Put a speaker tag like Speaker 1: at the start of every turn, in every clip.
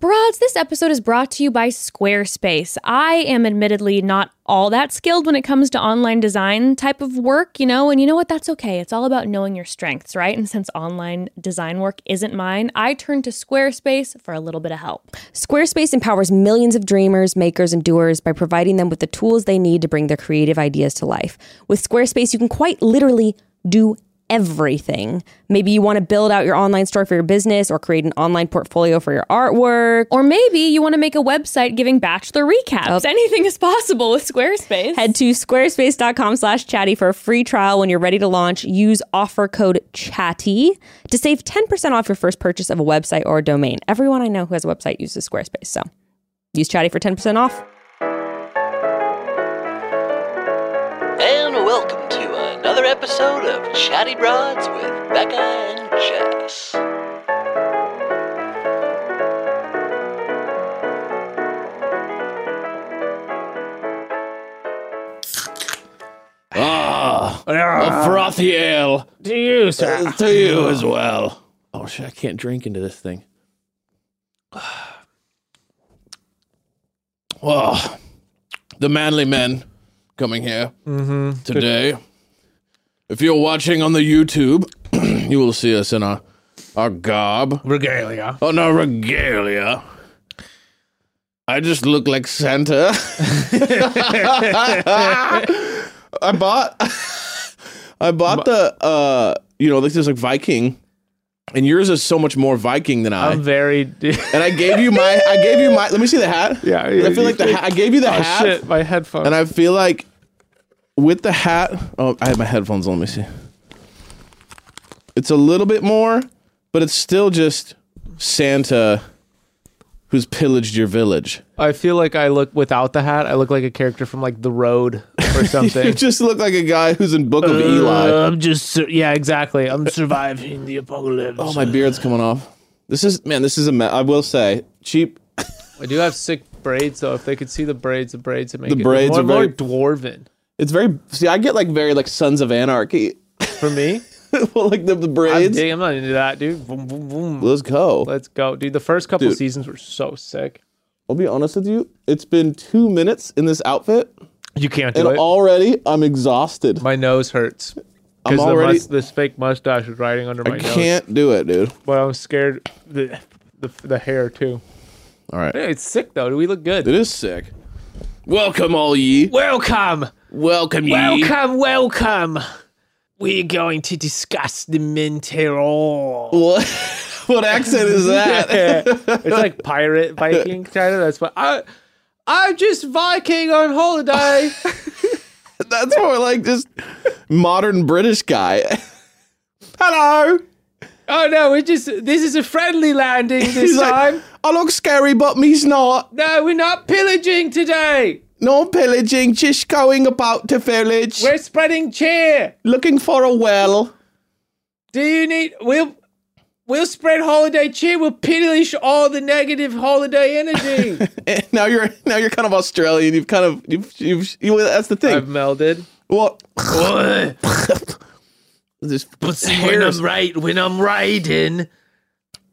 Speaker 1: Broads, this episode is brought to you by Squarespace. I am admittedly not all that skilled when it comes to online design type of work, you know, and you know what? That's okay. It's all about knowing your strengths, right? And since online design work isn't mine, I turn to Squarespace for a little bit of help.
Speaker 2: Squarespace empowers millions of dreamers, makers, and doers by providing them with the tools they need to bring their creative ideas to life. With Squarespace, you can quite literally do everything. Maybe you want to build out your online store for your business or create an online portfolio for your artwork.
Speaker 1: Or maybe you want to make a website giving bachelor recaps. Anything is possible with Squarespace.
Speaker 2: Head to squarespace.com slash chatty for a free trial. When you're ready to launch, use offer code chatty to save 10% off your first purchase of a website or a domain. Everyone I know who has a website uses Squarespace, so use chatty for 10% off.
Speaker 3: And welcome to another episode of Chatty Broads with Becca and Jess.
Speaker 4: Ah, a frothy ale
Speaker 5: To you, sir.
Speaker 4: Uh, to you as well. Oh shit, I can't drink into this thing. Oh, the manly men coming here
Speaker 5: Mm-hmm.
Speaker 4: today. If you're watching on the YouTube, you will see us in our our garb,
Speaker 5: Regalia.
Speaker 4: on our Oh, regalia. I just look like Santa. I bought I bought the uh you know this is like Viking and yours is so much more Viking than I
Speaker 5: I'm very.
Speaker 4: and I gave you my I gave you my let me see the hat
Speaker 5: Yeah,
Speaker 4: I feel like the
Speaker 5: you-
Speaker 4: hat I gave you the
Speaker 5: oh,
Speaker 4: hat
Speaker 5: shit. My headphones.
Speaker 4: and I feel like with the hat oh I have my headphones on, let me see it's a little bit more but it's still just Santa who's pillaged your village
Speaker 5: I feel like I look without the hat. I look like a character from like The Road or
Speaker 4: you
Speaker 5: something.
Speaker 4: just look like a guy who's in Book of
Speaker 5: Uh,
Speaker 4: Eli
Speaker 5: I'm just. sur- Yeah, exactly. I'm surviving the apocalypse.
Speaker 4: Oh, my beard's coming off. This is man. This is a. Me- I will say cheap.
Speaker 5: I do have sick braids though. If they could see the braids, the braids would make
Speaker 4: The
Speaker 5: it
Speaker 4: braids
Speaker 5: more,
Speaker 4: are very-
Speaker 5: more dwarven
Speaker 4: It's very. See, I get like very like Sons of Anarchy.
Speaker 5: for me.
Speaker 4: well, like the, the
Speaker 5: I'm,
Speaker 4: braids.
Speaker 5: digging- I'm not into that, dude. Boom, boom, boom.
Speaker 4: Let's go.
Speaker 5: Let's go, dude. The first couple
Speaker 4: Dude.
Speaker 5: seasons were so sick.
Speaker 4: I'll be honest with you. It's been two minutes in this outfit,
Speaker 5: You can't do
Speaker 4: and
Speaker 5: it.
Speaker 4: already I'm exhausted.
Speaker 5: my nose hurts
Speaker 4: I'm
Speaker 5: because
Speaker 4: already-
Speaker 5: this fake mustache is riding under my
Speaker 4: I
Speaker 5: nose.
Speaker 4: can't do it, dude.
Speaker 5: But I'm scared the the, the hair too.
Speaker 4: All right.
Speaker 5: Yeah, it's sick though. Do we look good?
Speaker 4: It is sick. Welcome, all ye.
Speaker 5: Welcome,
Speaker 4: Welcome, ye.
Speaker 5: welcome, welcome. We're going to discuss the Minterol.
Speaker 4: What, what accent is that?
Speaker 5: it's like pirate Viking kind of. That's what I. I'm just Viking on holiday.
Speaker 4: That's more like just modern British guy. Hello.
Speaker 5: oh no, we just this is a friendly landing this
Speaker 4: He's like,
Speaker 5: time.
Speaker 4: I look scary, but me's not.
Speaker 5: no, we're not pillaging today.
Speaker 4: No pillaging, just going about the village,
Speaker 5: We're spreading cheer.
Speaker 4: looking for a well.
Speaker 5: Do you need? We'll we'll spread holiday cheer. We'll pillage all the negative holiday energy.
Speaker 4: And Eh, now you're now you're kind of Australian. You've kind of you've you've you, that's the
Speaker 5: I've
Speaker 4: thing.
Speaker 5: melded.
Speaker 4: Well,
Speaker 5: but
Speaker 4: this
Speaker 5: see,
Speaker 4: hairs-
Speaker 5: raid, when I'm raiding,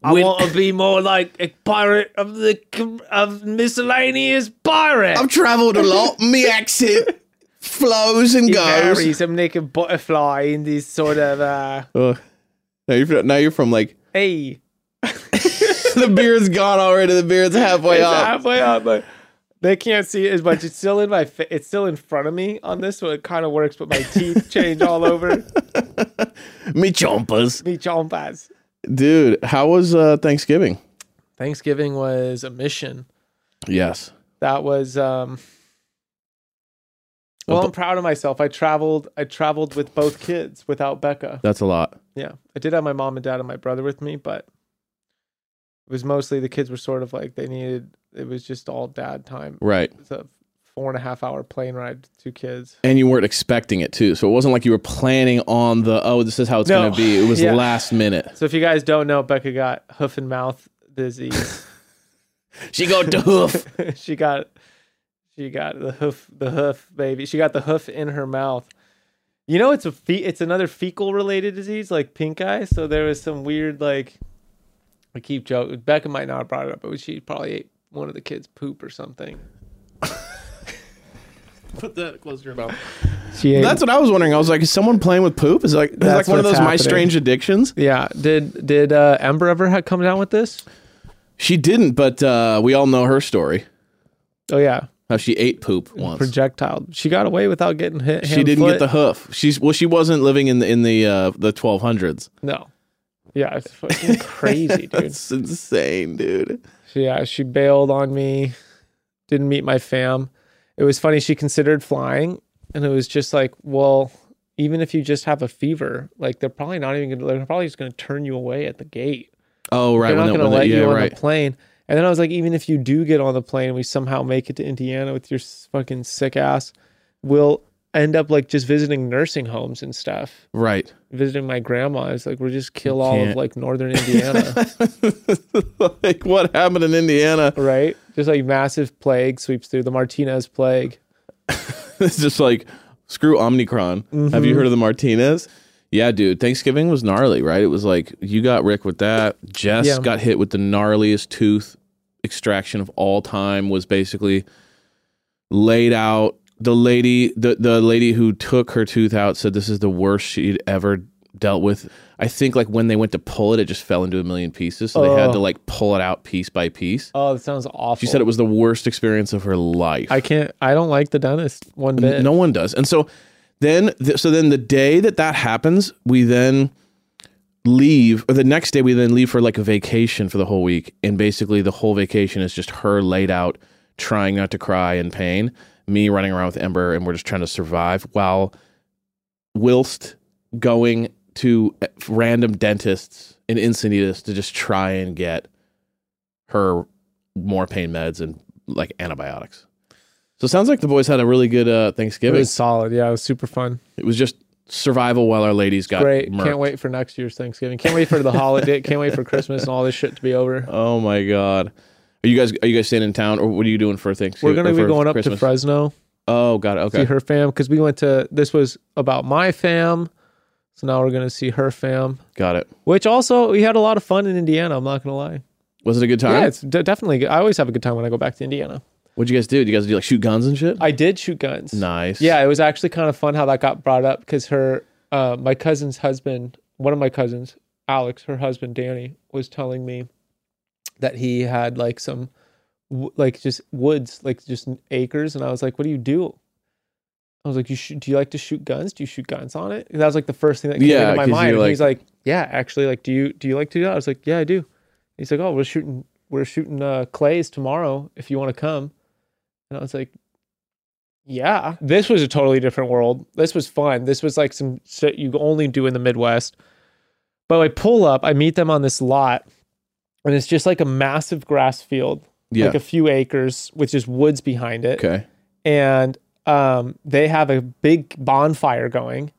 Speaker 5: I
Speaker 4: When-
Speaker 5: want to be more like a pirate of the com- of miscellaneous pirate.
Speaker 4: I've traveled a lot. Me accent flows and goes.
Speaker 5: Varies. I'm like a butterfly in this sort of uh,
Speaker 4: Ugh. now you're from- now you're from like
Speaker 5: hey,
Speaker 4: the beard's gone already. The beard's halfway
Speaker 5: it's
Speaker 4: up.
Speaker 5: halfway up, but they can't see it as much. It's still in my, fa- it's still in front of me on this, so it kind of works. But my teeth change all over.
Speaker 4: Me chompers,
Speaker 5: Me chompas.
Speaker 4: dude. How was uh, Thanksgiving?
Speaker 5: Thanksgiving was a mission.
Speaker 4: Yes,
Speaker 5: that was um well i'm proud of myself i traveled i traveled with both kids without becca
Speaker 4: that's a lot.
Speaker 5: yeah i did have my mom and dad and my brother with me but it was mostly the kids were sort of like they needed it was just all dad time
Speaker 4: Right.
Speaker 5: it's a four and a half hour plane ride to two kids
Speaker 4: and you weren't expecting it too. So it wasn't like you were planning on the oh, this is how it's
Speaker 5: No.
Speaker 4: gonna be. It was
Speaker 5: Yeah.
Speaker 4: last minute.
Speaker 5: so if you guys don't know becca got hoof and mouth disease
Speaker 4: She got the hoof.
Speaker 5: she got she got the hoof the hoof baby she got the hoof in her mouth you know it's a fe- it's another fecal related disease like pink eye so there was some weird like I keep joking. Becca might not have brought it up, but she probably ate one of the kids' poop or something.
Speaker 4: Put that close to your mouth.
Speaker 5: She ate.
Speaker 4: That's what I was wondering. I was like, is someone playing with poop? Is it like, is it like
Speaker 5: That's
Speaker 4: one of those
Speaker 5: what's
Speaker 4: my
Speaker 5: happening.
Speaker 4: strange addictions?
Speaker 5: yeah. Did did uh, Ember ever ha- come down with this?
Speaker 4: She didn't, but uh, we all know her story.
Speaker 5: Oh yeah,
Speaker 4: How she ate poop once.
Speaker 5: projectile. She got away without getting hit.
Speaker 4: she
Speaker 5: hand,
Speaker 4: didn't
Speaker 5: foot.
Speaker 4: get the hoof. She's well, she wasn't living in the in the uh, the twelve hundreds.
Speaker 5: no. Yeah, it's fucking crazy, dude.
Speaker 4: That's insane, dude.
Speaker 5: So, yeah, she bailed on me. Didn't meet my fam. It was funny. She considered flying, and it was just like, well, even if you just have a fever, like they're probably not even gonna. They're probably just gonna turn you away at the gate.
Speaker 4: Oh right,
Speaker 5: they're
Speaker 4: when
Speaker 5: not
Speaker 4: that-
Speaker 5: going to
Speaker 4: when that-
Speaker 5: let
Speaker 4: yeah,
Speaker 5: you on
Speaker 4: right.
Speaker 5: the plane. And then I was like, even if you do get on the plane, and we somehow make it to Indiana with your s- fucking sick ass. We'll end up like just visiting nursing homes and stuff.
Speaker 4: right.
Speaker 5: Visiting my grandma is like we'll just kill all
Speaker 4: can't.
Speaker 5: of like northern Indiana,
Speaker 4: like what happened in Indiana?
Speaker 5: right? Just like massive plague sweeps through the Martinez plague.
Speaker 4: It's just like screw Omnicron. Have
Speaker 5: Mm-hmm.
Speaker 4: you heard of the Martinez? Yeah, dude. Thanksgiving was gnarly, right? It was like you got Rick with that. Jess
Speaker 5: Yeah.
Speaker 4: got hit with the gnarliest tooth extraction of all time. Was basically laid out. The lady, the the lady who took her tooth out, said this is the worst she'd ever dealt with. I think like when they went to pull it, it just fell into a million pieces. So they had
Speaker 5: Oh.
Speaker 4: to like pull it out piece by piece.
Speaker 5: Oh, that sounds awful.
Speaker 4: She said it was the worst experience of her life.
Speaker 5: I can't. I don't like the dentist one bit.
Speaker 4: No one does. And so then, th- so then the day that that happens, we then leave, or the next day we then leave for like a vacation for the whole week. And basically, the whole vacation is just her laid out, trying not to cry in pain. Me running around with Ember, and we're just trying to survive while, whilst going to uh, random dentists and incentives to just try and get her more pain meds and like antibiotics. So it sounds like the boys had a really good uh,
Speaker 5: it
Speaker 4: Thanksgiving.
Speaker 5: was solid. Yeah, it was super fun.
Speaker 4: just survival while our ladies got
Speaker 5: Great.
Speaker 4: murked.
Speaker 5: Can't wait for next year's Thanksgiving. Can't wait for the holiday. Can't wait for Christmas and all this shit to be over.
Speaker 4: Oh my god. Are you guys are you guys staying in town or what are you doing for
Speaker 5: We're
Speaker 4: Thanksgiving?
Speaker 5: gonna
Speaker 4: or
Speaker 5: be
Speaker 4: for
Speaker 5: going up to
Speaker 4: Christmas?
Speaker 5: Fresno
Speaker 4: Oh god, okay.
Speaker 5: see her fam because we went to this was about my fam, so now we're gonna see her fam.
Speaker 4: Got it.
Speaker 5: Which also we had a lot of fun in Indiana. I'm not gonna lie.
Speaker 4: Was it a good time?
Speaker 5: Yeah, it's de- definitely. good. I always have a good time when I go back to Indiana.
Speaker 4: What'd you guys do? Did you guys do like shoot guns and shit?
Speaker 5: I did shoot guns.
Speaker 4: nice.
Speaker 5: Yeah, it was actually kind of fun how that got brought up because her, uh, my cousin's husband, one of my cousins, Alex, her husband Danny, was telling me that he had like some, w- like just woods, like just acres, and I was like, "What do you do?" I was like, "You shoot? Do you like to shoot guns? Do you shoot guns on it?" And that was like the first thing that came
Speaker 4: Yeah,
Speaker 5: into my
Speaker 4: 'cause
Speaker 5: mind.
Speaker 4: you're
Speaker 5: And he's like, "Yeah, actually, like, do you do you like to do that?" I was like, "Yeah, I do." He's like, "Oh, we're shooting we're shooting uh, clays tomorrow if you want to come." And I was like, "Yeah, this was a totally different world. This was fun. This was like some shit you only do in the Midwest." But I pull up, I meet them on this lot, and it's just like a massive grass field,
Speaker 4: Yeah.
Speaker 5: like a few acres with just woods behind it
Speaker 4: okay.
Speaker 5: and um, they have a big bonfire going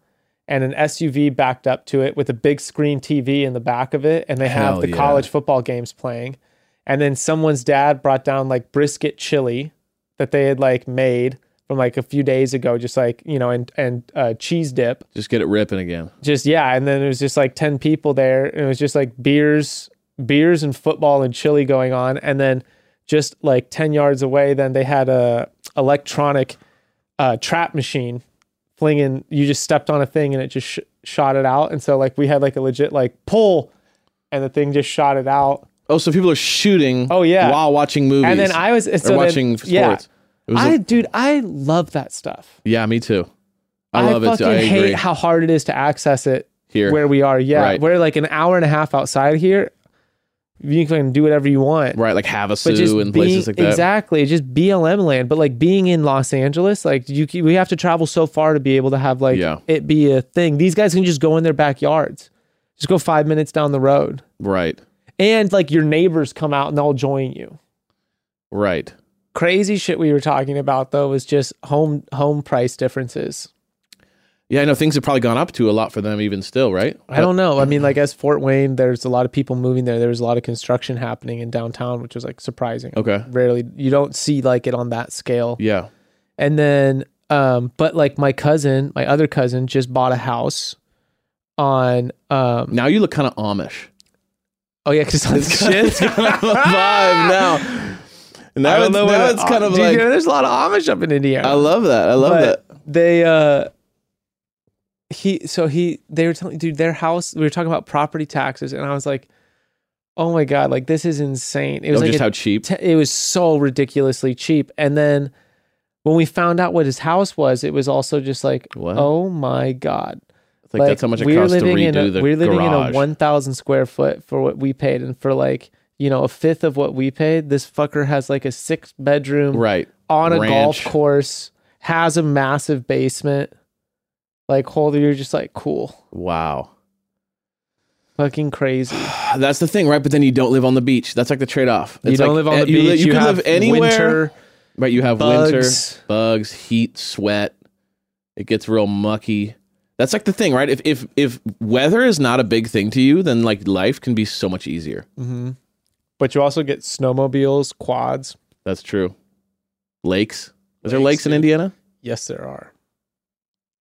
Speaker 5: and an SUV backed up to it with a big screen TV in the back of it. And they
Speaker 4: Hell
Speaker 5: have the
Speaker 4: yeah.
Speaker 5: college football games playing. And then someone's dad brought down like brisket chili that they had like made from like a few days ago, just like, you know, and, and uh, cheese dip
Speaker 4: Just get it ripping again.
Speaker 5: just yeah and then it was just like 10 people there and it was just like beers beers and football and chili going on and then just like 10 yards away then they had a electronic uh, trap machine flinging you just stepped on a thing and it just sh- shot it out and so like we had like a legit like pull and the thing just shot it out
Speaker 4: Oh, so people are shooting
Speaker 5: Oh, yeah.
Speaker 4: while watching movies.
Speaker 5: and then i was
Speaker 4: or
Speaker 5: so then-
Speaker 4: watching sports.
Speaker 5: yeah
Speaker 4: It was a-
Speaker 5: i dude i love that stuff
Speaker 4: yeah, me too. I,
Speaker 5: i,
Speaker 4: love it.
Speaker 5: fucking
Speaker 4: too. I
Speaker 5: hate
Speaker 4: agree.
Speaker 5: how hard it is to access it
Speaker 4: Here.
Speaker 5: where we are. Yeah,
Speaker 4: Right.
Speaker 5: we're like an hour and a half outside of here. You can do whatever you want,
Speaker 4: right, like
Speaker 5: but just
Speaker 4: Havasu and
Speaker 5: being-
Speaker 4: places like that.
Speaker 5: Exactly, just BLM land. But like being in Los Angeles, like you, c- we have to travel so far to be able to have like
Speaker 4: Yeah.
Speaker 5: it be a thing. These guys can just go in their backyards, just go five minutes down the road,
Speaker 4: Right.
Speaker 5: and like your neighbors come out and they'll join you.
Speaker 4: Right.
Speaker 5: Crazy shit we were talking about though was just home home price differences.
Speaker 4: Yeah, I know things have probably gone up to a lot for them even still, right?
Speaker 5: I don't know. I mean, like as Fort Wayne, there's a lot of people moving there. There was a lot of construction happening in downtown, which was like surprising.
Speaker 4: Okay.
Speaker 5: Rarely you don't see like it on that scale.
Speaker 4: Yeah.
Speaker 5: And then um but like my cousin, my other cousin just bought a house on um
Speaker 4: Now you look kind of Amish.
Speaker 5: Oh yeah, because it's
Speaker 4: Shit's kind of a vibe now. Now,
Speaker 5: I
Speaker 4: it's,
Speaker 5: don't know.
Speaker 4: now
Speaker 5: whether-
Speaker 4: it's kind of
Speaker 5: Dude,
Speaker 4: like
Speaker 5: you know, there's a lot of Amish up in Indiana.
Speaker 4: I love that. I love that.
Speaker 5: but They uh he so he they were telling dude their house we were talking about property taxes and I was like oh my god like this is insane. It was
Speaker 4: Oh,
Speaker 5: like
Speaker 4: just
Speaker 5: a
Speaker 4: how cheap.
Speaker 5: te- it was so ridiculously cheap and then when we found out what his house was it was also just like
Speaker 4: What?
Speaker 5: oh my god.
Speaker 4: It's like, that's how much it
Speaker 5: we're
Speaker 4: costs to
Speaker 5: living
Speaker 4: redo
Speaker 5: in a,
Speaker 4: the
Speaker 5: We're living
Speaker 4: garage.
Speaker 5: in a 1,000 square foot for what we paid and for like, you know, a fifth of what we paid, this fucker has like a six bedroom
Speaker 4: right.
Speaker 5: on a golf
Speaker 4: Ranch.
Speaker 5: course, has a massive basement. Like, Holder, you're just like, cool,
Speaker 4: Wow.
Speaker 5: fucking crazy.
Speaker 4: That's the thing, right? But then you don't live on the beach. That's like the trade-off.
Speaker 5: you
Speaker 4: It's
Speaker 5: don't
Speaker 4: like,
Speaker 5: live on
Speaker 4: eh,
Speaker 5: the beach.
Speaker 4: You, li- you can
Speaker 5: have
Speaker 4: live anywhere.
Speaker 5: Winter,
Speaker 4: right. You have
Speaker 5: bugs.
Speaker 4: winter, bugs, heat, sweat. It gets real mucky. That's like the thing, right? If if if weather is not a big thing to you, then like life can be so much easier.
Speaker 5: Mhm. But you also get snowmobiles, quads.
Speaker 4: That's true. Lakes. Is there lakes
Speaker 5: Lakes,
Speaker 4: in
Speaker 5: dude.
Speaker 4: Indiana?
Speaker 5: Yes, there are.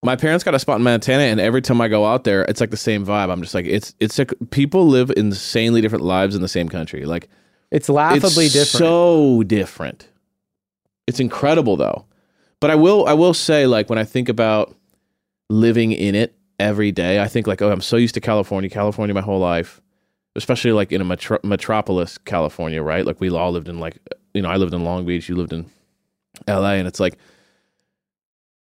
Speaker 4: my parents got a spot in Montana, and every time I go out there, it's like the same vibe. I'm just like, it's it's like people live insanely different lives in the same country. Like
Speaker 5: It's laughably
Speaker 4: it's
Speaker 5: different.
Speaker 4: So different. It's incredible though. But I will I will say like when I think about living in it every day, I think like oh I'm so used to California, California my whole life, especially like in a metro- metropolis California, right? Like we all lived in like you know I lived in Long Beach, you lived in L.A. and it's like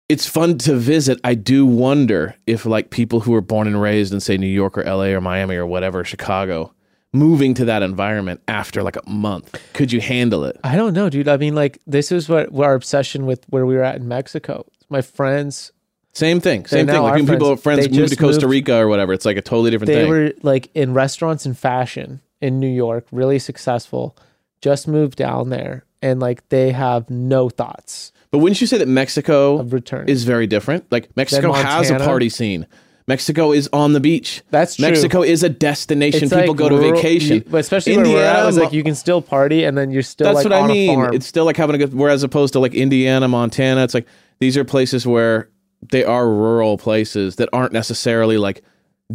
Speaker 4: it's fun to visit. I do wonder if like people who were born and raised in say New York or L.A. or Miami or whatever Chicago moving to that environment after like a month could you handle it
Speaker 5: I don't know, dude. I mean, like, this is what, what our obsession with where we were at in Mexico. My friends,
Speaker 4: same thing
Speaker 5: They're
Speaker 4: same thing
Speaker 5: now
Speaker 4: like
Speaker 5: our
Speaker 4: when people
Speaker 5: friends.
Speaker 4: friends
Speaker 5: They
Speaker 4: move to
Speaker 5: just
Speaker 4: costa
Speaker 5: moved-
Speaker 4: rica or whatever it's like a totally different
Speaker 5: they
Speaker 4: thing
Speaker 5: were like in restaurants and fashion in New York, really successful, just moved down there. And like, they have no thoughts
Speaker 4: but wouldn't you say that mexico
Speaker 5: of returning.
Speaker 4: is very different like mexico has a
Speaker 5: Montana?
Speaker 4: party scene mexico is on the beach
Speaker 5: That's true.
Speaker 4: mexico is a destination
Speaker 5: It's
Speaker 4: people
Speaker 5: like
Speaker 4: go to
Speaker 5: rural-
Speaker 4: vacation
Speaker 5: you- but especially where we're at, it's like
Speaker 4: Mo-
Speaker 5: you can still party and then you're still
Speaker 4: that's
Speaker 5: like
Speaker 4: what
Speaker 5: on
Speaker 4: i
Speaker 5: a
Speaker 4: mean
Speaker 5: farm.
Speaker 4: it's still like having a good whereas opposed to like indiana montana it's like these are places where they are rural places that aren't necessarily like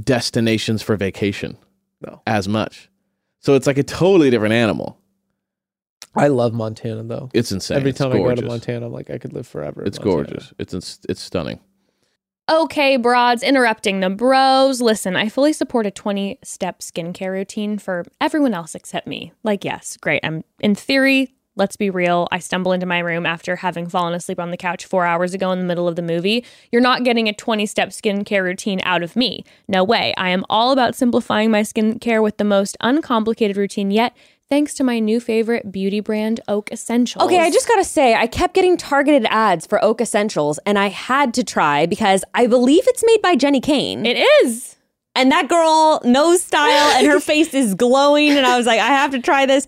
Speaker 4: destinations for vacation
Speaker 5: No.
Speaker 4: as much so it's like a totally different animal
Speaker 5: I love Montana though.
Speaker 4: It's insane.
Speaker 5: Every
Speaker 4: It's
Speaker 5: time I go
Speaker 4: gorgeous.
Speaker 5: to Montana, I'm like, I could live forever. in
Speaker 4: it's
Speaker 5: Montana.
Speaker 4: gorgeous. It's ins- it's stunning.
Speaker 1: Okay, broads, interrupting the bros. Listen, I fully support a 20 step skincare routine for everyone else except me. Like, yes, great. I'm in theory, let's be real. I stumble into my room after having fallen asleep on the couch four hours ago in the middle of the movie. You're not getting a 20 step skincare routine out of me. No way. I am all about simplifying my skincare with the most uncomplicated routine yet, thanks to my new favorite beauty brand, Oak Essentials.
Speaker 2: Okay, I just gotta say, I kept getting targeted ads for Oak Essentials, and I had to try because I believe it's made by Jenny Kane.
Speaker 1: It is.
Speaker 2: and that girl knows style, and her face is glowing. And I was like, I have to try this.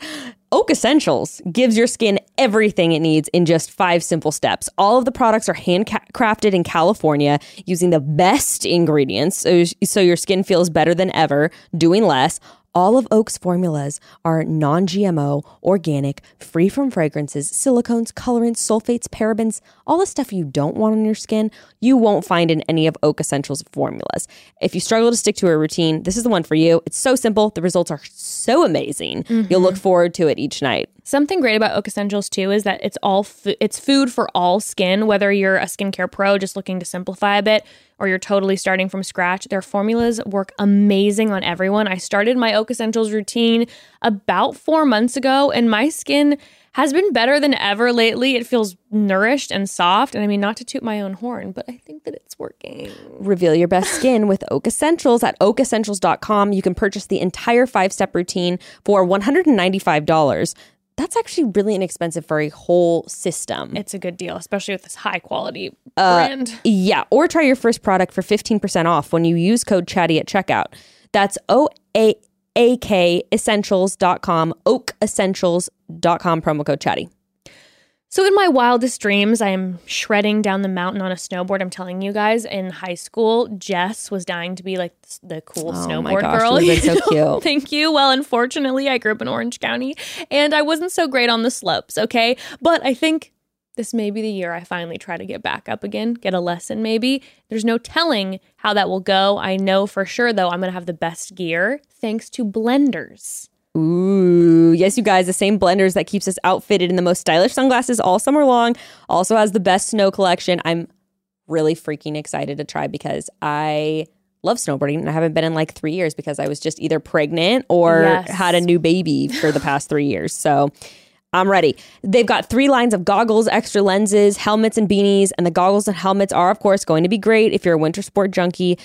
Speaker 2: Oak Essentials gives your skin everything it needs in just five simple steps. All of the products are handcrafted in California using the best ingredients, so, so your skin feels better than ever, doing less. All of Oak's formulas are non GMO, organic, free from fragrances, silicones, colorants, sulfates, parabens, all the stuff you don't want on your skin, you won't find in any of Oak Essentials formulas. If you struggle to stick to a routine, this is the one for you. It's so simple. The results are so amazing. You'll look forward to it each night.
Speaker 1: Something great about Oak Essentials too is that it's all fo- it's food for all skin. Whether you're a skincare pro just looking to simplify a bit, or you're totally starting from scratch, their formulas work amazing on everyone. I started my Oak Essentials routine about four months ago, and my skin has been better than ever lately. It feels nourished and soft, and I mean not to toot my own horn, but I think that it's working.
Speaker 2: Reveal your best skin with Oak Essentials at oakessentials.com. You can purchase the entire five step routine for $195. That's actually really inexpensive for a whole system.
Speaker 1: It's a good deal, especially with this high quality brand.
Speaker 2: Yeah, or try your first product for 15% off when you use code chatty at checkout. That's O A A K essentials.com, oakessentials.com, promo code chatty.
Speaker 1: So, in my wildest dreams, I am shredding down the mountain on a snowboard. I'm telling you guys, in high school, Jess was dying to be like th- the cool
Speaker 2: Oh my
Speaker 1: snowboard
Speaker 2: gosh,
Speaker 1: girl.
Speaker 2: you would've been so
Speaker 1: you know?
Speaker 2: cute.
Speaker 1: Thank you. Well, unfortunately, I grew up in Orange County and I wasn't so great on the slopes, okay? But I think this may be the year I finally try to get back up again, get a lesson maybe. There's no telling how that will go. I know for sure though I'm going to have the best gear thanks to blenders.
Speaker 2: Ooh, yes, you guys, the same blenders that keeps us outfitted in the most stylish sunglasses all summer long also has the best snow collection. I'm really freaking excited to try because I love snowboarding and I haven't been in like three years because I was just either pregnant or
Speaker 1: Yes.
Speaker 2: had a new baby for the past three years. So I'm ready. They've got three lines of goggles, extra lenses, helmets, and beanies. And the goggles and helmets are, of course, going to be great if you're a winter sport junkie.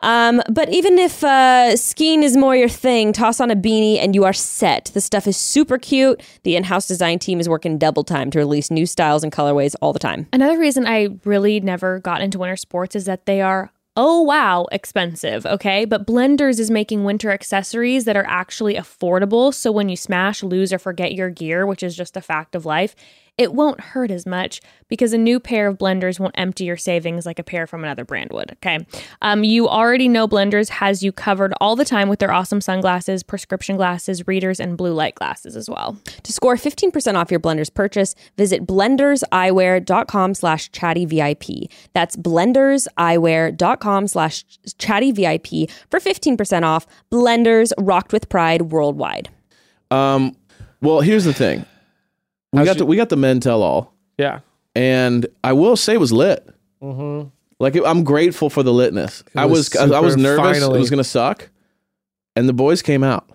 Speaker 2: Um, but even if uh, skiing is more your thing, toss on a beanie and you are set. The stuff is super cute. The in house design team is working double time to release new styles and colorways all the time.
Speaker 1: Another reason I really never got into winter sports is that they are oh wow expensive, okay? But Blenders is making winter accessories that are actually affordable, so when you smash, lose or forget your gear, which is just a fact of life, it won't hurt as much because a new pair of blenders won't empty your savings like a pair from another brand would. Okay. Um, you already know Blenders has you covered all the time with their awesome sunglasses, prescription glasses, readers, and blue light glasses as well.
Speaker 2: To score 15% off your Blender's purchase, visit blenderseyewear.com slash chatty VIP. That's blenderseyewear.com slash chatty VIP for 15% off Blenders Rocked with Pride worldwide.
Speaker 4: Um, well, here's the thing. We
Speaker 5: How's
Speaker 4: got
Speaker 5: your-
Speaker 4: the, we got the men tell all,
Speaker 5: Yeah.
Speaker 4: and I will say it was lit. Like it- I'm grateful for the litness. I
Speaker 5: Mm-hmm. was
Speaker 4: was I, I was
Speaker 5: super,
Speaker 4: nervous it
Speaker 5: finally.
Speaker 4: was gonna suck, and the boys came out.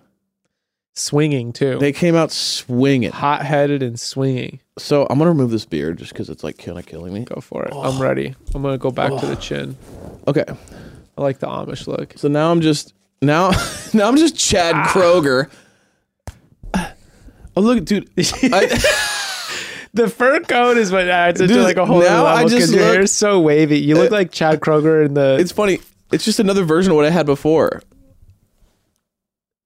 Speaker 5: Swinging too.
Speaker 4: They came out swinging.
Speaker 5: Hot headed and swinging.
Speaker 4: So I'm gonna remove this beard just because it's like kind of killing me.
Speaker 5: Go for it. I'm ready. I'm gonna go back to the chin.
Speaker 4: Okay,
Speaker 5: I like the Amish look.
Speaker 4: so now I'm just now now I'm just Chad
Speaker 5: Ah.
Speaker 4: Kroger. Oh look, dude! I,
Speaker 5: The fur coat is what adds it to
Speaker 4: Dude,
Speaker 5: like a whole other
Speaker 4: now I
Speaker 5: level because
Speaker 4: just
Speaker 5: your
Speaker 4: look-
Speaker 5: hair's so wavy. You look like Chad Kroger in the.
Speaker 4: it's funny. It's just another version of what I had before.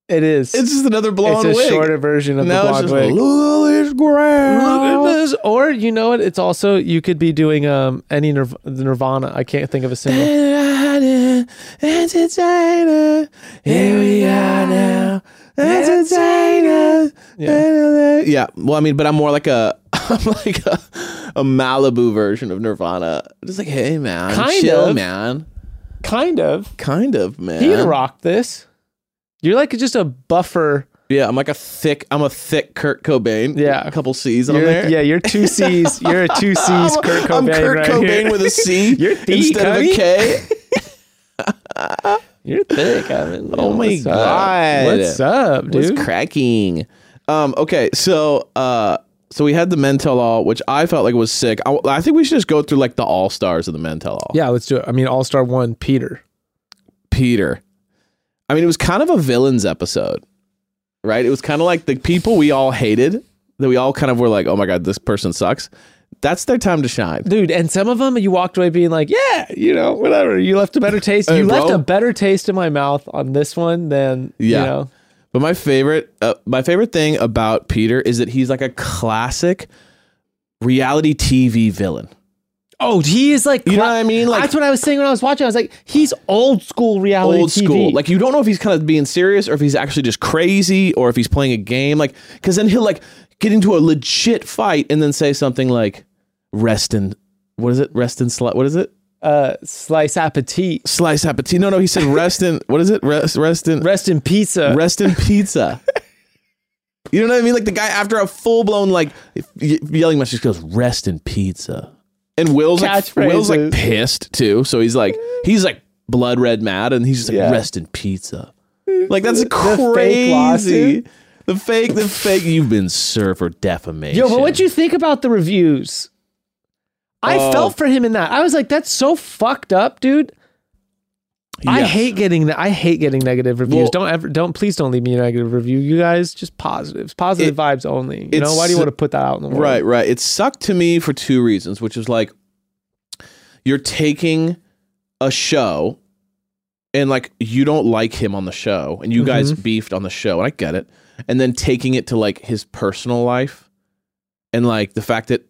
Speaker 5: it is.
Speaker 4: It's just another
Speaker 5: It's
Speaker 4: blonde
Speaker 5: a
Speaker 4: wig.
Speaker 5: shorter version of
Speaker 4: now
Speaker 5: the
Speaker 4: it's
Speaker 5: blonde
Speaker 4: just
Speaker 5: wig.
Speaker 4: Lily's ground.
Speaker 5: Look at this. Or you know what? It's also you could be doing um any Nirv- the Nirvana. I can't think of a single.
Speaker 4: Entertainer, here we are now. Entertainer. Yeah. yeah. Well, I mean, but I'm more like a, I'm like a, a Malibu version of Nirvana. Just like, hey man,
Speaker 5: Kind
Speaker 4: chill
Speaker 5: of.
Speaker 4: man,
Speaker 5: kind of.
Speaker 4: kind of man.
Speaker 5: He'd rock this. You're like just a buffer.
Speaker 4: Yeah, I'm like a thick, I'm a thick Kurt Cobain.
Speaker 5: Yeah.
Speaker 4: a couple C's on
Speaker 5: You're,
Speaker 4: there.
Speaker 5: yeah, you're two C's. You're a two C's
Speaker 4: I'm,
Speaker 5: Kurt Cobain.
Speaker 4: I'm Kurt
Speaker 5: right
Speaker 4: Cobain
Speaker 5: here.
Speaker 4: with a C
Speaker 5: You're thick,
Speaker 4: instead of
Speaker 5: honey.
Speaker 4: a K.
Speaker 5: You're thick. I mean,
Speaker 4: Oh my
Speaker 5: what's up?
Speaker 4: God.
Speaker 5: What's up,
Speaker 4: What's
Speaker 5: dude?
Speaker 4: cracking? Um, okay, so uh, so we had the men tell all, which I felt like was sick. I, I think we should just go through like the all stars of the men tell all.
Speaker 5: yeah, let's do it. I mean, All Star One, Peter.
Speaker 4: Peter. I mean, it was kind of a villains episode, right? It was kind of like the people we all hated that we all kind of were like, oh my god, this person sucks. That's their time to shine.
Speaker 5: Dude, and some of them you walked away being like, yeah, you know, whatever. You left a better taste.
Speaker 4: Hey,
Speaker 5: you left
Speaker 4: bro.
Speaker 5: a better taste in my mouth on this one than,
Speaker 4: Yeah.
Speaker 5: you know.
Speaker 4: But my favorite, uh, my favorite thing about Peter is that he's like a classic reality TV villain.
Speaker 5: Oh, he is like,
Speaker 4: You know
Speaker 5: cla-
Speaker 4: what I mean? Like
Speaker 5: that's what I was saying when I was watching. I was like, he's old school reality
Speaker 4: old
Speaker 5: TV.
Speaker 4: school. Like you don't know if he's kind of being serious or if he's actually just crazy or if he's playing a game. Like because then he'll like get into a legit fight and then say something like "rest in what is it? Rest in slice. What is it?
Speaker 5: uh, slice appetit,
Speaker 4: Slice appetit. No, no. He said rest in what is it? Rest rest in
Speaker 5: rest in uh, pizza.
Speaker 4: rest in pizza. Uh, You know what I mean? Like the guy after a full blown like y- yelling match just goes rest in pizza. And Will's like
Speaker 5: Catchphrases.
Speaker 4: Will's like pissed too. So he's like he's like blood red mad and he's just like
Speaker 5: Yeah.
Speaker 4: rest in pizza. Like that's
Speaker 5: fake
Speaker 4: crazy.
Speaker 5: lawsuit.
Speaker 4: The fake, the fake, you've been served for defamation.
Speaker 5: Yo, but what'd you think about the reviews? I
Speaker 4: Oh.
Speaker 5: felt for him in that. I was like, that's so fucked up, dude. I
Speaker 4: Yes.
Speaker 5: hate getting that. I hate getting negative reviews.
Speaker 4: Well-
Speaker 5: don't ever, don't please don't leave me a negative review. You guys just positives, positive
Speaker 4: It-
Speaker 5: vibes only. You know, why do
Speaker 4: it's-
Speaker 5: you want to put that out in the world?
Speaker 4: Right, right. It sucked to me for two reasons, which is like you're taking a show and like you don't like him on the show and you guys
Speaker 5: Mm-hmm.
Speaker 4: beefed on the show and I get it. And then taking it to like his personal life and like the fact that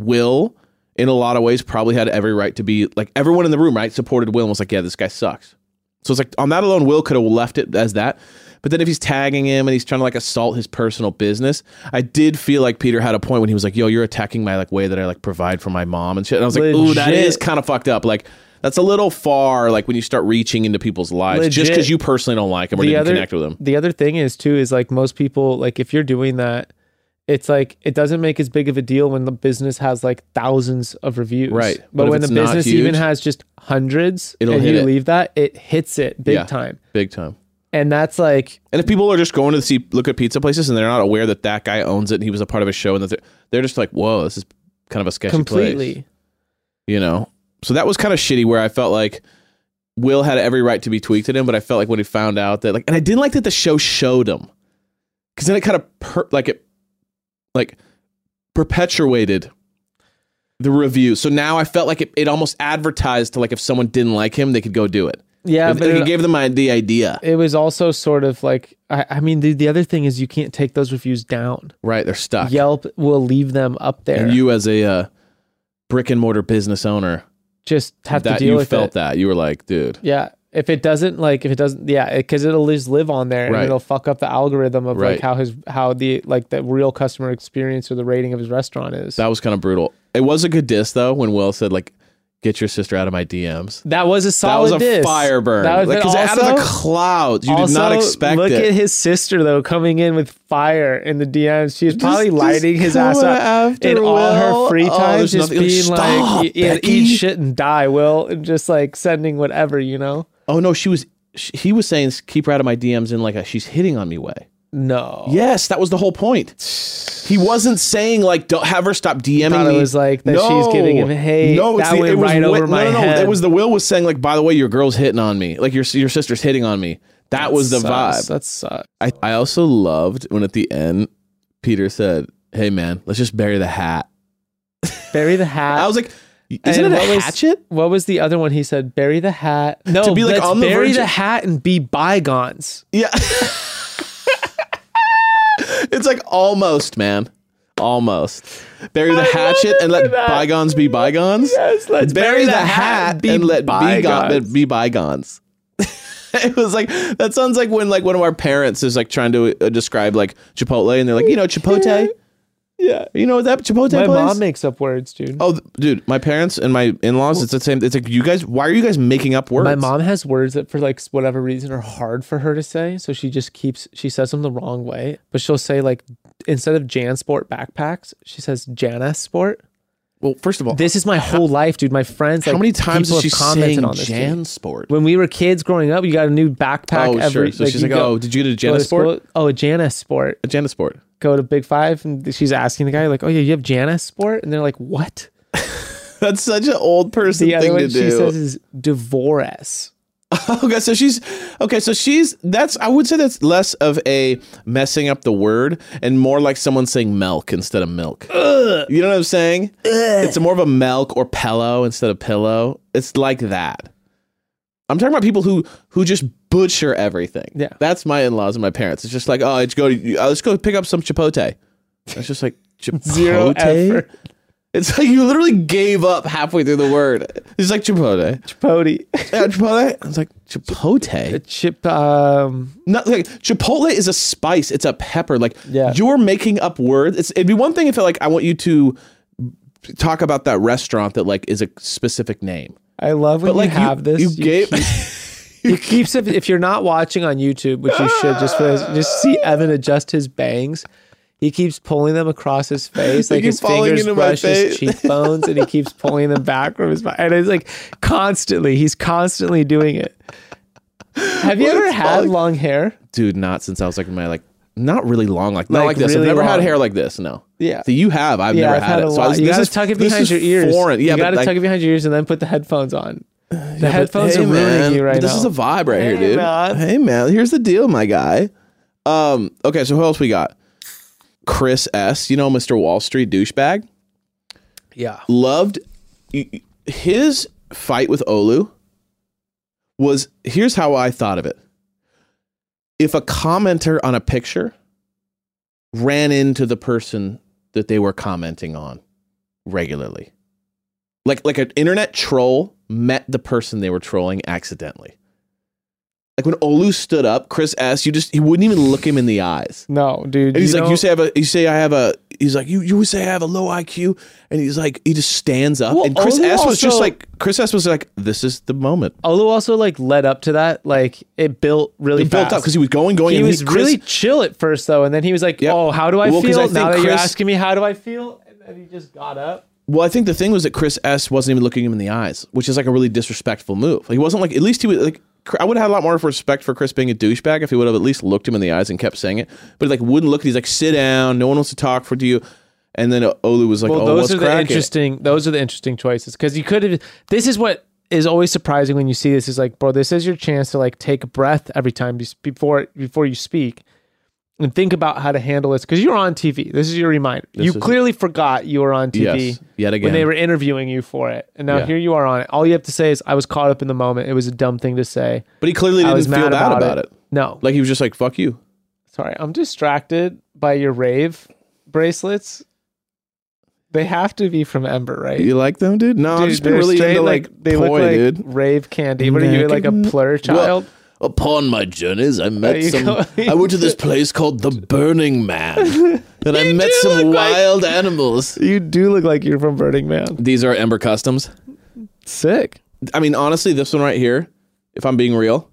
Speaker 4: Will in a lot of ways probably had every right to be like everyone in the room, right? Supported Will and was like, yeah, this guy sucks. So it's like on that alone, Will could have left it as that. But then if he's tagging him and he's trying to like assault his personal business, I did feel like Peter had a point when he was like, "Yo, you're attacking my like way that I like provide for my mom and shit." And I was like, "Ooh, that
Speaker 5: Legit.
Speaker 4: is kind of fucked up." Like that's a little far. Like when you start reaching into people's lives just
Speaker 5: Legit.
Speaker 4: because you personally don't like them or didn't connect with them.
Speaker 5: The other thing is too is like most people like if you're doing that, it's like it doesn't make as big of a deal when the business has like thousands of reviews,
Speaker 4: Right. But
Speaker 5: But,
Speaker 4: if
Speaker 5: when the
Speaker 4: it's not
Speaker 5: business even
Speaker 4: huge,
Speaker 5: has just hundreds,
Speaker 4: it'll
Speaker 5: and
Speaker 4: hit
Speaker 5: you
Speaker 4: it.
Speaker 5: leave that, it hits it big
Speaker 4: Yeah.
Speaker 5: time,
Speaker 4: Big time.
Speaker 5: and that's like
Speaker 4: And if people are just going to see look at pizza places and they're not aware that that guy owns it and he was a part of a show and that they're, they're just like, "Whoa, this is kind of a sketchy place."
Speaker 5: completely.
Speaker 4: you know so that was kind of shitty where i felt like will had every right to be tweaked at him but i felt like when he found out that like and i didn't like that the show showed him because then it kind of per- like it like perpetuated the review so now i felt like it, it almost advertised to like if someone didn't like him they could go do it
Speaker 5: Yeah,
Speaker 4: Like,
Speaker 5: but
Speaker 4: it,
Speaker 5: it-
Speaker 4: gave them the idea
Speaker 5: it was also sort of like I, I mean the, the other thing is you can't take those reviews down.
Speaker 4: right they're stuck
Speaker 5: Yelp will leave them up there.
Speaker 4: and
Speaker 5: you
Speaker 4: you as a uh, brick and mortar business owner
Speaker 5: just have
Speaker 4: that
Speaker 5: to deal
Speaker 4: you
Speaker 5: with
Speaker 4: felt
Speaker 5: it.
Speaker 4: that you were like dude
Speaker 5: Yeah. If it doesn't like if it doesn't yeah, because it'll just live on there
Speaker 4: Right.
Speaker 5: and it'll fuck up the algorithm of
Speaker 4: Right.
Speaker 5: like how his how the like the real customer experience or the rating of his restaurant is.
Speaker 4: That was kind of brutal. It was a good diss though when Will said like, "Get your sister out of my DMs."
Speaker 5: That was a
Speaker 4: That was
Speaker 5: solid
Speaker 4: a
Speaker 5: diss.
Speaker 4: fire burn.
Speaker 5: That was
Speaker 4: Like,
Speaker 5: but
Speaker 4: 'cause out of the
Speaker 5: also-
Speaker 4: clouds, you did
Speaker 5: also,
Speaker 4: not expect
Speaker 5: look
Speaker 4: it.
Speaker 5: at his sister though coming in with fire in the DMs. She's probably
Speaker 4: just
Speaker 5: lighting his ass
Speaker 4: coming
Speaker 5: up
Speaker 4: after
Speaker 5: in all
Speaker 4: Will.
Speaker 5: her free
Speaker 4: Oh,
Speaker 5: time,
Speaker 4: there's
Speaker 5: just
Speaker 4: nothing- like,
Speaker 5: being
Speaker 4: "Stop,
Speaker 5: like, yeah,
Speaker 4: Becky."
Speaker 5: eat shit and die, Will, and just like sending whatever, you know?
Speaker 4: oh no, she was. sh he was saying, "Keep her out of my DMs" in like a "she's hitting on me" way.
Speaker 5: No.
Speaker 4: Yes, that was the whole point. He wasn't saying like, "Don't have her stop DMing."
Speaker 5: thought it
Speaker 4: me.
Speaker 5: was, like, that she's giving him hate.
Speaker 4: it's
Speaker 5: That went
Speaker 4: it was
Speaker 5: right
Speaker 4: Wi-
Speaker 5: over my
Speaker 4: no, no, No,
Speaker 5: head.
Speaker 4: it was the Will was saying like, "By the way, your girl's hitting on me. Like your your sister's hitting on me." That, was the
Speaker 5: Sucks.
Speaker 4: vibe.
Speaker 5: That sucks.
Speaker 4: I, I also loved when at the end Peter said, "Hey man, let's just bury the hat."
Speaker 5: Bury the hat.
Speaker 4: I was like, "Isn't
Speaker 5: And
Speaker 4: it
Speaker 5: what
Speaker 4: a
Speaker 5: was-
Speaker 4: hatchet?"
Speaker 5: what was the other one? He said, bury the hat. No,
Speaker 4: To be, like,
Speaker 5: let's
Speaker 4: on the
Speaker 5: bury
Speaker 4: verge-
Speaker 5: the hat and be bygones.
Speaker 4: Yeah. it's like almost, man. Almost. Bury the hatchet and let bygones be bygones.
Speaker 5: Yes, let's bury the hat and be
Speaker 4: and let bygones.
Speaker 5: bygones.
Speaker 4: Be, bygones. it was like that sounds like when like one of our parents is like trying to uh, describe like Chipotle and they're like, "You know Chipotle?"
Speaker 5: Yeah.
Speaker 4: You know what that Chipotle
Speaker 5: My
Speaker 4: place?
Speaker 5: mom makes up words, dude.
Speaker 4: Oh, th- dude, my parents and my in-laws. It's the same. It's like you guys. Why are you guys making up words?
Speaker 5: My mom has words that, for like s- whatever reason, are hard for her to say. So she just keeps she says them the wrong way. But she'll say like instead of JanSport backpacks, she says Janasport.
Speaker 4: Well, first of all,
Speaker 5: This is my whole life, dude. My friends,
Speaker 4: how
Speaker 5: like,
Speaker 4: many times
Speaker 5: people
Speaker 4: has she
Speaker 5: have commented
Speaker 4: saying
Speaker 5: on this. dude.
Speaker 4: JanSport?
Speaker 5: When we were kids growing up, you got a new backpack.
Speaker 4: oh,
Speaker 5: every,
Speaker 4: sure. So she's
Speaker 5: you
Speaker 4: like,
Speaker 5: go-
Speaker 4: oh, did you get a
Speaker 5: go to
Speaker 4: Janisport?
Speaker 5: school- Oh, a Janasport.
Speaker 4: A Janisport.
Speaker 5: Go to Big Five, and she's asking the guy like, oh yeah, you have Janasport, and they're like, what?
Speaker 4: That's such an old person
Speaker 5: The other
Speaker 4: thing to
Speaker 5: one she
Speaker 4: do.
Speaker 5: says is Divorce.
Speaker 4: okay, Oh, so she's okay. So she's that's. I would say that's less of a messing up the word and more like someone saying milk instead of milk. You know what I'm saying? It's more of a milk or pillow instead of pillow. It's like that. I'm talking about people who who just butcher everything.
Speaker 5: Yeah.
Speaker 4: that's my in-laws and my parents. It's just like, oh, let's go. To, uh, let's go pick up some chipotle. It's just like chipotle.
Speaker 5: Zero effort.
Speaker 4: It's like you literally gave up halfway through the word. It's like chipotle.
Speaker 5: Chipotle.
Speaker 4: Yeah, chipotle. I was like chipotle.
Speaker 5: a chip. Um,
Speaker 4: Not like chipotle is a spice. It's a pepper. Like
Speaker 5: Yeah.
Speaker 4: you're making up words. It's, it'd be one thing if like I want you to talk about that restaurant that like is a specific name.
Speaker 5: I love when
Speaker 4: But like
Speaker 5: you have this.
Speaker 4: you
Speaker 5: You
Speaker 4: gave.
Speaker 5: keep- it keeps if, if you're not watching on YouTube, which you should just for this, just see Evan adjust his bangs. He keeps pulling them across his face,
Speaker 4: They
Speaker 5: like
Speaker 4: keep
Speaker 5: his
Speaker 4: falling
Speaker 5: fingers
Speaker 4: into my
Speaker 5: brush
Speaker 4: face.
Speaker 5: his cheekbones, and he keeps pulling them back from his mouth. And it's like constantly, he's constantly doing it. Have you ever had
Speaker 4: falling-
Speaker 5: long hair?
Speaker 4: Dude, not since I was like in my like not really long like not like
Speaker 5: Like,
Speaker 4: this.
Speaker 5: really
Speaker 4: I've never had
Speaker 5: long.
Speaker 4: hair like this. No.
Speaker 5: Yeah.
Speaker 4: So you have. I've
Speaker 5: yeah,
Speaker 4: never
Speaker 5: I've
Speaker 4: had,
Speaker 5: had,
Speaker 4: it.
Speaker 5: a
Speaker 4: so I
Speaker 5: lot.
Speaker 4: was,
Speaker 5: you
Speaker 4: this
Speaker 5: gotta
Speaker 4: is,
Speaker 5: tuck it
Speaker 4: this
Speaker 5: behind
Speaker 4: is
Speaker 5: your ears.
Speaker 4: Foreign. Yeah,
Speaker 5: you
Speaker 4: but
Speaker 5: gotta
Speaker 4: like,
Speaker 5: tuck it behind your ears and then put the headphones on. The
Speaker 4: Yeah, but
Speaker 5: headphones
Speaker 4: hey,
Speaker 5: are ruining
Speaker 4: man,
Speaker 5: you right
Speaker 4: this
Speaker 5: now.
Speaker 4: is a vibe right here,
Speaker 5: Hey,
Speaker 4: dude.
Speaker 5: man.
Speaker 4: Hey man, here's the deal, my guy. Um, okay, so who else we got? Chris S, you know Mr. Wall Street douchebag,
Speaker 5: yeah.
Speaker 4: loved his fight with Olu was here's how I thought of it. If a commenter on a picture ran into the person that they were commenting on regularly. Like like an internet troll met the person they were trolling accidentally. like when Olu stood up, Chris S, you just he wouldn't even look him in the eyes.
Speaker 5: No, dude.
Speaker 4: And he's
Speaker 5: you
Speaker 4: like,
Speaker 5: know-
Speaker 4: you say I have a, you say I have a. He's like, you you always say I have a low IQ, and he's like, he just stands up,
Speaker 5: Well,
Speaker 4: and Chris
Speaker 5: Olu
Speaker 4: S was just
Speaker 5: also-
Speaker 4: like, Chris S was like, this is the moment.
Speaker 5: Olu also like led up to that. Like it built really
Speaker 4: He built up
Speaker 5: fast.
Speaker 4: because he was going, going,
Speaker 5: he
Speaker 4: and
Speaker 5: was
Speaker 4: Chris-
Speaker 5: really chill at first though, and then he was like,
Speaker 4: Yep.
Speaker 5: "Oh, how do I
Speaker 4: Well, 'cause
Speaker 5: feel?"
Speaker 4: I
Speaker 5: now
Speaker 4: think
Speaker 5: that you're
Speaker 4: Chris-
Speaker 5: asking me, how do I feel? And then he just got up.
Speaker 4: Well, I think the thing was that Chris S wasn't even looking him in the eyes, which is like a really disrespectful move. Like he wasn't like at least he was like Cr- I would have had a lot more respect for Chris being a douchebag if he would have at least looked him in the eyes and kept saying it. But like wouldn't look. He's like, sit down. No one wants to talk for you. And then Olu was like,
Speaker 5: Well,
Speaker 4: oh,
Speaker 5: those
Speaker 4: what's
Speaker 5: are the
Speaker 4: cracking?
Speaker 5: interesting. Those are the interesting choices because you could have. This is what is always surprising when you see this. Is like, bro, this is your chance to like take a breath every time you, s- before before you speak, and think about how to handle this because you're on TV. This is your reminder. you
Speaker 4: is-
Speaker 5: clearly forgot you were on TV
Speaker 4: Yes, yet
Speaker 5: when they
Speaker 4: again.
Speaker 5: were interviewing you for it, and now
Speaker 4: Yeah.
Speaker 5: here you are on it. All you have to say is, "I was caught up in the moment. It was a dumb thing to say.
Speaker 4: But he clearly
Speaker 5: I
Speaker 4: didn't
Speaker 5: was
Speaker 4: feel
Speaker 5: mad
Speaker 4: bad about, it.
Speaker 5: No,
Speaker 4: Like he was just like, fuck you.
Speaker 5: Sorry, I'm distracted by your rave bracelets. They have to be from Ember, right?
Speaker 4: You like them, dude? No, I've
Speaker 5: Dude,
Speaker 4: just been
Speaker 5: they're
Speaker 4: really
Speaker 5: straight,
Speaker 4: into like,
Speaker 5: they
Speaker 4: toy,
Speaker 5: look like
Speaker 4: dude.
Speaker 5: rave candy. What are you like a
Speaker 4: Naked-
Speaker 5: plur child?
Speaker 4: Upon my journeys, I
Speaker 5: Are
Speaker 4: met
Speaker 5: you
Speaker 4: some.
Speaker 5: going-
Speaker 4: I went to this place called the Burning Man, and I met
Speaker 5: do
Speaker 4: some
Speaker 5: look like-
Speaker 4: wild animals.
Speaker 5: You do look like you're from Burning Man.
Speaker 4: These are Ember Customs.
Speaker 5: Sick.
Speaker 4: I mean, honestly, this one right here, if I'm being real,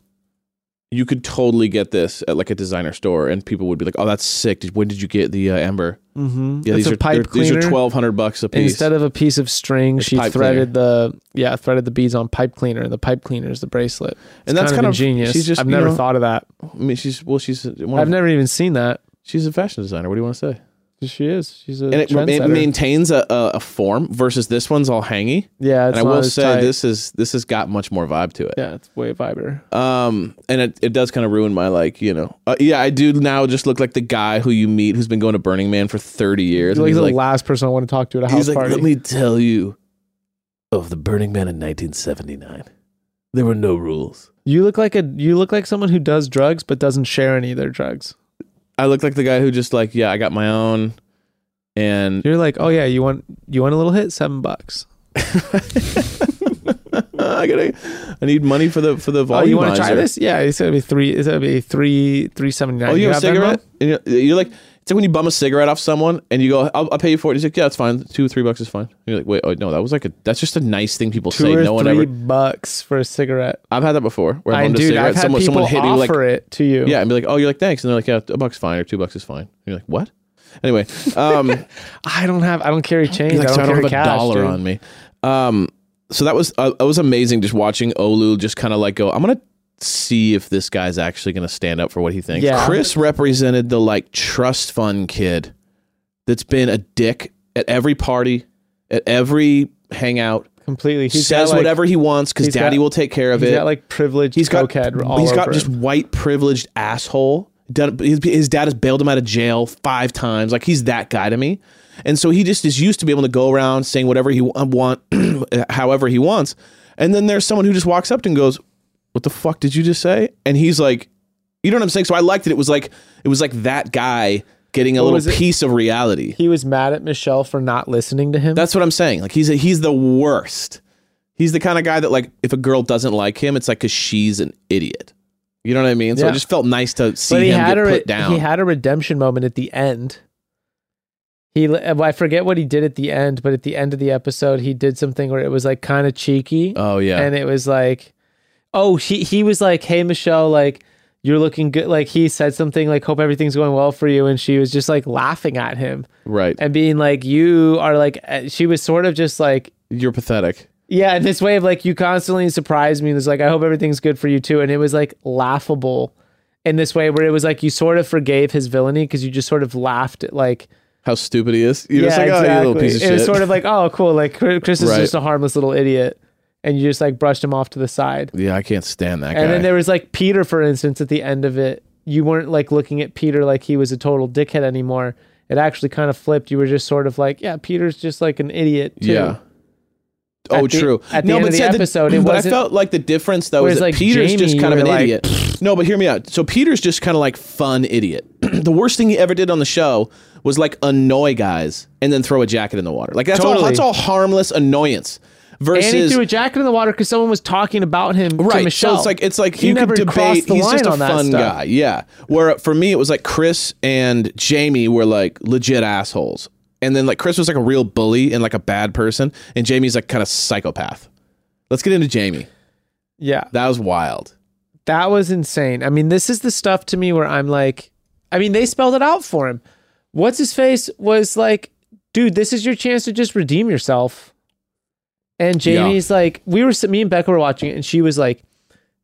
Speaker 4: you could totally get this at like a designer store, and people would be like, "Oh, that's sick! Did, when did you get the uh, Ember?"
Speaker 5: Mm-hmm.
Speaker 4: Yeah, these
Speaker 5: it's
Speaker 4: are
Speaker 5: a
Speaker 4: they're-
Speaker 5: pipe
Speaker 4: these
Speaker 5: cleaner.
Speaker 4: are twelve hundred bucks a piece.
Speaker 5: Instead of a piece of string,
Speaker 4: It's
Speaker 5: she
Speaker 4: pipe
Speaker 5: threaded the yeah threaded the beads on pipe cleaner, and the pipe cleaner is the bracelet.
Speaker 4: and that's
Speaker 5: kind, of ingenious.
Speaker 4: She's just,
Speaker 5: I've
Speaker 4: you
Speaker 5: never
Speaker 4: know,
Speaker 5: thought of that.
Speaker 4: I mean, she's well, she's one
Speaker 5: I've
Speaker 4: of,
Speaker 5: never even seen that.
Speaker 4: she's a fashion designer. What do you want to say?
Speaker 5: She is. She's a
Speaker 4: And it, it
Speaker 5: trendsetter.
Speaker 4: maintains a, a, a form versus this one's all hangy.
Speaker 5: yeah, it's
Speaker 4: and I
Speaker 5: not
Speaker 4: will
Speaker 5: as
Speaker 4: say
Speaker 5: tight.
Speaker 4: this is this has got much more vibe to it.
Speaker 5: Yeah, it's way viber.
Speaker 4: Um, and it, it does kind of ruin my like, you know, uh, yeah, I do now just look like the guy who you meet who's been going to Burning Man for thirty years.
Speaker 5: You're
Speaker 4: and
Speaker 5: like
Speaker 4: he's
Speaker 5: the
Speaker 4: like,
Speaker 5: last person I want to talk to at a house
Speaker 4: He's like,
Speaker 5: party.
Speaker 4: let me tell you of the Burning Man in 1979. There were no rules.
Speaker 5: you look like a you look like someone who does drugs but doesn't share any of their drugs.
Speaker 4: I look like the guy who just like, yeah, I got my own, and
Speaker 5: You're like, oh yeah, you want you want a little hit, seven bucks.
Speaker 4: I gotta, I need money for the for the
Speaker 5: Oh,
Speaker 4: volume.
Speaker 5: you want to try this? Yeah, it's gonna be three. It's gonna be three three seventy nine.
Speaker 4: Oh, you, have a
Speaker 5: Venmo?
Speaker 4: cigarette? And you're, you're like, it's like when you bum a cigarette off someone and you go, I'll, I'll pay you for it. He's like, yeah, it's fine. Two, three bucks is fine. And you're like, wait, oh no, that was like a, that's just a nice thing people
Speaker 5: Two
Speaker 4: say.
Speaker 5: or
Speaker 4: No one
Speaker 5: three
Speaker 4: ever.
Speaker 5: bucks for a cigarette.
Speaker 4: I've had that before. Where I
Speaker 5: I
Speaker 4: bummed a
Speaker 5: dude,
Speaker 4: cigarette,
Speaker 5: I've had
Speaker 4: someone,
Speaker 5: people
Speaker 4: someone hit me like,
Speaker 5: offer it to you.
Speaker 4: yeah, and be like, oh, you're like, thanks, and they're like, yeah, a buck's fine or two bucks is fine. And you're like, what? Anyway, um,
Speaker 5: I don't have. I don't carry change.
Speaker 4: like,
Speaker 5: I don't
Speaker 4: so I don't
Speaker 5: carry
Speaker 4: have a
Speaker 5: cash,
Speaker 4: dollar
Speaker 5: dude.
Speaker 4: on me. Um, so that was uh, it was amazing just watching Olu just kind of like go. I'm gonna see if this guy's actually gonna stand up for what he thinks.
Speaker 5: Yeah.
Speaker 4: Chris represented the like trust fund kid that's been a dick at every party, at every hangout.
Speaker 5: Completely. He's got,
Speaker 4: says
Speaker 5: like-
Speaker 4: whatever he wants because
Speaker 5: he's got-
Speaker 4: Daddy will take care of
Speaker 5: He's
Speaker 4: it.
Speaker 5: got like privileged.
Speaker 4: he's got
Speaker 5: cokehead all
Speaker 4: he's got
Speaker 5: over
Speaker 4: just
Speaker 5: him.
Speaker 4: white privileged asshole. Done, his, his dad has bailed him out of jail five times. Like he's that guy to me, and so he just is used to be able to go around saying whatever he wa- want, however he wants. And then there's someone who just walks up and goes, "What the fuck did you just say?" And he's like, "You know what I'm saying?" So I liked it. It was like it was like that guy getting a
Speaker 5: was
Speaker 4: little
Speaker 5: it?
Speaker 4: piece of reality.
Speaker 5: He was mad at Michelle for not listening to him.
Speaker 4: That's what I'm saying. Like he's a, he's the worst. He's the kind of guy that like if a girl doesn't like him, it's like because she's an idiot. You know what I mean? So
Speaker 5: Yeah.
Speaker 4: it just felt nice to see
Speaker 5: but he
Speaker 4: him
Speaker 5: had
Speaker 4: get
Speaker 5: a
Speaker 4: put
Speaker 5: re-
Speaker 4: down.
Speaker 5: he had a redemption moment at the end. He l- I forget what he did at the end, but at the end of the episode, he did something where it was like kind of cheeky,
Speaker 4: oh yeah,
Speaker 5: and it was like, oh, he he was like, hey Michelle, like you're looking good. Like he said something like, hope everything's going well for you, and she was just like laughing at him
Speaker 4: right.
Speaker 5: and being like, you are like, uh, she was sort of just like.
Speaker 4: You're pathetic.
Speaker 5: Yeah, in this way of like you constantly surprise me. and It's like I hope everything's good for you too, and it was like laughable in this way where it was like you sort of forgave his villainy because you just sort of laughed at like
Speaker 4: How stupid he is. You're
Speaker 5: yeah
Speaker 4: just like,
Speaker 5: exactly.
Speaker 4: oh, you little piece
Speaker 5: it
Speaker 4: of
Speaker 5: was
Speaker 4: shit.
Speaker 5: sort of like oh cool like Chri- Chris is
Speaker 4: Right.
Speaker 5: just a harmless little idiot, and you just like brushed him off to the side.
Speaker 4: yeah, I can't stand that guy.
Speaker 5: And then there was like Peter, for instance, at the end of it, you weren't like looking at Peter like he was a total dickhead anymore. It actually kind of flipped. You were just sort of like, yeah, Peter's just like an idiot too.
Speaker 4: yeah. Oh,
Speaker 5: At the-
Speaker 4: true.
Speaker 5: at the end of the
Speaker 4: see,
Speaker 5: episode, it
Speaker 4: but I
Speaker 5: wasn't-
Speaker 4: felt like the difference though
Speaker 5: Whereas,
Speaker 4: is that
Speaker 5: like,
Speaker 4: Peter's just
Speaker 5: Jamie,
Speaker 4: kind of
Speaker 5: you
Speaker 4: an
Speaker 5: were like,
Speaker 4: idiot. no, but hear me out. So Peter's just kind of like fun idiot. the worst thing he ever did on the show was like annoy guys and then throw a jacket in the water. Like that's all.
Speaker 5: Totally.
Speaker 4: That's all harmless annoyance. versus
Speaker 5: and he threw a jacket in the water because someone was talking about him to
Speaker 4: right.
Speaker 5: Michelle.
Speaker 4: So it's like it's like
Speaker 5: He
Speaker 4: you, can
Speaker 5: never
Speaker 4: debate.
Speaker 5: crossed the
Speaker 4: He's just
Speaker 5: line
Speaker 4: a
Speaker 5: on that
Speaker 4: fun
Speaker 5: stuff.
Speaker 4: guy. Yeah. Where for me it was like Chris and Jamie were like legit assholes, and then like Chris was like a real bully and like a bad person, and Jamie's like kind of psychopath. Let's get into Jamie.
Speaker 5: yeah,
Speaker 4: That was wild.
Speaker 5: that was insane. I mean, this is the stuff to me where I'm like, I mean, they spelled it out for him. What's his face was like, dude, this is your chance to just redeem yourself. And
Speaker 4: Yeah.
Speaker 5: Jamie's like, we were me and Becca were watching it, and she was like,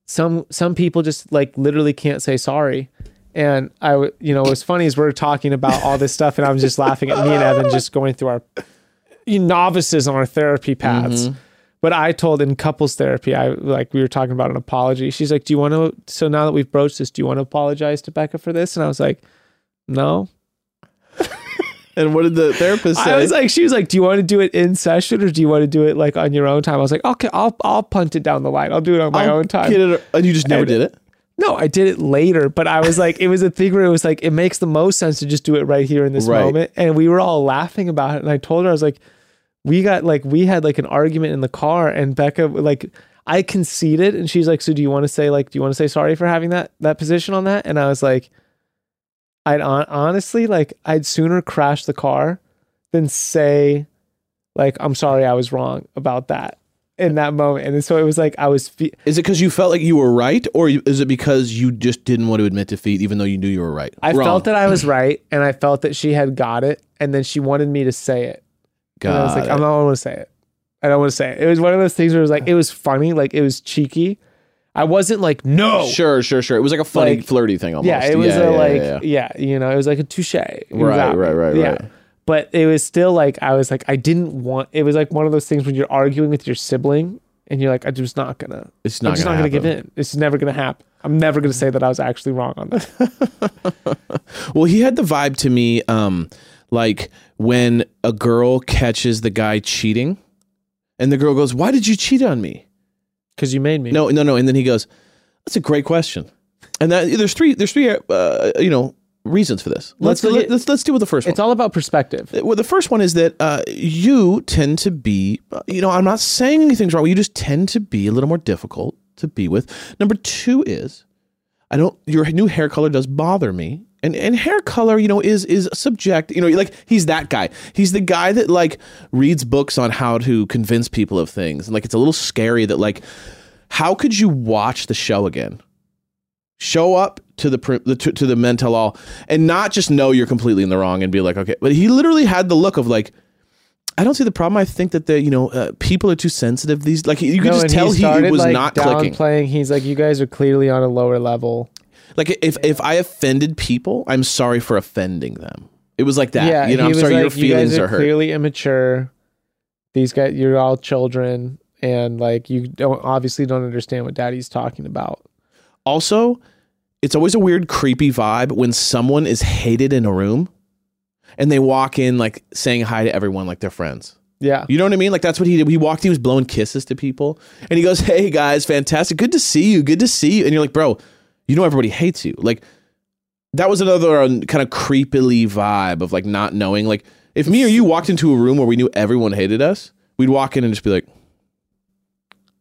Speaker 5: some some people just like literally can't say sorry. And I, w- you know, what's funny is we're talking about all this stuff, and I'm just laughing at me and Evan just going through our novices on our therapy paths. But I told in couples therapy, I like we were talking about an apology. She's like, "Do you want to?" So now that we've broached this, do you want to apologize to Becca for this? And I was like, "No."
Speaker 4: And what did the therapist say?
Speaker 5: I was like, she was like, "Do you want to do it in session or do you want to do it like on your own time?" I was like, "Okay, I'll I'll punt it down the line. I'll do it on my
Speaker 4: I'll
Speaker 5: own time."
Speaker 4: get it- and you just never
Speaker 5: And-
Speaker 4: did it.
Speaker 5: No, I did it later, but I was like, it was a thing where it was like, it makes the most sense to just do it right here in this
Speaker 4: Right.
Speaker 5: moment. And we were all laughing about it. And I told her, I was like, we got like, we had like an argument in the car, and Becca, like, I conceded. And she's like, so do you want to say, like, do you want to say sorry for having that, that position on that? And I was like, I'd hon- honestly, like, I'd sooner crash the car than say, like, I'm sorry I was wrong about that in that moment. And so it was like, I was, fe-
Speaker 4: Is it because you felt like you were right, or you- is it because you just didn't want to admit defeat, even though you knew you were right?
Speaker 5: I
Speaker 4: Wrong.
Speaker 5: felt that I was right, and I felt that she had got it, and then she wanted me to say it.
Speaker 4: Got
Speaker 5: and I was like,
Speaker 4: it.
Speaker 5: I'm not want to say it. I don't want to say it. It was one of those things where it was like, it was funny, like it was cheeky. I wasn't like, no.
Speaker 4: Sure, sure, sure. It was like a funny,
Speaker 5: Like-
Speaker 4: flirty thing almost.
Speaker 5: Yeah, it was
Speaker 4: yeah,
Speaker 5: a like,
Speaker 4: yeah,
Speaker 5: yeah,
Speaker 4: yeah.
Speaker 5: you know, it was like a touche. Right,
Speaker 4: Right, right, right, right.
Speaker 5: But it was still like, I was like, I didn't want, it was like one of those things when you're arguing with your sibling and you're like, I'm just not going to,
Speaker 4: It's
Speaker 5: I'm
Speaker 4: not
Speaker 5: just
Speaker 4: gonna
Speaker 5: not going to give
Speaker 4: happen.
Speaker 5: in. It's never going to happen. I'm never going to say that I was actually wrong on that.
Speaker 4: Well, he had the vibe to me, um, like when a girl catches the guy cheating, and the girl goes, "Why did you cheat on me?"
Speaker 5: Because you made me.
Speaker 4: No, no, no. And then he goes, "That's a great question." And that, there's three, there's three, uh, you know, reasons for this. Let's let's,
Speaker 5: Let's look
Speaker 4: let's,
Speaker 5: at-
Speaker 4: let's deal with the first one.
Speaker 5: It's all about perspective.
Speaker 4: Well, the first one is that uh, you tend to be, you know, I'm not saying anything's wrong. You just tend to be a little more difficult to be with. Number two is, I don't. Your new hair color does bother me, and and hair color, you know, is is subject. You know, like he's that guy. He's the guy that like reads books on how to convince people of things, and like it's a little scary that like, how could you watch the show again? show up to the, pr- the to, to the men tell all and not just know you're completely in the wrong and be like okay but he literally had the look of like I don't see the problem. I think that the you know uh, people are too sensitive. These like you could
Speaker 5: No,
Speaker 4: just
Speaker 5: and
Speaker 4: tell he,
Speaker 5: started,
Speaker 4: was
Speaker 5: like,
Speaker 4: not clicking.
Speaker 5: downplaying. He's like, you guys are clearly on a lower level.
Speaker 4: Like if if I offended people, I'm sorry for offending them. It was like that. you know,
Speaker 5: he
Speaker 4: I'm
Speaker 5: was
Speaker 4: sorry
Speaker 5: like,
Speaker 4: your feelings
Speaker 5: you guys
Speaker 4: are,
Speaker 5: are,
Speaker 4: hurt.
Speaker 5: clearly immature. These guys, you're all children, and like you don't obviously don't understand what Daddy's talking about.
Speaker 4: Also, it's always a weird, creepy vibe when someone is hated in a room, and they walk in like saying hi to everyone like they're friends.
Speaker 5: Yeah,
Speaker 4: You know what I mean? Like that's what he did. He walked. He was blowing kisses to people, and he goes, "Hey guys, fantastic. Good to see you. Good to see you." And you're like, "Bro, you know everybody hates you." Like that was another um, kind of creepily vibe of like not knowing. Like if me or you walked into a room where we knew everyone hated us, we'd walk in and just be like.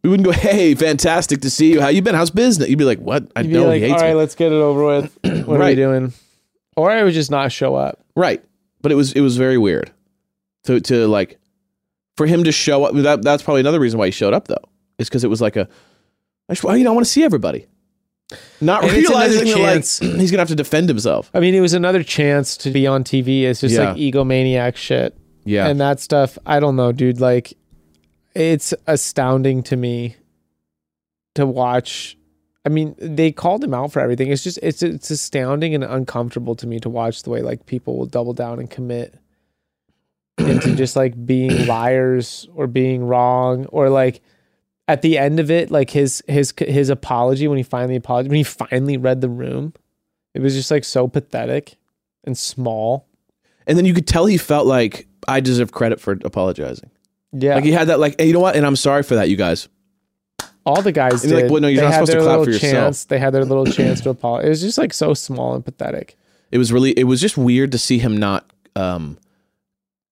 Speaker 4: We wouldn't go, hey, fantastic to see you. How you been? How's business? You'd be like, what? I
Speaker 5: You'd be
Speaker 4: know
Speaker 5: like,
Speaker 4: he
Speaker 5: all
Speaker 4: hates
Speaker 5: right,
Speaker 4: me.
Speaker 5: let's get it over with. What are
Speaker 4: Right.
Speaker 5: we doing? Or I would just not show up.
Speaker 4: Right. But it was it was very weird. To to like for him to show up that that's probably another reason why he showed up though. Is because it was like a I just, well, you know, I want to see everybody. Not
Speaker 5: And it's another
Speaker 4: realizing that like
Speaker 5: chance.
Speaker 4: he's gonna have to defend himself.
Speaker 5: I mean, it was another chance to be on TV. It's just
Speaker 4: Yeah.
Speaker 5: like egomaniac shit.
Speaker 4: Yeah.
Speaker 5: and that stuff i don't know dude like it's astounding to me to watch i mean they called him out for everything it's just it's it's astounding and uncomfortable to me to watch the way like people will double down and commit into just like being liars or being wrong or like at the end of it like his his his apology when he finally apologized when he finally read the room it was just like so pathetic and small
Speaker 4: and then you could tell he felt like I deserve credit for apologizing.
Speaker 5: yeah
Speaker 4: Like he had that like, hey, you know what? And I'm sorry for that, you guys.
Speaker 5: All the guys
Speaker 4: And you're
Speaker 5: did.
Speaker 4: like, well, no, you're
Speaker 5: They
Speaker 4: not
Speaker 5: had
Speaker 4: supposed to
Speaker 5: their
Speaker 4: clap
Speaker 5: little
Speaker 4: for yourself.
Speaker 5: Chance. They had their little chance to apologize. It was just like so small and pathetic.
Speaker 4: It was really it was just weird to see him not um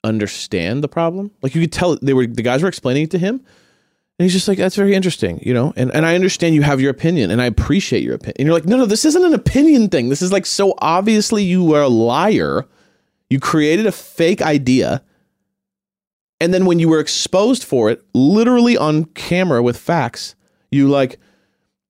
Speaker 4: understand the problem. Like you could tell they were the guys were explaining it to him And he's just like, that's very interesting, you know? And and I understand you have your opinion and I appreciate your opinion. And you're like, no, no, this isn't an opinion thing. This is like so obviously you were a liar. You created a fake idea. And then when you were exposed for it, literally on camera with facts, you like,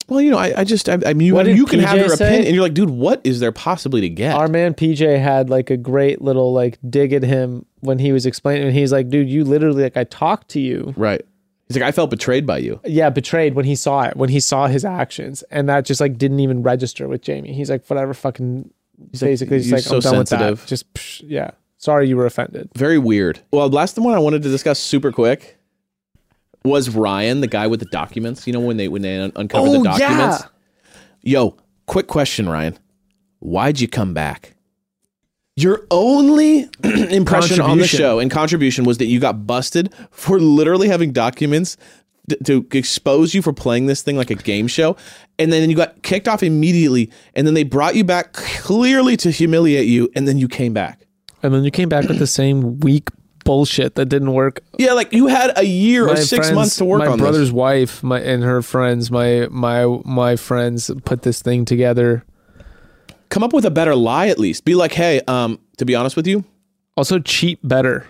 Speaker 4: well, you know, I, I just, I, I mean, you,
Speaker 5: What did
Speaker 4: you can have
Speaker 5: PJ
Speaker 4: your
Speaker 5: say?
Speaker 4: opinion. And you're like, dude, what is there possibly to get?
Speaker 5: Our man PJ had like a great little like dig at him when he was explaining. And he's like, dude, you literally like I talked to you.
Speaker 4: right. He's like, I felt betrayed by you.
Speaker 5: Yeah, betrayed when he saw it, when he saw his actions, and that just like didn't even register with Jamie. He's like, whatever, fucking.
Speaker 4: like,
Speaker 5: basically,
Speaker 4: "You're
Speaker 5: just like
Speaker 4: so
Speaker 5: I'm done with
Speaker 4: sensitive."
Speaker 5: that. Just psh, yeah. Sorry, you were offended.
Speaker 4: Very weird. Well, the last one I wanted to discuss super quick was Ryan, the guy with the documents. You know when they when they un- uncovered the
Speaker 5: Oh, yeah.
Speaker 4: documents. Yo, quick question, Ryan. Why'd you come back? Your only impression on the
Speaker 5: Contribution.
Speaker 4: show and contribution was that you got busted for literally having documents d- to expose you for playing this thing like a game show. And then you got kicked off immediately. And then they brought you back clearly to humiliate you. And then you came back.
Speaker 5: And then you came back with the same weak bullshit that didn't work.
Speaker 4: Yeah, like you had a year or six
Speaker 5: friends-
Speaker 4: months to work
Speaker 5: my
Speaker 4: on
Speaker 5: brother's
Speaker 4: this.
Speaker 5: wife, my and her friends, my my my friends put this thing together.
Speaker 4: Come up with a better lie at least. Be like, hey, um, to be honest with you,
Speaker 5: Also, cheat better.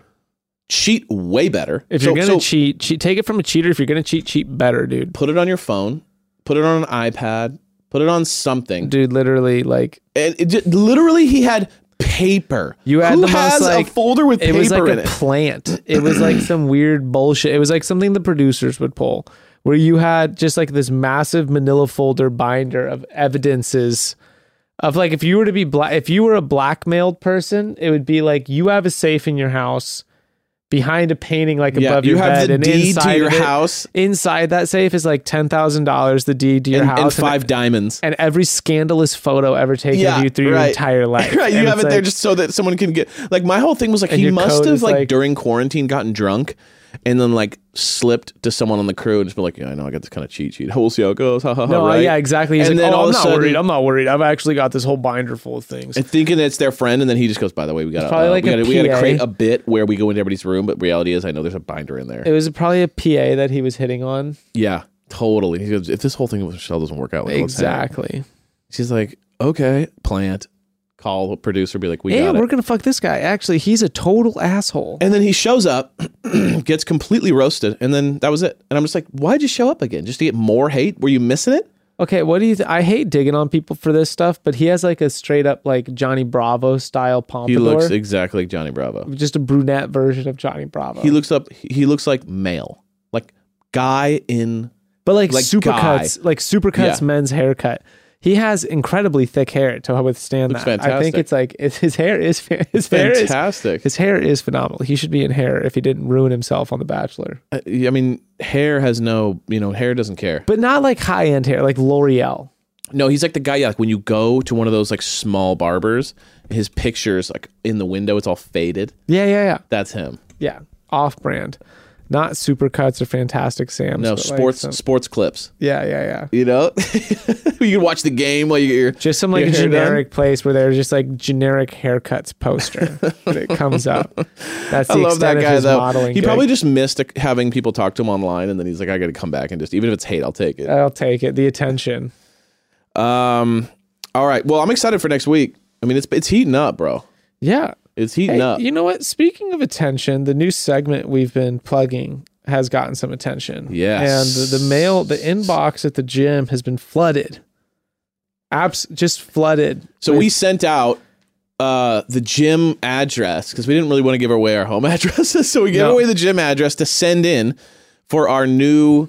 Speaker 4: cheat way better.
Speaker 5: If
Speaker 4: So-
Speaker 5: you're gonna
Speaker 4: so
Speaker 5: cheat, cheat, take it from a cheater. If you're gonna cheat, cheat better, dude.
Speaker 4: put it on your phone, put it on an iPad, put it on something.
Speaker 5: Dude, literally, like
Speaker 4: And it just, literally, he had paper.
Speaker 5: You had
Speaker 4: Who
Speaker 5: the most,
Speaker 4: has
Speaker 5: like-
Speaker 4: a folder with
Speaker 5: it
Speaker 4: paper
Speaker 5: was like
Speaker 4: in
Speaker 5: a
Speaker 4: it?
Speaker 5: plant. It was like some weird bullshit. It was like something the producers would pull, where you had just like this massive Manila folder binder of evidences of like if you were to be black, if you were a blackmailed person, it would be like you have a safe in your house behind a painting like
Speaker 4: Yeah,
Speaker 5: above
Speaker 4: you
Speaker 5: your
Speaker 4: have
Speaker 5: bed
Speaker 4: the
Speaker 5: and
Speaker 4: deed
Speaker 5: inside
Speaker 4: to your
Speaker 5: of it-
Speaker 4: house
Speaker 5: Inside that safe is like ten thousand dollars. The deed to your
Speaker 4: and, and
Speaker 5: house
Speaker 4: five diamonds.
Speaker 5: and every scandalous photo ever taken
Speaker 4: Yeah,
Speaker 5: of you through your
Speaker 4: right.
Speaker 5: entire life.
Speaker 4: right, you
Speaker 5: And
Speaker 4: have it
Speaker 5: it's
Speaker 4: there
Speaker 5: like-
Speaker 4: just so that someone can get. Like my whole thing was like
Speaker 5: And
Speaker 4: he
Speaker 5: your
Speaker 4: must
Speaker 5: code
Speaker 4: have
Speaker 5: is
Speaker 4: like,
Speaker 5: like-
Speaker 4: during quarantine gotten drunk, and then like slipped to someone on the crew and just been like, yeah, I know I got this kind of cheat sheet. We'll see how it goes. Ha ha ha.
Speaker 5: No,
Speaker 4: right?
Speaker 5: yeah, exactly. He's
Speaker 4: And
Speaker 5: like,
Speaker 4: then
Speaker 5: oh,
Speaker 4: all
Speaker 5: I'm
Speaker 4: of a
Speaker 5: not
Speaker 4: sudden-
Speaker 5: worried. I'm not worried. I've actually got this whole binder full of things.
Speaker 4: And thinking it's their friend, and then he just goes, "By the way, we got
Speaker 5: probably
Speaker 4: uh,
Speaker 5: like
Speaker 4: we
Speaker 5: a
Speaker 4: got we got to
Speaker 5: PA.
Speaker 4: create a bit where we go into everybody's room, but reality is, I know there's a binder in there.
Speaker 5: It was probably a PA that he was hitting on.
Speaker 4: yeah, totally. He goes, if this whole thing with Michelle doesn't work out, like, let's hang out."
Speaker 5: Exactly.
Speaker 4: She's like, okay, plant, call the producer, be like, we
Speaker 5: Yeah,
Speaker 4: got it.
Speaker 5: we're gonna fuck this guy. Actually, he's a total asshole.
Speaker 4: And then he shows up, gets completely roasted, and then that was it. And I'm just like, why'd you show up again? Just to get more hate? Were you missing it?
Speaker 5: Okay, what do you? Th- I hate digging on people for this stuff, but he has like a straight up like Johnny Bravo style
Speaker 4: He
Speaker 5: pompadour.
Speaker 4: looks exactly like Johnny Bravo.
Speaker 5: just a brunette version of Johnny Bravo.
Speaker 4: He looks up. He looks like male, like guy in
Speaker 5: but like,
Speaker 4: like
Speaker 5: supercuts, like supercuts
Speaker 4: Yeah.
Speaker 5: men's haircut. He has incredibly thick hair to withstand
Speaker 4: Looks
Speaker 5: that. I
Speaker 4: fantastic.
Speaker 5: think it's like it's, his hair is fa- his hair is
Speaker 4: fantastic.
Speaker 5: His hair is phenomenal. He should be in hair if he didn't ruin himself on The Bachelor.
Speaker 4: I uh, I mean, hair has no, you know, hair doesn't care.
Speaker 5: But not like high end hair, like L'Oreal.
Speaker 4: No, he's like the guy. Yeah, like when you go to one of those like small barbers, his pictures like in the window, it's all faded.
Speaker 5: Yeah, yeah, yeah.
Speaker 4: That's him.
Speaker 5: Yeah. Off brand. Not supercuts or fantastic Sam's.
Speaker 4: No
Speaker 5: but, like,
Speaker 4: sports,
Speaker 5: some-
Speaker 4: sports clips.
Speaker 5: yeah, yeah, yeah.
Speaker 4: You know, you can watch the game while you're
Speaker 5: Just some like
Speaker 4: Your hair done?
Speaker 5: generic place where there's just like generic haircuts poster that comes up. That's the
Speaker 4: I love
Speaker 5: extent
Speaker 4: that
Speaker 5: of
Speaker 4: guy
Speaker 5: his
Speaker 4: though.
Speaker 5: modeling.
Speaker 4: He
Speaker 5: gig.
Speaker 4: probably just missed uh, having people talk to him online, and then he's like, "I got to come back and just even if it's hate, I'll take it."
Speaker 5: I'll take it. The attention.
Speaker 4: Um, all right. Well, I'm excited for next week. I mean, it's it's heating up, bro.
Speaker 5: Yeah.
Speaker 4: It's heating
Speaker 5: Hey,
Speaker 4: up.
Speaker 5: you know what? Speaking of attention, the new segment we've been plugging has gotten some attention.
Speaker 4: Yes.
Speaker 5: And the, the mail, the inbox at the gym has been flooded. Apps just flooded.
Speaker 4: So we sent out uh, the gym address because we didn't really want to give away our home addresses. So we gave
Speaker 5: No.
Speaker 4: away the gym address to send in for our new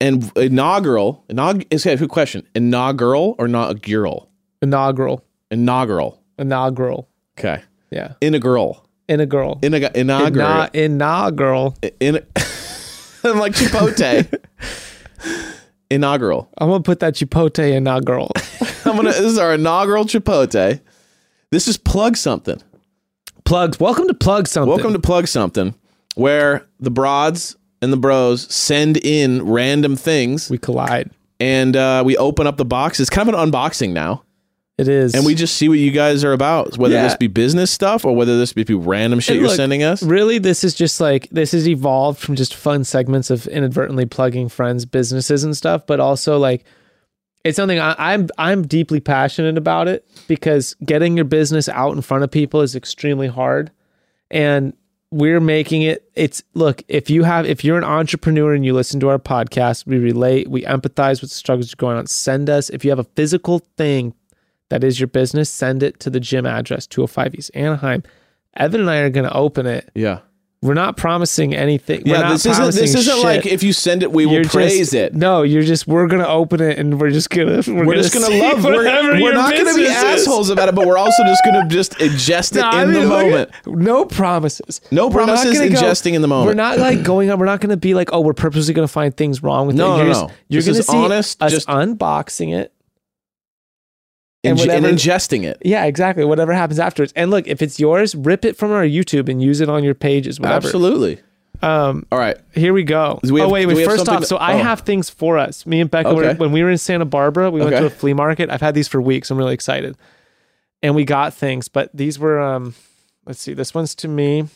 Speaker 4: and inaugural inaug. It's a good question. Inaugural or inaugural?
Speaker 5: inaugural.
Speaker 4: Inaugural.
Speaker 5: Inaugural.
Speaker 4: Okay.
Speaker 5: Yeah.
Speaker 4: Inaugural.
Speaker 5: Inaugural.
Speaker 4: Inaugural. Inaugural.
Speaker 5: Ina- inaugural.
Speaker 4: In- I'm like Chipotle. inaugural.
Speaker 5: I'm gonna put that chipotle inaugural.
Speaker 4: I'm gonna. This is our inaugural Chipotle. This is plug something.
Speaker 5: Plugs. Welcome to plug something.
Speaker 4: Welcome to Plug Something, where the broads and the bros send in random things
Speaker 5: we collide.
Speaker 4: and uh, we open up the box. It's kind of an unboxing now.
Speaker 5: It is.
Speaker 4: and we just see what you guys are about, whether
Speaker 5: Yeah.
Speaker 4: this be business stuff or whether this be random shit
Speaker 5: And
Speaker 4: you're
Speaker 5: look,
Speaker 4: sending us.
Speaker 5: Really, this is just like this is evolved from just fun segments of inadvertently plugging friends' businesses and stuff, but also like it's something I, I'm I'm deeply passionate about it because getting your business out in front of people is extremely hard, and we're making it. It's look if you have if you're an entrepreneur and you listen to our podcast, we relate, we empathize with the struggles you're going on. Send us if you have a physical thing that is your business, send it to the gym address 205 East Anaheim. Evan and I are going to open it.
Speaker 4: Yeah,
Speaker 5: We're not promising anything. We're
Speaker 4: yeah.
Speaker 5: not
Speaker 4: This isn't this
Speaker 5: promising
Speaker 4: isn't
Speaker 5: shit.
Speaker 4: like if you send it, we will
Speaker 5: You're
Speaker 4: praise
Speaker 5: just,
Speaker 4: it.
Speaker 5: No, you're just we're going to open it and we're just going to we're,
Speaker 4: We're just gonna
Speaker 5: see
Speaker 4: love.
Speaker 5: whatever
Speaker 4: We're, we're
Speaker 5: your
Speaker 4: not gonna be
Speaker 5: business is.
Speaker 4: assholes about it, but we're also just gonna just ingest it
Speaker 5: No,
Speaker 4: in
Speaker 5: I mean,
Speaker 4: the
Speaker 5: look
Speaker 4: moment.
Speaker 5: at- No promises.
Speaker 4: No
Speaker 5: We're not
Speaker 4: promises,
Speaker 5: gonna go-
Speaker 4: ingesting in the moment.
Speaker 5: We're not like going on. We're not going to be like, oh, we're purposely going to find things wrong with
Speaker 4: No, no,
Speaker 5: it. you're
Speaker 4: no.
Speaker 5: Just, you're
Speaker 4: This
Speaker 5: going to
Speaker 4: is
Speaker 5: see
Speaker 4: honest,
Speaker 5: us
Speaker 4: just-
Speaker 5: unboxing it.
Speaker 4: and,
Speaker 5: And
Speaker 4: and
Speaker 5: whatever-
Speaker 4: ingesting it.
Speaker 5: Yeah, exactly. Whatever happens afterwards. And look, if it's yours, rip it from our YouTube and use it on your pages. Whatever.
Speaker 4: Absolutely.
Speaker 5: Um,
Speaker 4: All right.
Speaker 5: here we go.
Speaker 4: Do we have-
Speaker 5: oh wait,
Speaker 4: do
Speaker 5: wait.
Speaker 4: we have
Speaker 5: First
Speaker 4: something
Speaker 5: off,
Speaker 4: to-
Speaker 5: so I
Speaker 4: oh.
Speaker 5: have things for us. Me and Becca, were,
Speaker 4: Okay.
Speaker 5: when we were in Santa Barbara, we went
Speaker 4: Okay.
Speaker 5: to a flea market. I've had these for weeks. I'm really excited, and we got things. But these were, um, let's see. This one's to me.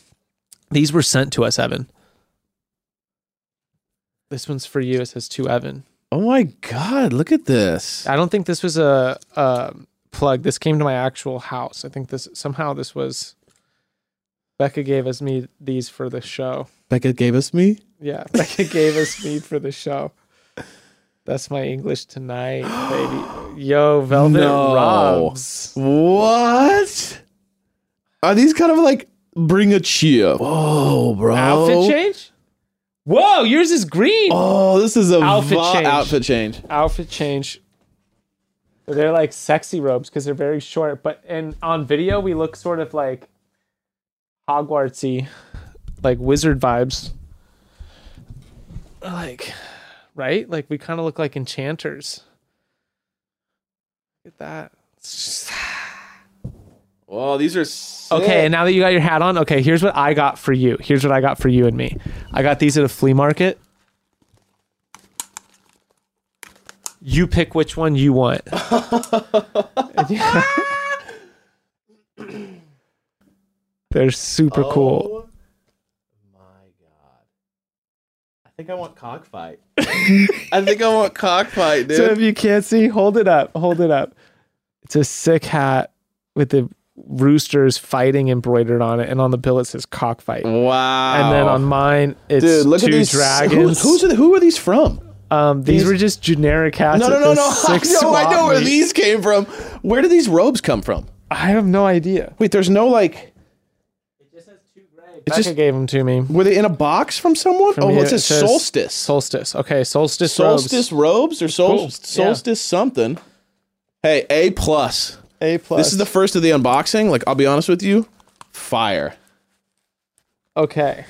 Speaker 5: These were sent to us, Evan. This one's for you. It says to Evan.
Speaker 4: Oh my God! Look at this.
Speaker 5: I don't think this was a, a plug. This came to my actual house. I think this somehow this was. Becca gave us me these for the show.
Speaker 4: Becca gave us me.
Speaker 5: Yeah, Becca gave us me for the show. That's my English tonight, baby. Yo, Velvet
Speaker 4: No.
Speaker 5: Robs.
Speaker 4: What? Are these kind of like bring a cheer? Whoa, bro!
Speaker 5: Outfit change? Whoa, yours is green.
Speaker 4: Oh, this is a
Speaker 5: Outfit
Speaker 4: vi-
Speaker 5: change.
Speaker 4: outfit change.
Speaker 5: Outfit change. They're like sexy robes because they're very short, but and on video we look sort of like Hogwartsy, like wizard vibes. Like, right? Like we kind of look like enchanters. Look at that.
Speaker 4: Oh, these are sick.
Speaker 5: Okay, and now that you got your hat on, okay, here's what I got for you. Here's what I got for you and me. I got these at a flea market. You pick which one you want. They're super
Speaker 4: Oh,
Speaker 5: cool.
Speaker 4: I think I want cockfight. I think I want cockfight,
Speaker 5: So
Speaker 4: dude.
Speaker 5: if you can't see, hold it up. Hold it up. It's a sick hat with the roosters fighting embroidered on it, and on the bill it says cockfight.
Speaker 4: wow.
Speaker 5: And then on mine, it's
Speaker 4: dude, look
Speaker 5: two
Speaker 4: at these
Speaker 5: dragons.
Speaker 4: Who, who's are the- who are these from?
Speaker 5: Um, these,
Speaker 4: These-
Speaker 5: were just generic hats.
Speaker 4: No,
Speaker 5: at
Speaker 4: no, no,
Speaker 5: the
Speaker 4: no. I
Speaker 5: Six
Speaker 4: know, I
Speaker 5: swap
Speaker 4: know where
Speaker 5: meet.
Speaker 4: these came from. Where do these robes come from?
Speaker 5: I have no idea.
Speaker 4: Wait, there's no like. It
Speaker 5: Becca
Speaker 4: just has two
Speaker 5: gave them to me.
Speaker 4: were they in a box from someone?
Speaker 5: From
Speaker 4: oh,
Speaker 5: you.
Speaker 4: what's
Speaker 5: It
Speaker 4: it?
Speaker 5: says
Speaker 4: Solstice.
Speaker 5: Solstice. Okay, solstice.
Speaker 4: solstice robes, or sol-
Speaker 5: cool. Yeah.
Speaker 4: solstice something. Hey, a plus.
Speaker 5: A plus.
Speaker 4: This is the first of the unboxing. Like, I'll be honest with you, fire.
Speaker 5: okay.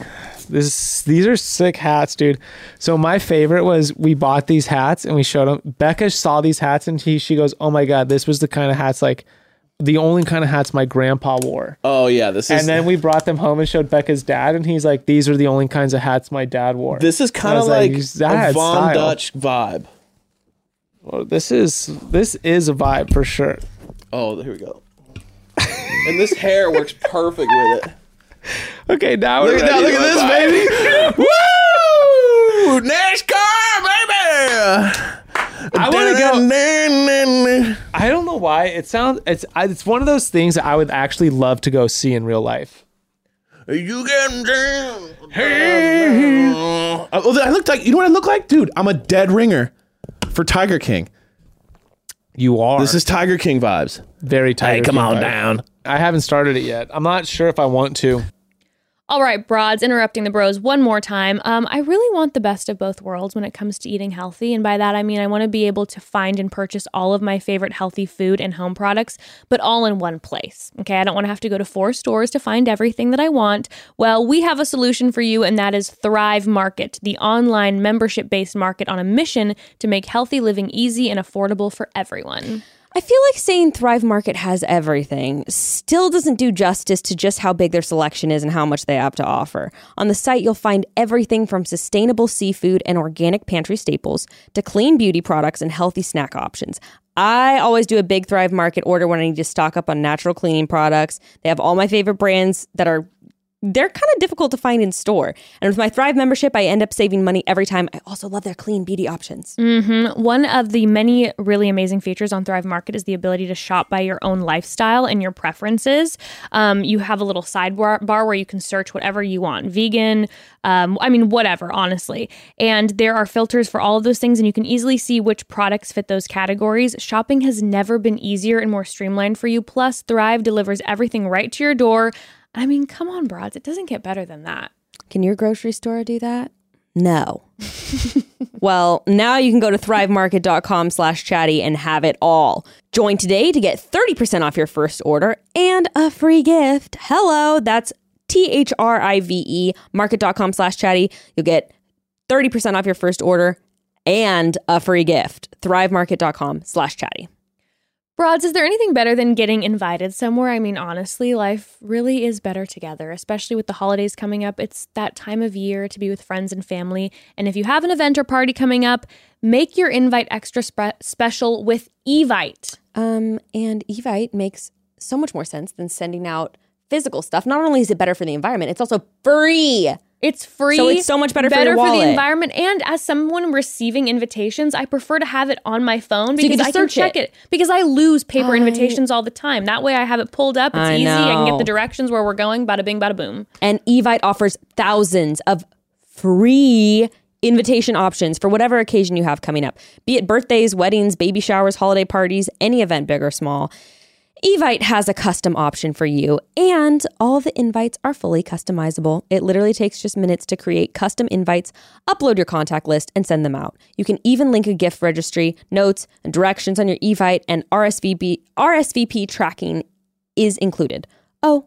Speaker 5: This these are sick hats, dude. So my favorite was we bought these hats and we showed them. Becca saw these hats and he, she goes, "Oh my god, this was the kind of hats like the only kind of hats my grandpa wore."
Speaker 4: Oh yeah, this is.
Speaker 5: And then we brought them home and showed Becca's dad, and he's like, "These are the only kinds of hats my dad wore."
Speaker 4: this is kind
Speaker 5: I
Speaker 4: of
Speaker 5: was like,
Speaker 4: like,
Speaker 5: that
Speaker 4: a Von
Speaker 5: style.
Speaker 4: Dutch vibe.
Speaker 5: Well, Oh, this is this is a vibe for sure.
Speaker 4: Oh, here we go. and this hair works perfect with it.
Speaker 5: Okay, now
Speaker 4: Look at that! Look at this, baby. Woo! NASCAR, baby.
Speaker 5: I want to go.
Speaker 4: go.
Speaker 5: I don't know why it sounds. It's I- it's one of those things that I would actually love to go see in real life.
Speaker 4: You can jam. Hey. I I looked like you know what I look like, dude. I'm a dead ringer for Tiger King.
Speaker 5: You are.
Speaker 4: This is Tiger King vibes.
Speaker 5: very tight.
Speaker 4: down.
Speaker 5: I haven't started it yet. I'm not sure if I want to.
Speaker 1: All right, broads, interrupting the bros one more time. Um, I really want the best of both worlds when it comes to eating healthy. And by that, I mean I want to be able to find and purchase all of my favorite healthy food and home products, but all in one place. Okay, I don't want to have to go to four stores to find everything that I want. Well, we have a solution for you, and that is Thrive Market, the online membership based market on a mission to make healthy living easy and affordable for everyone.
Speaker 2: I feel like saying Thrive Market has everything still doesn't do justice to just how big their selection is and how much they have to offer. On the site, you'll find everything from sustainable seafood and organic pantry staples to clean beauty products and healthy snack options. I always do a big Thrive Market order when I need to stock up on natural cleaning products. They have all my favorite brands that are they're kind of difficult to find in store. And with my Thrive membership, I end up saving money every time. I also love their clean beauty options.
Speaker 1: One of the many really amazing features on Thrive Market is the ability to shop by your own lifestyle and your preferences. Um, you have a little sidebar bar where you can search whatever you want vegan, um, I mean, whatever, honestly. And there are filters for all of those things, and you can easily see which products fit those categories. Shopping has never been easier and more streamlined for you. Plus, Thrive delivers everything right to your door. I mean, come on, broads. It doesn't get better than that.
Speaker 2: Can your grocery store do that? No. well, now you can go to thrivemarket.com slash chatty and have it all. Join today to get 30% off your first order and a free gift. Hello, that's T H R I V E, market.com slash chatty. You'll get 30% off your first order and a free gift. Thrivemarket.com slash chatty.
Speaker 1: Broads, is there anything better than getting invited somewhere? I mean, honestly, life really is better together, especially with the holidays coming up. It's that time of year to be with friends and family. And if you have an event or party coming up, make your invite extra spe- special with Evite.
Speaker 2: Um, and Evite makes so much more sense than sending out physical stuff. Not only is it better for the environment, it's also free.
Speaker 1: It's free.
Speaker 2: So it's so much better for your wallet.
Speaker 1: the environment. And as someone receiving invitations, I prefer to have it on my phone
Speaker 2: you
Speaker 1: because
Speaker 2: can
Speaker 1: I can
Speaker 2: search
Speaker 1: check
Speaker 2: it.
Speaker 1: it. Because I lose paper invitations all the time. That way, I have it pulled up. It's
Speaker 2: I
Speaker 1: easy. I can
Speaker 2: know.
Speaker 1: get the directions where we're going. Bada bing, bada boom.
Speaker 2: And Evite offers thousands of free invitation options for whatever occasion you have coming up, be it birthdays, weddings, baby showers, holiday parties, any event, big or small. Evite has a custom option for you, and all the invites are fully customizable. It literally takes just minutes to create custom invites, upload your contact list, and send them out. You can even link a gift registry, notes, and directions on your Evite, and RSVP, RSVP tracking is included. Oh,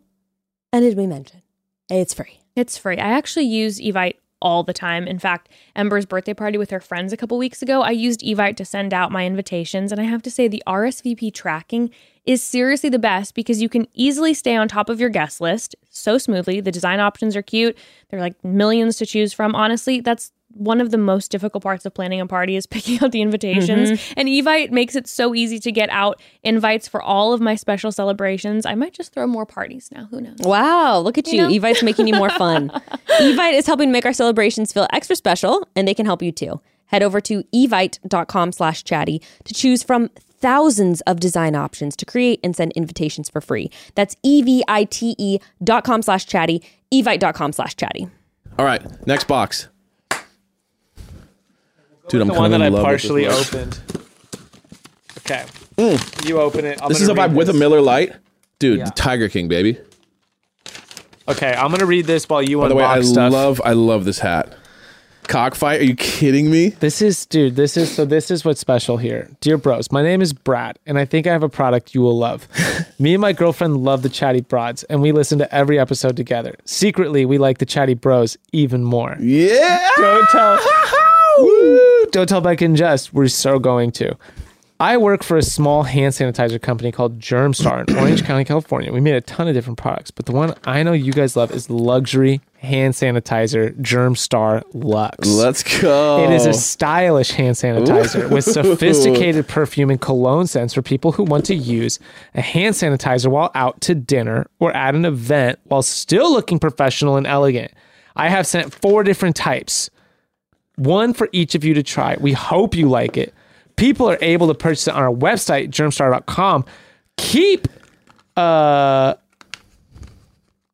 Speaker 2: and did we mention it's free?
Speaker 1: It's free. I actually use Evite all the time. In fact, Ember's birthday party with her friends a couple weeks ago, I used Evite to send out my invitations. And I have to say, the RSVP tracking is seriously the best because you can easily stay on top of your guest list so smoothly. The design options are cute, there are like millions to choose from. Honestly, that's one of the most difficult parts of planning a party is picking out the invitations. And Evite makes it so easy to get out invites for all of my special celebrations. I might just throw more parties now. Who knows?
Speaker 2: Wow, look at you. Evite's making you more fun. Evite is helping make our celebrations feel extra special, and they can help you too. Head over to evite.com slash chatty to choose from thousands of design options to create and send invitations for free. That's E E-V-I-T-E dot com slash chatty, evite.com slash chatty.
Speaker 4: All right, next box. Dude, I'm
Speaker 6: the one
Speaker 4: kinda
Speaker 6: that
Speaker 4: in
Speaker 6: I
Speaker 4: love with this
Speaker 6: partially
Speaker 4: one. Mm.
Speaker 6: opened. Okay. You open it. I'm
Speaker 4: This is a
Speaker 6: gonna
Speaker 4: vibe
Speaker 6: read
Speaker 4: with a
Speaker 6: this.
Speaker 4: Miller Light, dude.
Speaker 6: Yeah.
Speaker 4: Tiger King, baby.
Speaker 6: Okay, I'm gonna read this while you
Speaker 4: By the way, I
Speaker 6: stuff.
Speaker 4: love, I love this hat. Cockfight? Are you kidding me?
Speaker 5: This is, dude, this is so. This is what's special here. Dear bros, my name is Brad, and I think I have a product you will love. Me and my girlfriend love the chatty broads, and we listen to every episode together. Secretly, we like the chatty bros even more.
Speaker 4: Yeah.
Speaker 5: Don't tell. Woo! Don't tell Beck and Jess. We're so going to. I work for a small hand sanitizer company called Germstar in Orange County, California. We made a ton of different products, but the one I know you guys love is luxury hand sanitizer Germstar Lux.
Speaker 4: Let's go.
Speaker 5: It is a stylish hand sanitizer with sophisticated perfume and cologne scents for people who want to use a hand sanitizer while out to dinner or at an event while still looking professional and elegant. I have sent four different types, one for each of you to try. We hope you like it. People are able to purchase it on our website, germstar.com. Keep uh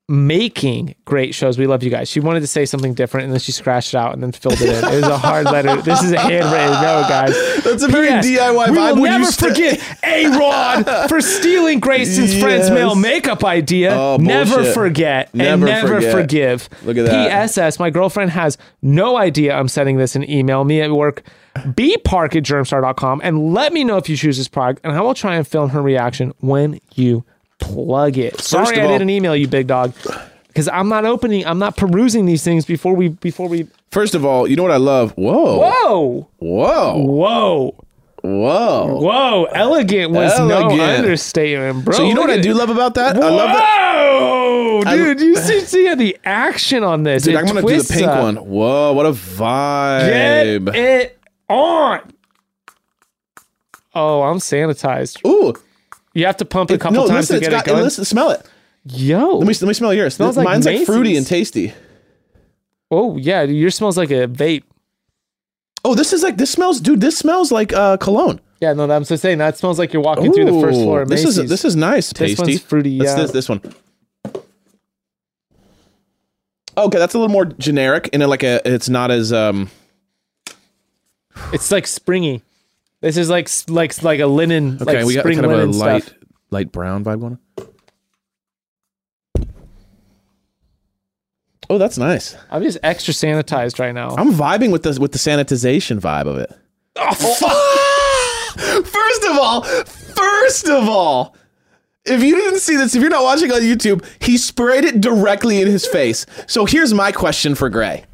Speaker 5: making great shows. We love you guys. She wanted to say something different and then she scratched it out and then filled it in. It was a hard letter. This is a handwritten no, guys.
Speaker 4: That's a very
Speaker 5: P.S.
Speaker 4: DIY
Speaker 5: We
Speaker 4: vibe.
Speaker 5: will
Speaker 4: Would you
Speaker 5: never
Speaker 4: st-
Speaker 5: forget A Rod for stealing Grayson's friend's male
Speaker 4: Yes.
Speaker 5: makeup idea.
Speaker 4: Oh,
Speaker 5: never
Speaker 4: bullshit.
Speaker 5: forget
Speaker 4: Never
Speaker 5: and never
Speaker 4: forget.
Speaker 5: forgive.
Speaker 4: Look at that.
Speaker 5: P.S.S. My girlfriend has no idea I'm sending this an email. Me at work, bpark at germstar.com and let me know if you choose this product and I will try and film her reaction when you plug it. Sorry
Speaker 4: of
Speaker 5: I
Speaker 4: all-
Speaker 5: didn't email you, big dog. Because I'm not opening, I'm not perusing these things before we before we
Speaker 4: First of all, you know what I love? Whoa.
Speaker 5: Whoa.
Speaker 4: Whoa.
Speaker 5: Whoa.
Speaker 4: Whoa.
Speaker 5: Whoa, elegant was
Speaker 4: Elegant.
Speaker 5: no understatement, bro.
Speaker 4: So you know what I do love about that? I love that.
Speaker 5: Whoa,
Speaker 4: I-
Speaker 5: dude! you see, see the action on this.
Speaker 4: Dude,
Speaker 5: It
Speaker 4: I'm gonna do the
Speaker 5: twists
Speaker 4: pink
Speaker 5: up.
Speaker 4: one. Whoa, what a vibe.
Speaker 5: Get it on. Oh, I'm sanitized.
Speaker 4: Ooh,
Speaker 5: You have to pump a
Speaker 4: it,
Speaker 5: couple
Speaker 4: no,
Speaker 5: times
Speaker 4: listen,
Speaker 5: to
Speaker 4: it's
Speaker 5: get
Speaker 4: got.
Speaker 5: it going.
Speaker 4: Listen, smell it.
Speaker 5: Yo.
Speaker 4: Let me let me smell yours.
Speaker 5: Smells like
Speaker 4: Mine's like fruity
Speaker 5: Macy's.
Speaker 4: and tasty.
Speaker 5: oh yeah, dude, yours smells like a vape.
Speaker 4: Oh, this is like this smells, dude. This smells like uh, cologne.
Speaker 5: Yeah, no, I'm just saying that smells like you're walking through the first
Speaker 4: Ooh,
Speaker 5: floor. Of
Speaker 4: This is
Speaker 5: Macy's.
Speaker 4: this is nice, tasty.
Speaker 5: This one's fruity,
Speaker 4: That's
Speaker 5: yeah.
Speaker 4: this this one. Okay, that's a little more generic and uh, like a it's not as um
Speaker 5: It's like springy. This is like s- like like a linen.
Speaker 4: okay,
Speaker 5: like
Speaker 4: we got
Speaker 5: spring
Speaker 4: kind of a
Speaker 5: linen
Speaker 4: light
Speaker 5: Stuff.
Speaker 4: light brown vibe going on. Oh, that's nice.
Speaker 5: I'm just extra sanitized right now.
Speaker 4: I'm vibing with this with the sanitization vibe of it. Oh, fuck. first of all, first of all, if you didn't see this, if you're not watching on YouTube, he sprayed it directly in his face. So here's my question for Gray.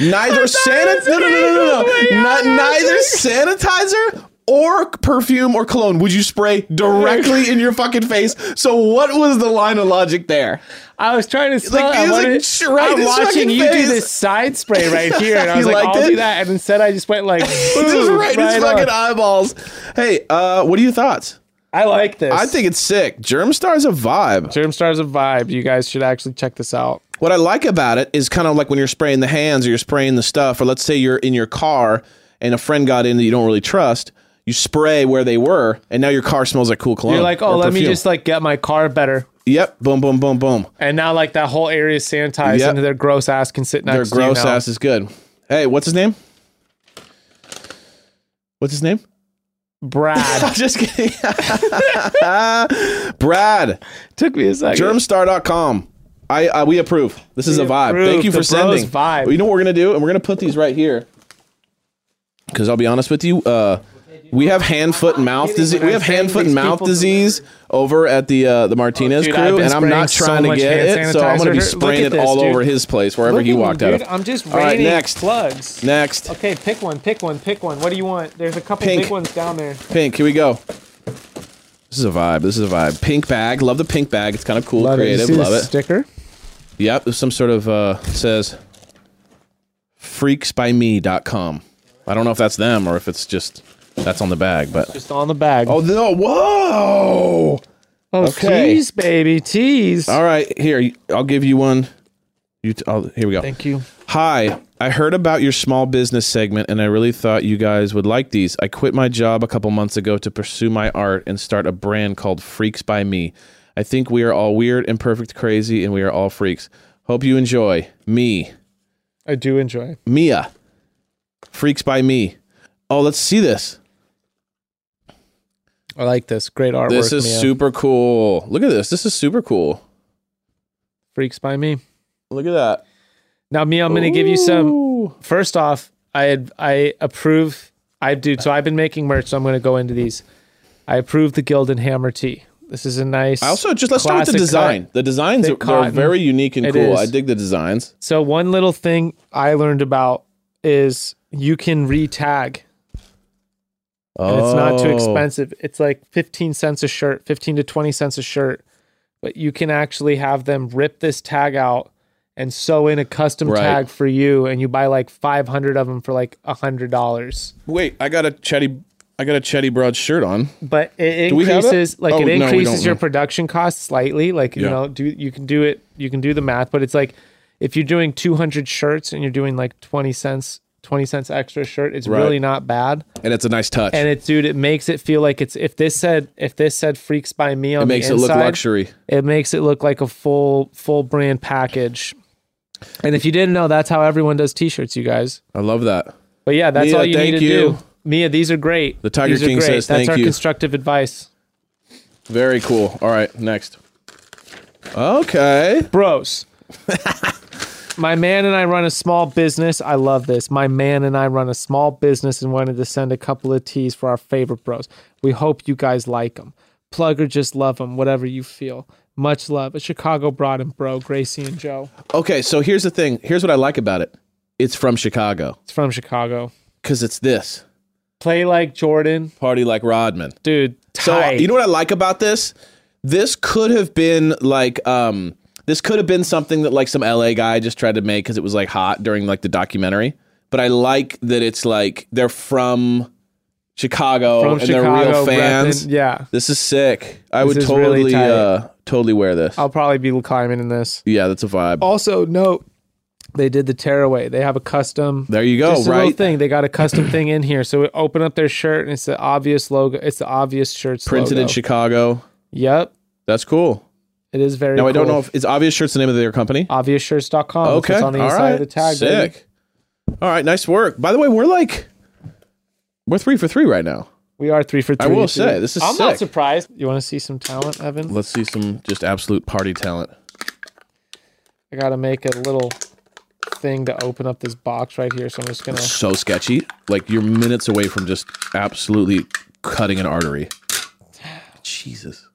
Speaker 4: Neither sanit- no, no, no, no, no, no. Not, neither sanitizer or perfume or cologne would you spray directly in your fucking face. So what was the line of logic there?
Speaker 5: I was trying to smell.
Speaker 4: Like,
Speaker 5: I
Speaker 4: it's like
Speaker 5: wanted-
Speaker 4: straight
Speaker 5: I'm
Speaker 4: in his
Speaker 5: watching
Speaker 4: fucking
Speaker 5: you
Speaker 4: face.
Speaker 5: do this side spray right here, and I was
Speaker 4: You
Speaker 5: like,
Speaker 4: liked
Speaker 5: I'll
Speaker 4: it?
Speaker 5: do that, and instead I just went like,
Speaker 4: Just
Speaker 5: boom,
Speaker 4: right in his
Speaker 5: right
Speaker 4: fucking
Speaker 5: up.
Speaker 4: eyeballs. Hey, uh, what are your thoughts?
Speaker 5: I like this.
Speaker 4: I think it's sick. Germstar's a vibe.
Speaker 5: Germ Star's a vibe. You guys should actually check this out.
Speaker 4: What I like about it is kind of like when you're spraying the hands or you're spraying the stuff, or let's say you're in your car and a friend got in that you don't really trust. You spray where they were, and now your car smells like cool cologne.
Speaker 5: You're like,
Speaker 4: or
Speaker 5: oh, let me
Speaker 4: perfume."
Speaker 5: just like get my car better,
Speaker 4: Yep, boom, boom, boom, boom.
Speaker 5: and now like that whole area is sanitized,
Speaker 4: Yep.
Speaker 5: and their gross ass can sit
Speaker 4: Their
Speaker 5: next. to you
Speaker 4: gross
Speaker 5: now.
Speaker 4: ass is good. Hey, what's his name? What's his name?
Speaker 5: Brad.
Speaker 4: Just kidding. Brad.
Speaker 5: Took me a second.
Speaker 4: germstar.com I, I we approve this is a vibe
Speaker 5: approve
Speaker 4: thank you for
Speaker 5: the bros
Speaker 4: sending
Speaker 5: vibe.
Speaker 4: you know what we're gonna do and we're gonna put these right here because i'll be honest with you uh we have hand foot and mouth disease we have hand foot and mouth disease over at the uh the martinez
Speaker 5: Oh, Dude, I've
Speaker 4: crew
Speaker 5: been
Speaker 4: and i'm not
Speaker 5: spraying so
Speaker 4: trying to
Speaker 5: much
Speaker 4: get
Speaker 5: hand
Speaker 4: it so i'm gonna
Speaker 5: sanitizer.
Speaker 4: be
Speaker 5: Look
Speaker 4: spraying
Speaker 5: at
Speaker 4: it
Speaker 5: this,
Speaker 4: all
Speaker 5: dude.
Speaker 4: over his place wherever
Speaker 5: Look
Speaker 4: he
Speaker 5: at me,
Speaker 4: walked out
Speaker 5: dude.
Speaker 4: of
Speaker 5: I'm just
Speaker 4: All right,
Speaker 5: raining
Speaker 4: next.
Speaker 5: plugs.
Speaker 4: next
Speaker 5: Okay, pick one, pick one, pick one. What do you want? There's a couple
Speaker 4: Pink.
Speaker 5: big ones down there.
Speaker 4: pink here we go this is a vibe this is a vibe pink bag love the pink bag it's kind of cool creative love it
Speaker 5: Sticker.
Speaker 4: Yep, there's some sort of uh it says freaksbyme.com. I don't know if that's them or if it's just that's on the bag, but
Speaker 5: Just on the bag.
Speaker 4: Oh no, whoa.
Speaker 5: oh
Speaker 4: okay.
Speaker 5: tease, baby, tease.
Speaker 4: All right, here, I'll give you one. You t- oh, here we go.
Speaker 5: Thank you.
Speaker 4: Hi, I heard about your small business segment and I really thought you guys would like these. I quit my job a couple months ago to pursue my art and start a brand called Freaks by Me. I think we are all weird, imperfect, crazy, and we are all freaks. Hope you enjoy. Me.
Speaker 5: I do enjoy.
Speaker 4: Mia. Freaks by me. Oh, let's see this.
Speaker 5: I like this. Great artwork.
Speaker 4: This is
Speaker 5: Mia.
Speaker 4: super cool. Look at this. This is super cool.
Speaker 5: Freaks by me.
Speaker 4: Look at that.
Speaker 5: Now, Mia, I'm gonna give you some.
Speaker 4: Ooh.
Speaker 5: First off, I I approve. I do. So I've been making merch. So I'm gonna go into these. I approve the Gildan Hammer T. This is a nice.
Speaker 4: I also just let's start with the
Speaker 5: classic
Speaker 4: design.
Speaker 5: cut.
Speaker 4: The designs
Speaker 5: Thick
Speaker 4: are they're
Speaker 5: cotton.
Speaker 4: very unique and
Speaker 5: It
Speaker 4: cool.
Speaker 5: is.
Speaker 4: I dig the designs.
Speaker 5: So one little thing I learned about is you can re-tag
Speaker 4: Oh.
Speaker 5: and it's not too expensive. It's like 15 cents a shirt, 15 to 20 cents a shirt. But you can actually have them rip this tag out and sew in a custom
Speaker 4: Right.
Speaker 5: tag for you and you buy like 500 of them for like $100.
Speaker 4: Wait, I got a chetty I got a chetty broad shirt on.
Speaker 5: But it
Speaker 4: Do we have it?
Speaker 5: increases like
Speaker 4: Oh,
Speaker 5: it
Speaker 4: no, we
Speaker 5: increases
Speaker 4: don't,
Speaker 5: your
Speaker 4: no.
Speaker 5: production costs slightly like you
Speaker 4: Yeah.
Speaker 5: know do you can do it you can do the math but it's like if you're doing 200 shirts and you're doing like 20 cents 20 cents extra shirt it's
Speaker 4: Right.
Speaker 5: really not bad.
Speaker 4: And it's a nice touch.
Speaker 5: and it dude it makes it feel like it's if this said if this said freaks by me on
Speaker 4: it
Speaker 5: the
Speaker 4: makes it look
Speaker 5: inside,
Speaker 4: luxury.
Speaker 5: it makes it look like a full full brand package and if you didn't know that's how everyone does t-shirts you guys
Speaker 4: I love that.
Speaker 5: but yeah that's
Speaker 4: Mia,
Speaker 5: all you
Speaker 4: thank
Speaker 5: need to
Speaker 4: you.
Speaker 5: do mia these are great
Speaker 4: The Tiger
Speaker 5: These are
Speaker 4: King
Speaker 5: great.
Speaker 4: says
Speaker 5: that's
Speaker 4: thank
Speaker 5: our
Speaker 4: you.
Speaker 5: constructive advice
Speaker 4: Very cool. All right, next. Okay.
Speaker 5: bros my man and i run a small business i love this my man and i run a small business and wanted to send a couple of teas for our favorite bros we hope you guys like them plug or just love them whatever you feel much love a chicago broad and bro gracie and joe
Speaker 4: Okay, so here's the thing. Here's what I like about it. It's from Chicago
Speaker 5: it's from chicago
Speaker 4: cuz it's this.
Speaker 5: play like jordan
Speaker 4: Party like Rodman.
Speaker 5: dude
Speaker 4: So
Speaker 5: tight.
Speaker 4: you know what I like about this? This could have been like um this could have been something that like some LA guy just tried to make cuz it was like hot during like the documentary. But I like that it's like they're from Chicago
Speaker 5: from
Speaker 4: and
Speaker 5: Chicago.
Speaker 4: they're real
Speaker 5: repping-
Speaker 4: fans.
Speaker 5: Yeah,
Speaker 4: This is sick. I
Speaker 5: This
Speaker 4: would
Speaker 5: is really
Speaker 4: totally
Speaker 5: tight.
Speaker 4: uh totally wear this.
Speaker 5: I'll probably be climbing in this.
Speaker 4: yeah, that's a vibe.
Speaker 5: Also, note they did the tearaway. They have a custom.
Speaker 4: There you go,
Speaker 5: just a little
Speaker 4: right?
Speaker 5: thing. They got a custom thing in here. So we open up their shirt, and it's the obvious logo. It's the obvious shirts
Speaker 4: Printed in
Speaker 5: logo.
Speaker 4: Chicago.
Speaker 5: Yep,
Speaker 4: That's cool.
Speaker 5: it is very.
Speaker 4: Now I don't
Speaker 5: cool.
Speaker 4: know if it's obvious shirt's the name of their company.
Speaker 5: obviousshirts.com. That's
Speaker 4: okay.
Speaker 5: what's on the
Speaker 4: All
Speaker 5: inside
Speaker 4: right.
Speaker 5: of the tag.
Speaker 4: sick.
Speaker 5: baby.
Speaker 4: All right, nice work. By the way, we're like we're 3 for 3 right now.
Speaker 5: We are three for three.
Speaker 4: I will
Speaker 5: dude.
Speaker 4: say this is
Speaker 6: I'm
Speaker 4: sick.
Speaker 6: not surprised.
Speaker 5: You want to see some talent, Evan?
Speaker 4: Let's see some just absolute party talent.
Speaker 5: I gotta make a little thing to open up this box right here. So I'm just gonna.
Speaker 4: So sketchy. Like you're minutes away from just absolutely cutting an artery. Jesus.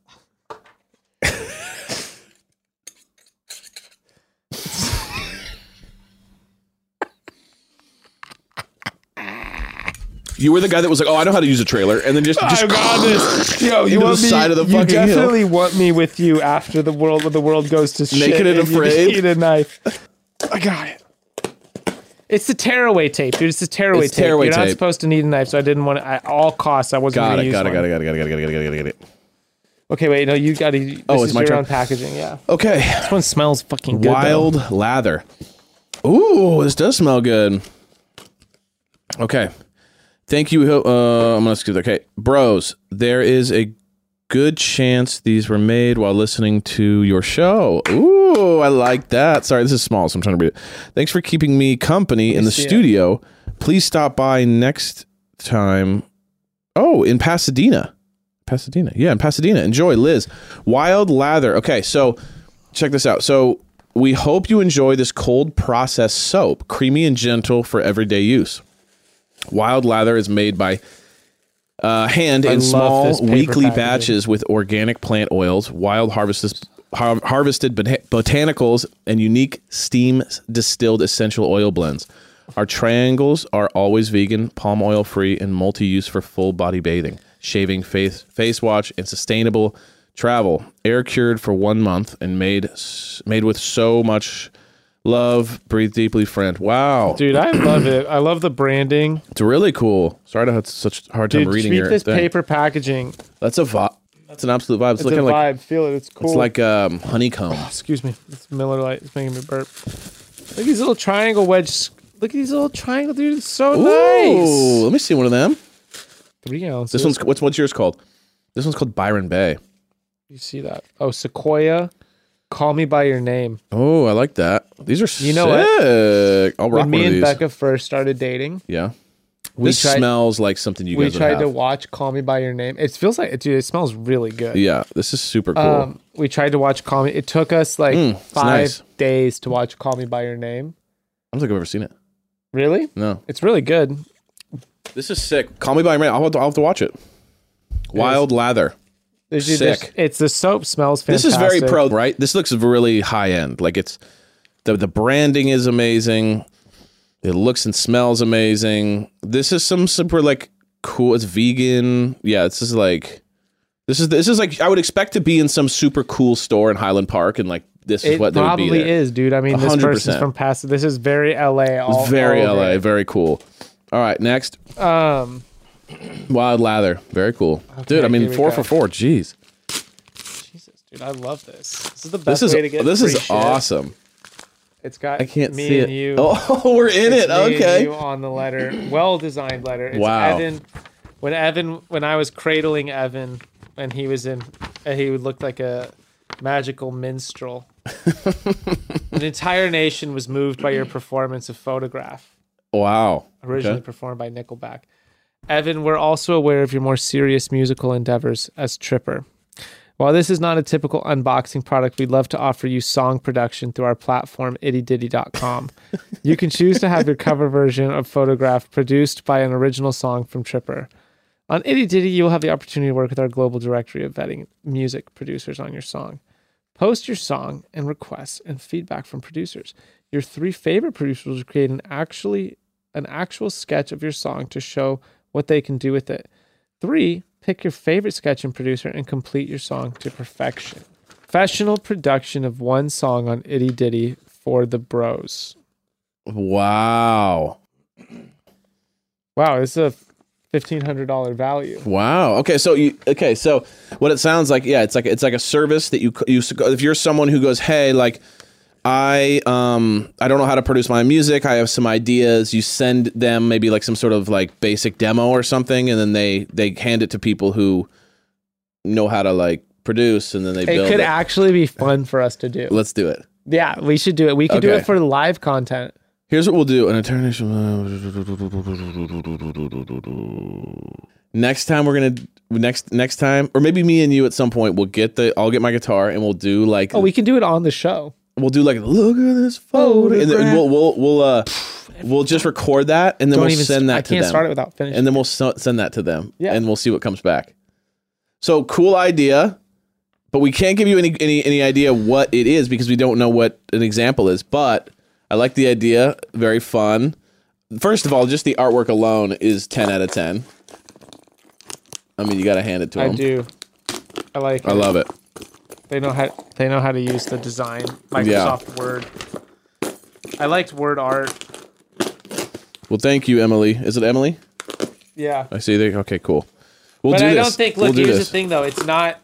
Speaker 4: You were the guy that was like, "Oh, I know how to use a trailer," and then just, just
Speaker 5: Yo,
Speaker 4: Into the side of the
Speaker 5: you
Speaker 4: fucking hill.
Speaker 5: definitely want me with you after the world the world goes to shit.
Speaker 4: Naked and
Speaker 5: you
Speaker 4: afraid.
Speaker 5: Need a knife. I got it. It's the tearaway tape, dude. It's the tearaway
Speaker 4: It's
Speaker 5: tape.
Speaker 4: tearaway
Speaker 5: You're not
Speaker 4: tape.
Speaker 5: supposed to need a knife, so I didn't want to. At all costs, I wasn't
Speaker 4: got
Speaker 5: going to
Speaker 4: it,
Speaker 5: use
Speaker 4: got it,
Speaker 5: one.
Speaker 4: got it, got it, got it, got it, got it, got it, got it, got it.
Speaker 5: Okay, wait. No, you got to. This
Speaker 4: Oh, it's
Speaker 5: is
Speaker 4: my
Speaker 5: your
Speaker 4: turn.
Speaker 5: own packaging. Yeah.
Speaker 4: Okay,
Speaker 5: This one smells fucking good.
Speaker 4: Wild lather. Ooh, this does smell good. Okay. Thank you. Uh, I'm going to skip. Okay. Bros, there is a good chance these were made while listening to your show. Ooh, I like that. Sorry, this is small, so I'm trying to read it. Thanks for keeping me company in the studio. Please stop by next time. Oh, in Pasadena. Pasadena. Yeah, in Pasadena. Enjoy, Liz. Wild Lather. Okay, so check this out. So we hope you enjoy this cold processed soap, creamy and gentle for everyday use. Wild Lather is made by uh, hand in
Speaker 5: love
Speaker 4: small
Speaker 5: this paper
Speaker 4: weekly
Speaker 5: packaging.
Speaker 4: batches with organic plant oils, wild harvests, har- harvested bota- botanicals, and unique steam s- distilled essential oil blends. Our triangles are always vegan, palm oil free, and multi use for full body bathing, shaving, face, face wash, and sustainable travel. Air cured for one month and made s- made with so much love. Breathe deeply, friend. Wow,
Speaker 5: Dude, I love it. I love the branding.
Speaker 4: it's really cool. Sorry to have such a hard time
Speaker 5: Dude,
Speaker 4: reading
Speaker 5: treat
Speaker 4: your
Speaker 5: this
Speaker 4: thing.
Speaker 5: paper packaging.
Speaker 4: That's a vibe. That's an absolute vibe. It's,
Speaker 5: It's a
Speaker 4: looking
Speaker 5: vibe.
Speaker 4: like
Speaker 5: Feel it. It's cool.
Speaker 4: It's like um, honeycomb.
Speaker 5: Excuse me. It's Miller Lite. It's making me burp. Look at these little triangle wedge. Look at these little triangle, dude. It's so
Speaker 4: Ooh,
Speaker 5: nice.
Speaker 4: let me see one of them.
Speaker 5: Three ounces.
Speaker 4: This one's what's what's yours called? This one's called Byron Bay.
Speaker 5: You see that? Oh, Sequoia. Call me by your name.
Speaker 4: Oh, I like that. These are
Speaker 5: You know what?
Speaker 4: sick. I'll rock
Speaker 5: When me
Speaker 4: one of
Speaker 5: and
Speaker 4: these.
Speaker 5: Becca first started dating,
Speaker 4: yeah,
Speaker 5: we
Speaker 4: this
Speaker 5: tried.
Speaker 4: smells like something you
Speaker 5: we
Speaker 4: guys would
Speaker 5: tried to
Speaker 4: have.
Speaker 5: watch Call Me by Your Name. It feels like, dude, it smells really good.
Speaker 4: yeah, this is super cool.
Speaker 5: Um, we tried to watch Call Me. It took us like
Speaker 4: it's
Speaker 5: five
Speaker 4: nice.
Speaker 5: days to watch Call Me by Your Name.
Speaker 4: I don't think I've ever seen it.
Speaker 5: Really?
Speaker 4: No,
Speaker 5: It's really good.
Speaker 4: this is sick. Call me by your name. I'll have to, I'll have to watch it. Wild lather.
Speaker 5: There's, dude, there's-
Speaker 4: Sick.
Speaker 5: It's the soap smells
Speaker 4: This
Speaker 5: fantastic.
Speaker 4: is very pro, right? This looks really high end. Like it's the the branding is amazing. It looks and smells amazing. This is some super like cool. It's vegan. Yeah, this is like this is this is like I would expect to be in some super cool store in Highland Park, and like this is
Speaker 5: It
Speaker 4: what they would be.
Speaker 5: probably
Speaker 4: There.
Speaker 5: is, dude. I mean, this
Speaker 4: 100%.
Speaker 5: person's from Pasadena. This is very LA. All,
Speaker 4: It's very
Speaker 5: all
Speaker 4: LA.
Speaker 5: over
Speaker 4: Very cool. All right, next
Speaker 5: it. Um,
Speaker 4: Wild Lather. Very cool, dude. I mean,
Speaker 5: here we
Speaker 4: four
Speaker 5: go.
Speaker 4: for four. Jeez,
Speaker 5: Jesus, dude, I love this. This is the best
Speaker 4: this is
Speaker 5: way to get.
Speaker 4: this
Speaker 5: free
Speaker 4: is
Speaker 5: shit.
Speaker 4: awesome.
Speaker 5: It's got
Speaker 4: I can't
Speaker 5: me
Speaker 4: see
Speaker 5: and
Speaker 4: it.
Speaker 5: you.
Speaker 4: Oh, we're in
Speaker 5: It's
Speaker 4: it.
Speaker 5: me and
Speaker 4: Okay.
Speaker 5: you on the letter, well designed letter. It's
Speaker 4: Wow.
Speaker 5: Evan, when Evan, when I was cradling Evan, and he was in, and he looked like a magical minstrel. An entire nation was moved by your performance of photograph.
Speaker 4: Wow.
Speaker 5: originally performed by Nickelback. Evan, we're also aware of your more serious musical endeavors as Tripper. While this is not a typical unboxing product, we'd love to offer you song production through our platform, ittydiddy.com. you can choose to have your cover version of Photograph produced by an original song from Tripper. On Itty Ditty, you'll have the opportunity to work with our global directory of vetting music producers on your song. Post your song and requests and feedback from producers. Your three favorite producers will create an actually an actual sketch of your song to show what they can do with it. Three, pick your favorite sketch and producer and complete your song to perfection. Professional production of one song on Itty Ditty for the bros.
Speaker 4: Wow.
Speaker 5: Wow, this is a fifteen hundred dollar value.
Speaker 4: Wow. Okay. So you okay? So what it sounds like? Yeah, it's like it's like a service that you c- you s- if you're someone who goes, hey, like I um I don't know how to produce my music. I have some ideas. You send them maybe like some sort of like basic demo or something, and then they they hand it to people who know how to like produce, and then they
Speaker 7: It
Speaker 4: build.
Speaker 7: could
Speaker 4: it.
Speaker 7: actually be fun for us to do.
Speaker 4: Let's do it.
Speaker 7: Yeah, we should do it. We could do
Speaker 4: Okay.
Speaker 7: it for live content.
Speaker 4: Here's what we'll do: an eternation. Next time we're gonna next next time, or maybe me and you at some point, we'll get the. I'll get my guitar and we'll do like
Speaker 7: Oh, we can do it on the show.
Speaker 4: we'll do like look at this photo, and then we'll we'll we'll uh we'll just record that and then
Speaker 7: Don't
Speaker 4: we'll
Speaker 7: even
Speaker 4: send that
Speaker 7: I
Speaker 4: to
Speaker 7: can't
Speaker 4: them,
Speaker 7: start it without finishing.
Speaker 4: and then we'll so- send that to them,
Speaker 7: Yeah.
Speaker 4: and we'll see what comes back. So cool idea, but we can't give you any any any idea what it is because we don't know what an example is. But I like the idea, very fun. First of all, just the artwork alone is ten out of ten. I mean, you got to hand it to
Speaker 5: I
Speaker 4: them.
Speaker 5: do. I like.
Speaker 4: I love it.
Speaker 5: They know how they know how to use the design Microsoft Word. I liked word art.
Speaker 4: Well, thank you, Emily. Is it Emily?
Speaker 5: Yeah.
Speaker 4: I see. There. Okay, cool. We'll
Speaker 5: but
Speaker 4: do
Speaker 5: I don't
Speaker 4: this.
Speaker 5: think.
Speaker 4: We'll
Speaker 5: Look,
Speaker 4: do
Speaker 5: here's
Speaker 4: this.
Speaker 5: the thing, though. It's not.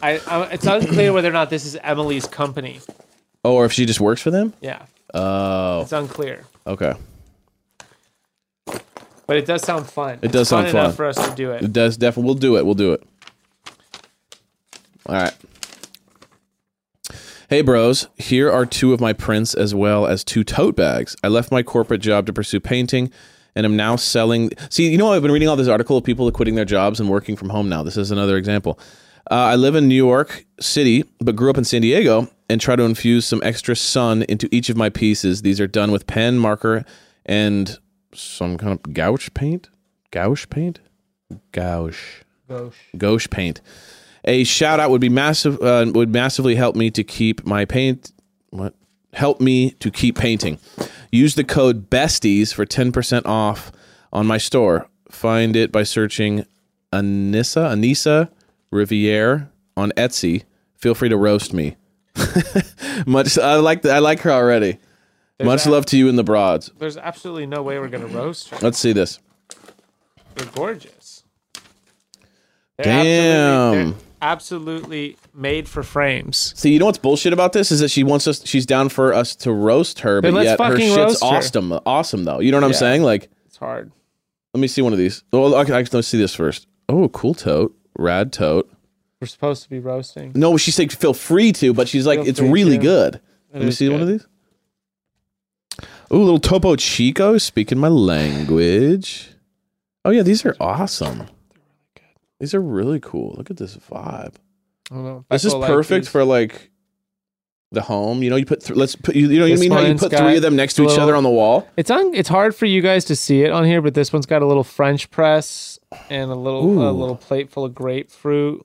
Speaker 5: I, I. It's unclear whether or not this is Emily's company.
Speaker 4: Oh, or if she just works for them?
Speaker 5: Yeah.
Speaker 4: Oh,
Speaker 5: It's unclear.
Speaker 4: okay.
Speaker 5: But it does sound fun. It
Speaker 4: does sound
Speaker 5: enough
Speaker 4: fun.
Speaker 5: for us to do it.
Speaker 4: It does definitely. We'll do it. We'll do it. All right. Hey, bros. Here are two of my prints as well as two tote bags. I left my corporate job to pursue painting and am now selling. See, you know, I've been reading all this article of people quitting their jobs and working from home now. This is another example. Uh, I live in New York City, but grew up in San Diego and try to infuse some extra sun into each of my pieces. These are done with pen, marker, and some kind of gouache paint. Gouache paint? gouache gouache paint a shout out would be massive uh, would massively help me to keep my paint what help me to keep painting use the code besties for 10% off on my store find it by searching anissa anissa riviere on etsy feel free to roast me much i like the, i like her already much love to you and the broads
Speaker 5: There's absolutely no way we're gonna roast her.
Speaker 4: let's see this
Speaker 5: They're gorgeous. They're
Speaker 4: Damn.
Speaker 5: Absolutely, they're absolutely made for frames.
Speaker 4: See, you know what's bullshit about this is that she wants us. She's down for us to roast her, but
Speaker 5: Then let's
Speaker 4: yet her
Speaker 5: fucking
Speaker 4: shit's
Speaker 5: roast her.
Speaker 4: awesome. Awesome though. You know what I'm
Speaker 5: Yeah.
Speaker 4: saying? Like,
Speaker 5: It's hard.
Speaker 4: let me see one of these. Well, okay, I- let's see this first. Oh, cool tote, rad tote.
Speaker 5: We're supposed to be roasting.
Speaker 4: No, she said feel free to, but she's like,
Speaker 5: Feel
Speaker 4: it's
Speaker 5: free
Speaker 4: really
Speaker 5: to.
Speaker 4: good.
Speaker 5: It
Speaker 4: Let me
Speaker 5: is
Speaker 4: see one of
Speaker 5: good.
Speaker 4: these. Ooh, little Topo Chico speaking my language. Oh yeah, these are awesome. These are really cool. Look at this vibe.
Speaker 5: I don't know if I
Speaker 4: This is
Speaker 5: feel like
Speaker 4: perfect
Speaker 5: these-
Speaker 4: for like the home. You know, you put th- let's put you, you know what I
Speaker 5: This
Speaker 4: mean how you
Speaker 5: one's
Speaker 4: put
Speaker 5: got
Speaker 4: three of them next to each
Speaker 5: little-
Speaker 4: other on the wall.
Speaker 5: It's on. It's hard for you guys to see it on here, but this one's got a little French press and a little
Speaker 4: Ooh.
Speaker 5: a little plate full of grapefruit.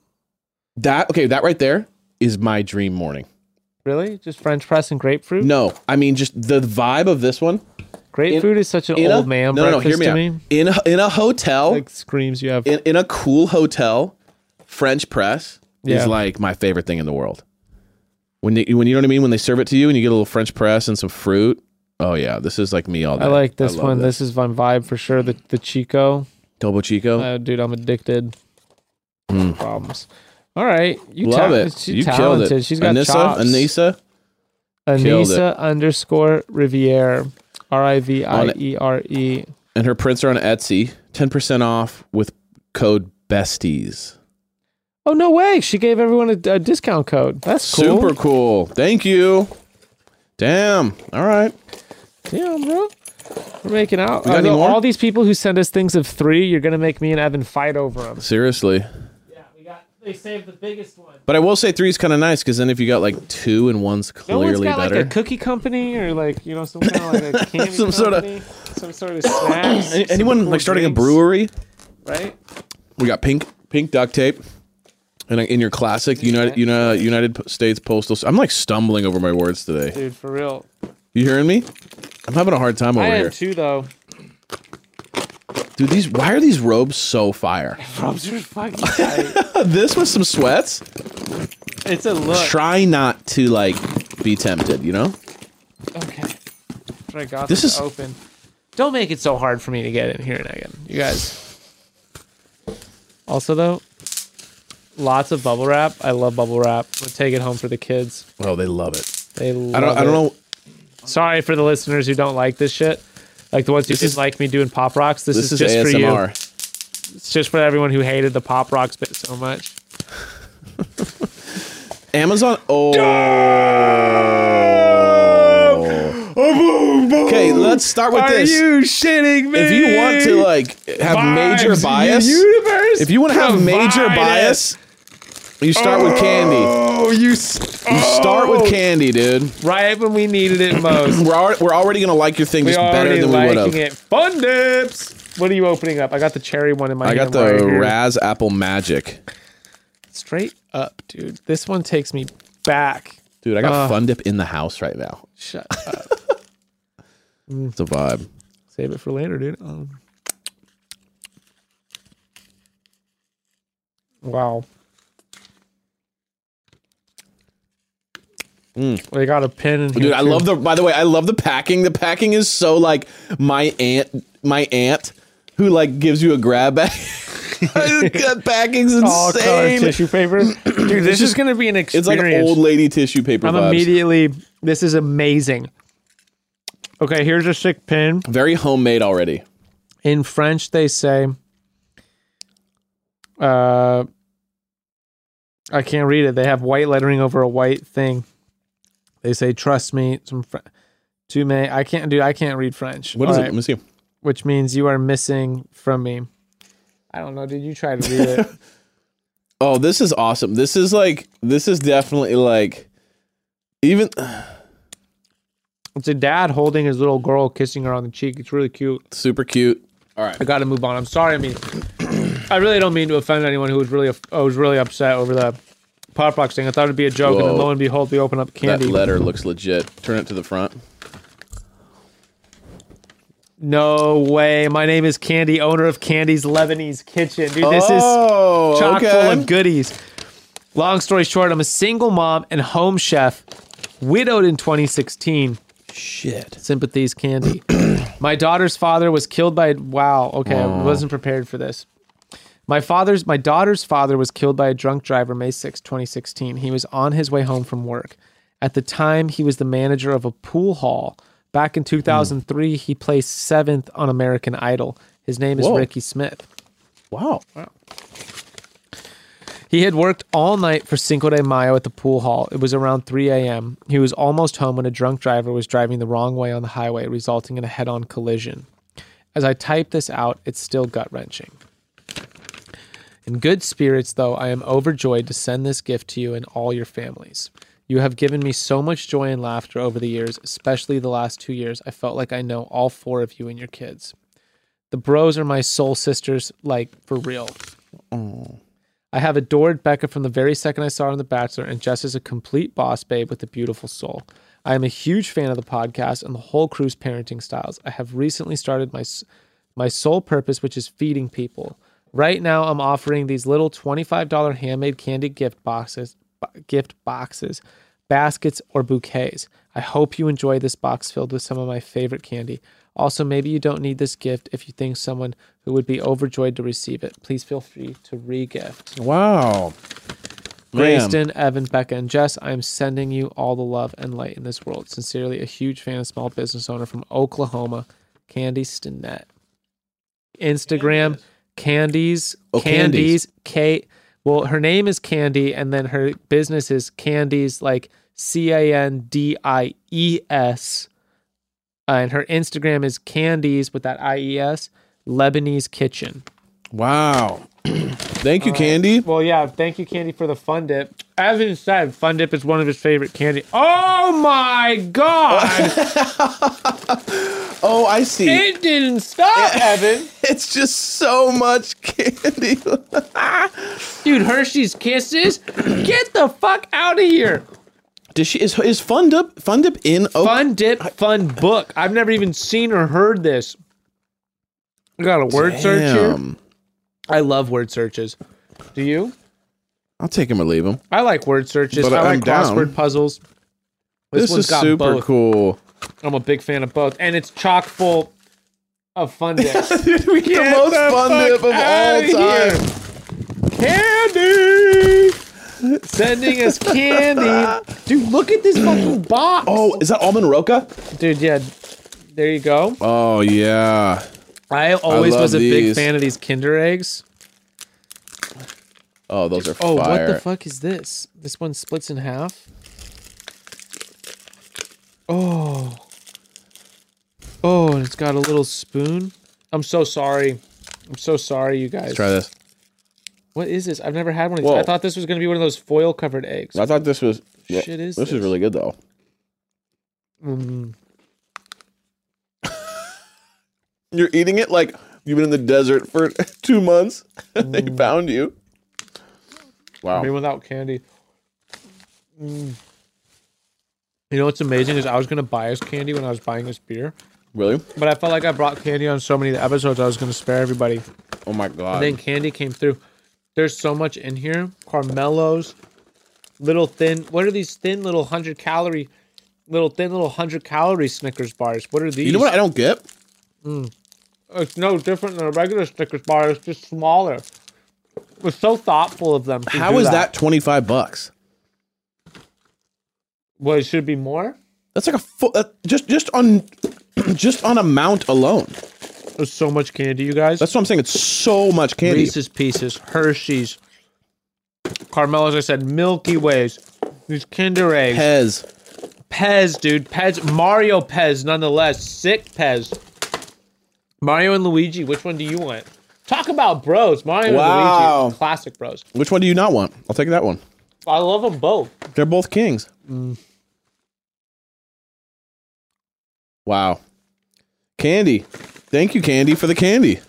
Speaker 4: That okay, that right there is my dream morning.
Speaker 5: Really, just French press and grapefruit.
Speaker 4: No, I mean just the vibe of this one.
Speaker 5: grapefruit is such an
Speaker 4: In
Speaker 5: old
Speaker 4: a,
Speaker 5: man
Speaker 4: no, no, no,
Speaker 5: breakfast
Speaker 4: hear me,
Speaker 5: to
Speaker 4: out.
Speaker 5: me.
Speaker 4: In a, in a hotel,
Speaker 5: Like screams you have.
Speaker 4: in, in a cool hotel, French press
Speaker 5: Yeah.
Speaker 4: is like my favorite thing in the world. When you, when you know what I mean when they serve it to you and you get a little French press and some fruit. Oh yeah, this is like me all day.
Speaker 5: I like this
Speaker 4: love
Speaker 5: one. This. is my vibe for sure. The the Chico,
Speaker 4: Topo Chico.
Speaker 5: uh, dude, I'm addicted. Problems. All right, you
Speaker 4: Hmm. love
Speaker 5: ta-
Speaker 4: it.
Speaker 5: She's
Speaker 4: you
Speaker 5: talented.
Speaker 4: killed it.
Speaker 5: She's got
Speaker 4: Anissa,
Speaker 5: chops.
Speaker 4: Anissa, killed
Speaker 5: Anissa underscore Riviere, R I V I E R E.
Speaker 4: and her prints are on Etsy. Ten percent off with code Besties.
Speaker 5: Oh no way! She gave everyone a, a discount code. That's cool.
Speaker 4: Super cool. Thank you. Damn. All right.
Speaker 5: Damn, bro. We're making out.
Speaker 4: We got any
Speaker 5: Although
Speaker 4: more?
Speaker 5: All these people who send us things of three, you're gonna make me and Evan fight over them.
Speaker 4: Seriously.
Speaker 5: Yeah, we got. They saved the biggest one.
Speaker 4: But I will say three is kind of nice because then if you got like two and one's
Speaker 5: No one's
Speaker 4: clearly
Speaker 5: got
Speaker 4: better.
Speaker 5: like a cookie company or like you know some kind of like a candy
Speaker 4: Some
Speaker 5: some
Speaker 4: sort of-
Speaker 5: company, some sort of snacks.
Speaker 4: Any-
Speaker 5: some
Speaker 4: Anyone
Speaker 5: cool
Speaker 4: like starting a
Speaker 5: drinks,
Speaker 4: brewery?
Speaker 5: right?
Speaker 4: We got pink pink duct tape. And in your classic United United, United States Postal, I'm like stumbling over my words today.
Speaker 5: Dude, for real.
Speaker 4: You hearing me? I'm having a hard time over
Speaker 5: I
Speaker 4: here,
Speaker 5: am too though.
Speaker 4: dude. These why are these robes so fire?
Speaker 5: Rob's are fucking tight.
Speaker 4: this with some sweats.
Speaker 5: it's a look.
Speaker 4: Try not to like be tempted, you know?
Speaker 5: Okay. Try got
Speaker 4: This
Speaker 5: this
Speaker 4: is-
Speaker 5: is open. Don't make it so hard for me to get in here, Negan. You guys. Also, though, lots of bubble wrap. I love bubble wrap. I'm gonna take it home for the kids.
Speaker 4: Oh, they love it.
Speaker 5: They love
Speaker 4: I don't. I don't know.
Speaker 5: Sorry for the listeners who don't like this shit. Like the ones who
Speaker 4: This
Speaker 5: didn't
Speaker 4: is-
Speaker 5: like me doing pop rocks. This,
Speaker 4: This is
Speaker 5: is, just for you.
Speaker 4: ASMR.
Speaker 5: It's just for everyone who hated the pop rocks bit so much.
Speaker 4: Amazon. Oh. Okay, let's start with this.
Speaker 5: shitting me?
Speaker 4: if you want to like have major bias,
Speaker 5: universe.
Speaker 4: if you want to have major bias, you start with candy.
Speaker 5: oh, you
Speaker 4: You start
Speaker 5: Oh.
Speaker 4: with candy, dude.
Speaker 5: right when we needed it most.
Speaker 4: We're already, we're already gonna like your thing
Speaker 5: we
Speaker 4: just better
Speaker 5: already
Speaker 4: than we would
Speaker 5: liking
Speaker 4: have.
Speaker 5: it. Fun dips. What are you opening up? I got the cherry one in my
Speaker 4: I
Speaker 5: hand.
Speaker 4: got the
Speaker 5: right here.
Speaker 4: Raz Apple Magic,
Speaker 5: straight up, dude. This one takes me back.
Speaker 4: dude. I got Fun Dip in the house right now.
Speaker 5: Shut up.
Speaker 4: It's a vibe.
Speaker 5: Save it for later, dude. Um, wow. They got a pin in here.
Speaker 4: Mm. Dude, I
Speaker 5: too.
Speaker 4: love the. By the way, I love the packing. The packing is so like my aunt, my aunt, who like gives you a grab bag. the packing's
Speaker 5: all colored
Speaker 4: insane.
Speaker 5: Oh, tissue paper. Dude, this is gonna be an experience.
Speaker 4: It's like old lady tissue paper
Speaker 5: I'm
Speaker 4: vibes.
Speaker 5: immediately. This is amazing. Okay, here's a sick pin.
Speaker 4: Very homemade already.
Speaker 5: In French, they say. Uh, I can't read it. They have white lettering over a white thing. They say, "Trust me." Some fr- tu me. I can't do. I can't read French.
Speaker 4: What is
Speaker 5: All
Speaker 4: it? Let
Speaker 5: right,
Speaker 4: me see.
Speaker 5: Which means you are missing from me. I don't know. Did you try to read it?
Speaker 4: Oh, this is awesome. This is like this is definitely like even
Speaker 5: It's a dad holding his little girl, kissing her on the cheek. It's really cute.
Speaker 4: super cute. All right.
Speaker 5: I got to move on. I'm sorry. I mean, I really don't mean to offend anyone who was really, I was really upset over the pop rocks thing. I thought it'd be a joke, and then
Speaker 4: Whoa.
Speaker 5: lo and behold, we open up
Speaker 4: That
Speaker 5: candy.
Speaker 4: letter looks legit. Turn it to the front.
Speaker 5: no way. My name is Candy, owner of Candy's Lebanese Kitchen. Dude, this is
Speaker 4: oh,
Speaker 5: chock full
Speaker 4: okay.
Speaker 5: of goodies. Long story short, I'm a single mom and home chef, widowed in 2016.
Speaker 4: Shit.
Speaker 5: Sympathies, Candy. My daughter's father was killed by wow. Okay, I wasn't prepared for this. My father's my daughter's father was killed by a drunk driver May 6, 2016. He was on his way home from work. At the time, he was the manager of a pool hall. Back in 2003, he placed 7th on American Idol. His name is
Speaker 4: Whoa.
Speaker 5: Ricky Smith.
Speaker 4: Wow.
Speaker 5: He had worked all night for Cinco de Mayo at the pool hall. It was around 3 a.m. He was almost home when a drunk driver was driving the wrong way on the highway, resulting in a head on collision. As I type this out, it's still gut wrenching. In good spirits, though, I am overjoyed to send this gift to you and all your families. You have given me so much joy and laughter over the years, especially the last two years. I felt like I know all four of you and your kids. The bros are my soul sisters, like for real. I have adored Becca from the very second I saw her on The Bachelor, and Jess is a complete boss babe with a beautiful soul. I am a huge fan of the podcast and the whole crew's parenting styles. I have recently started my s- my sole purpose, which is feeding people. Right now, I'm offering these little $25 handmade candy gift boxes, b- gift boxes, baskets, or bouquets. I hope you enjoy this box filled with some of my favorite candy. Also, maybe you don't need this gift if you think someone who would be overjoyed to receive it. Please feel free to re-gift.
Speaker 4: Wow. Man.
Speaker 5: Grayston, Evan, Becca, and Jess, I am sending you all the love and light in this world. Sincerely, a huge fan and small business owner from Oklahoma, Candy Stinnett. Instagram, Candies,
Speaker 4: Oh,
Speaker 5: Candies, K. Well, her name is Candy, and then her business is Candies, like C A N D I E S. Uh, and her Instagram is Candies with that I E S, Lebanese Kitchen.
Speaker 4: Wow. Thank you, Candy.
Speaker 5: Well, yeah. Thank you, Candy, for the Fun Dip. Evan said, Fun Dip is one of his favorite candy. Oh my God!
Speaker 4: Oh, I see.
Speaker 5: it didn't stop, Evan.
Speaker 4: it's just so much candy.
Speaker 5: Dude, Hershey's Kisses, get the fuck out of here.
Speaker 4: Does she is is Fun Dip Fun Dip in Oak?
Speaker 5: Fun Dip, Fun Book. I've never even seen or heard this. I got a word search here.
Speaker 4: Damn.
Speaker 5: I love word searches. Do you?
Speaker 4: I'll take him or leave him.
Speaker 5: I like word searches.
Speaker 4: But
Speaker 5: I
Speaker 4: I'm
Speaker 5: like crossword
Speaker 4: down.
Speaker 5: puzzles.
Speaker 4: This,
Speaker 5: one's
Speaker 4: is
Speaker 5: got
Speaker 4: super
Speaker 5: both.
Speaker 4: cool.
Speaker 5: I'm a big fan of both, and it's chock full of Fun Dips.
Speaker 4: the most Fun Dip of all time.
Speaker 5: Candy! Sending us candy. Dude, look at this fucking box.
Speaker 4: Oh, is that almond roca?
Speaker 5: Dude, yeah. There you go.
Speaker 4: Oh yeah.
Speaker 5: I always
Speaker 4: love
Speaker 5: was a
Speaker 4: these.
Speaker 5: big fan of these Kinder eggs.
Speaker 4: Oh, those are
Speaker 5: Oh,
Speaker 4: fire.
Speaker 5: what the fuck is this? This one splits in half. Oh. Oh, and it's got a little spoon. I'm so sorry. I'm so sorry, you guys.
Speaker 4: Let's try this.
Speaker 5: What is this? I've never had one of these.
Speaker 4: Whoa.
Speaker 5: I thought this was gonna be one of those foil covered eggs.
Speaker 4: I thought this was. Yeah,
Speaker 5: Shit is
Speaker 4: this Mm-hmm. is
Speaker 5: this?
Speaker 4: really good though.
Speaker 5: Mm.
Speaker 4: You're eating it like you've been in the desert for two months. and they found you. Wow.
Speaker 5: Me without candy. Mm. You know what's amazing is I was gonna buy us candy when I was buying this beer,
Speaker 4: Really?
Speaker 5: but I felt like I brought candy on so many of the episodes I was gonna spare everybody.
Speaker 4: Oh my god.
Speaker 5: And then candy came through. There's so much in here. Carmelos, little thin. What are these thin little hundred calorie, little thin little hundred calorie Snickers bars? What are these?
Speaker 4: you know what I don't get?
Speaker 5: It's no different than a regular Snickers bar. It's just smaller. It was so thoughtful of them. to
Speaker 4: How
Speaker 5: do
Speaker 4: is that 25 bucks?
Speaker 5: Well, it should be more.
Speaker 4: That's like a full, uh, just just on just on amount alone.
Speaker 5: There's so much candy, you guys.
Speaker 4: That's what I'm saying. It's so much candy.
Speaker 5: Reese's Pieces, Hershey's, Carmelos. I said Milky Ways. These Kinder eggs.
Speaker 4: Pez.
Speaker 5: Pez, dude. Pez, Mario Pez, nonetheless. Sick Pez. Mario and Luigi, which one do you want? Talk about bros. Mario and
Speaker 4: Wow.
Speaker 5: Luigi, classic bros.
Speaker 4: Which one do you not want? I'll take that one.
Speaker 5: I love them both.
Speaker 4: They're both kings. Wow. Candy. Thank you, Candy, for the candy.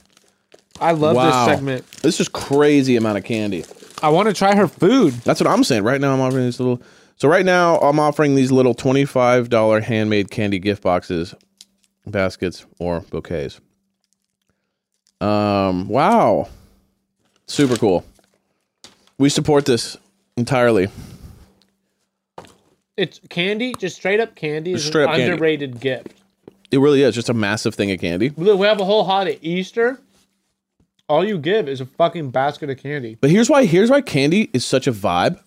Speaker 5: I love
Speaker 4: wow.
Speaker 5: this segment.
Speaker 4: This is crazy amount of candy.
Speaker 5: I want to try her food.
Speaker 4: That's what I'm saying. Right now, I'm offering these little. So right now, I'm offering these little twenty-five dollar handmade candy gift boxes, baskets, or bouquets. Um. Wow. Super cool. We support this entirely.
Speaker 5: It's candy, just straight up candy. Is
Speaker 4: Straight
Speaker 5: an
Speaker 4: up candy.
Speaker 5: underrated gift.
Speaker 4: It really is just a massive thing of candy.
Speaker 5: Look, we have a whole holiday Easter. All you give is a fucking basket of candy.
Speaker 4: But here's why. Here's why candy is such a vibe.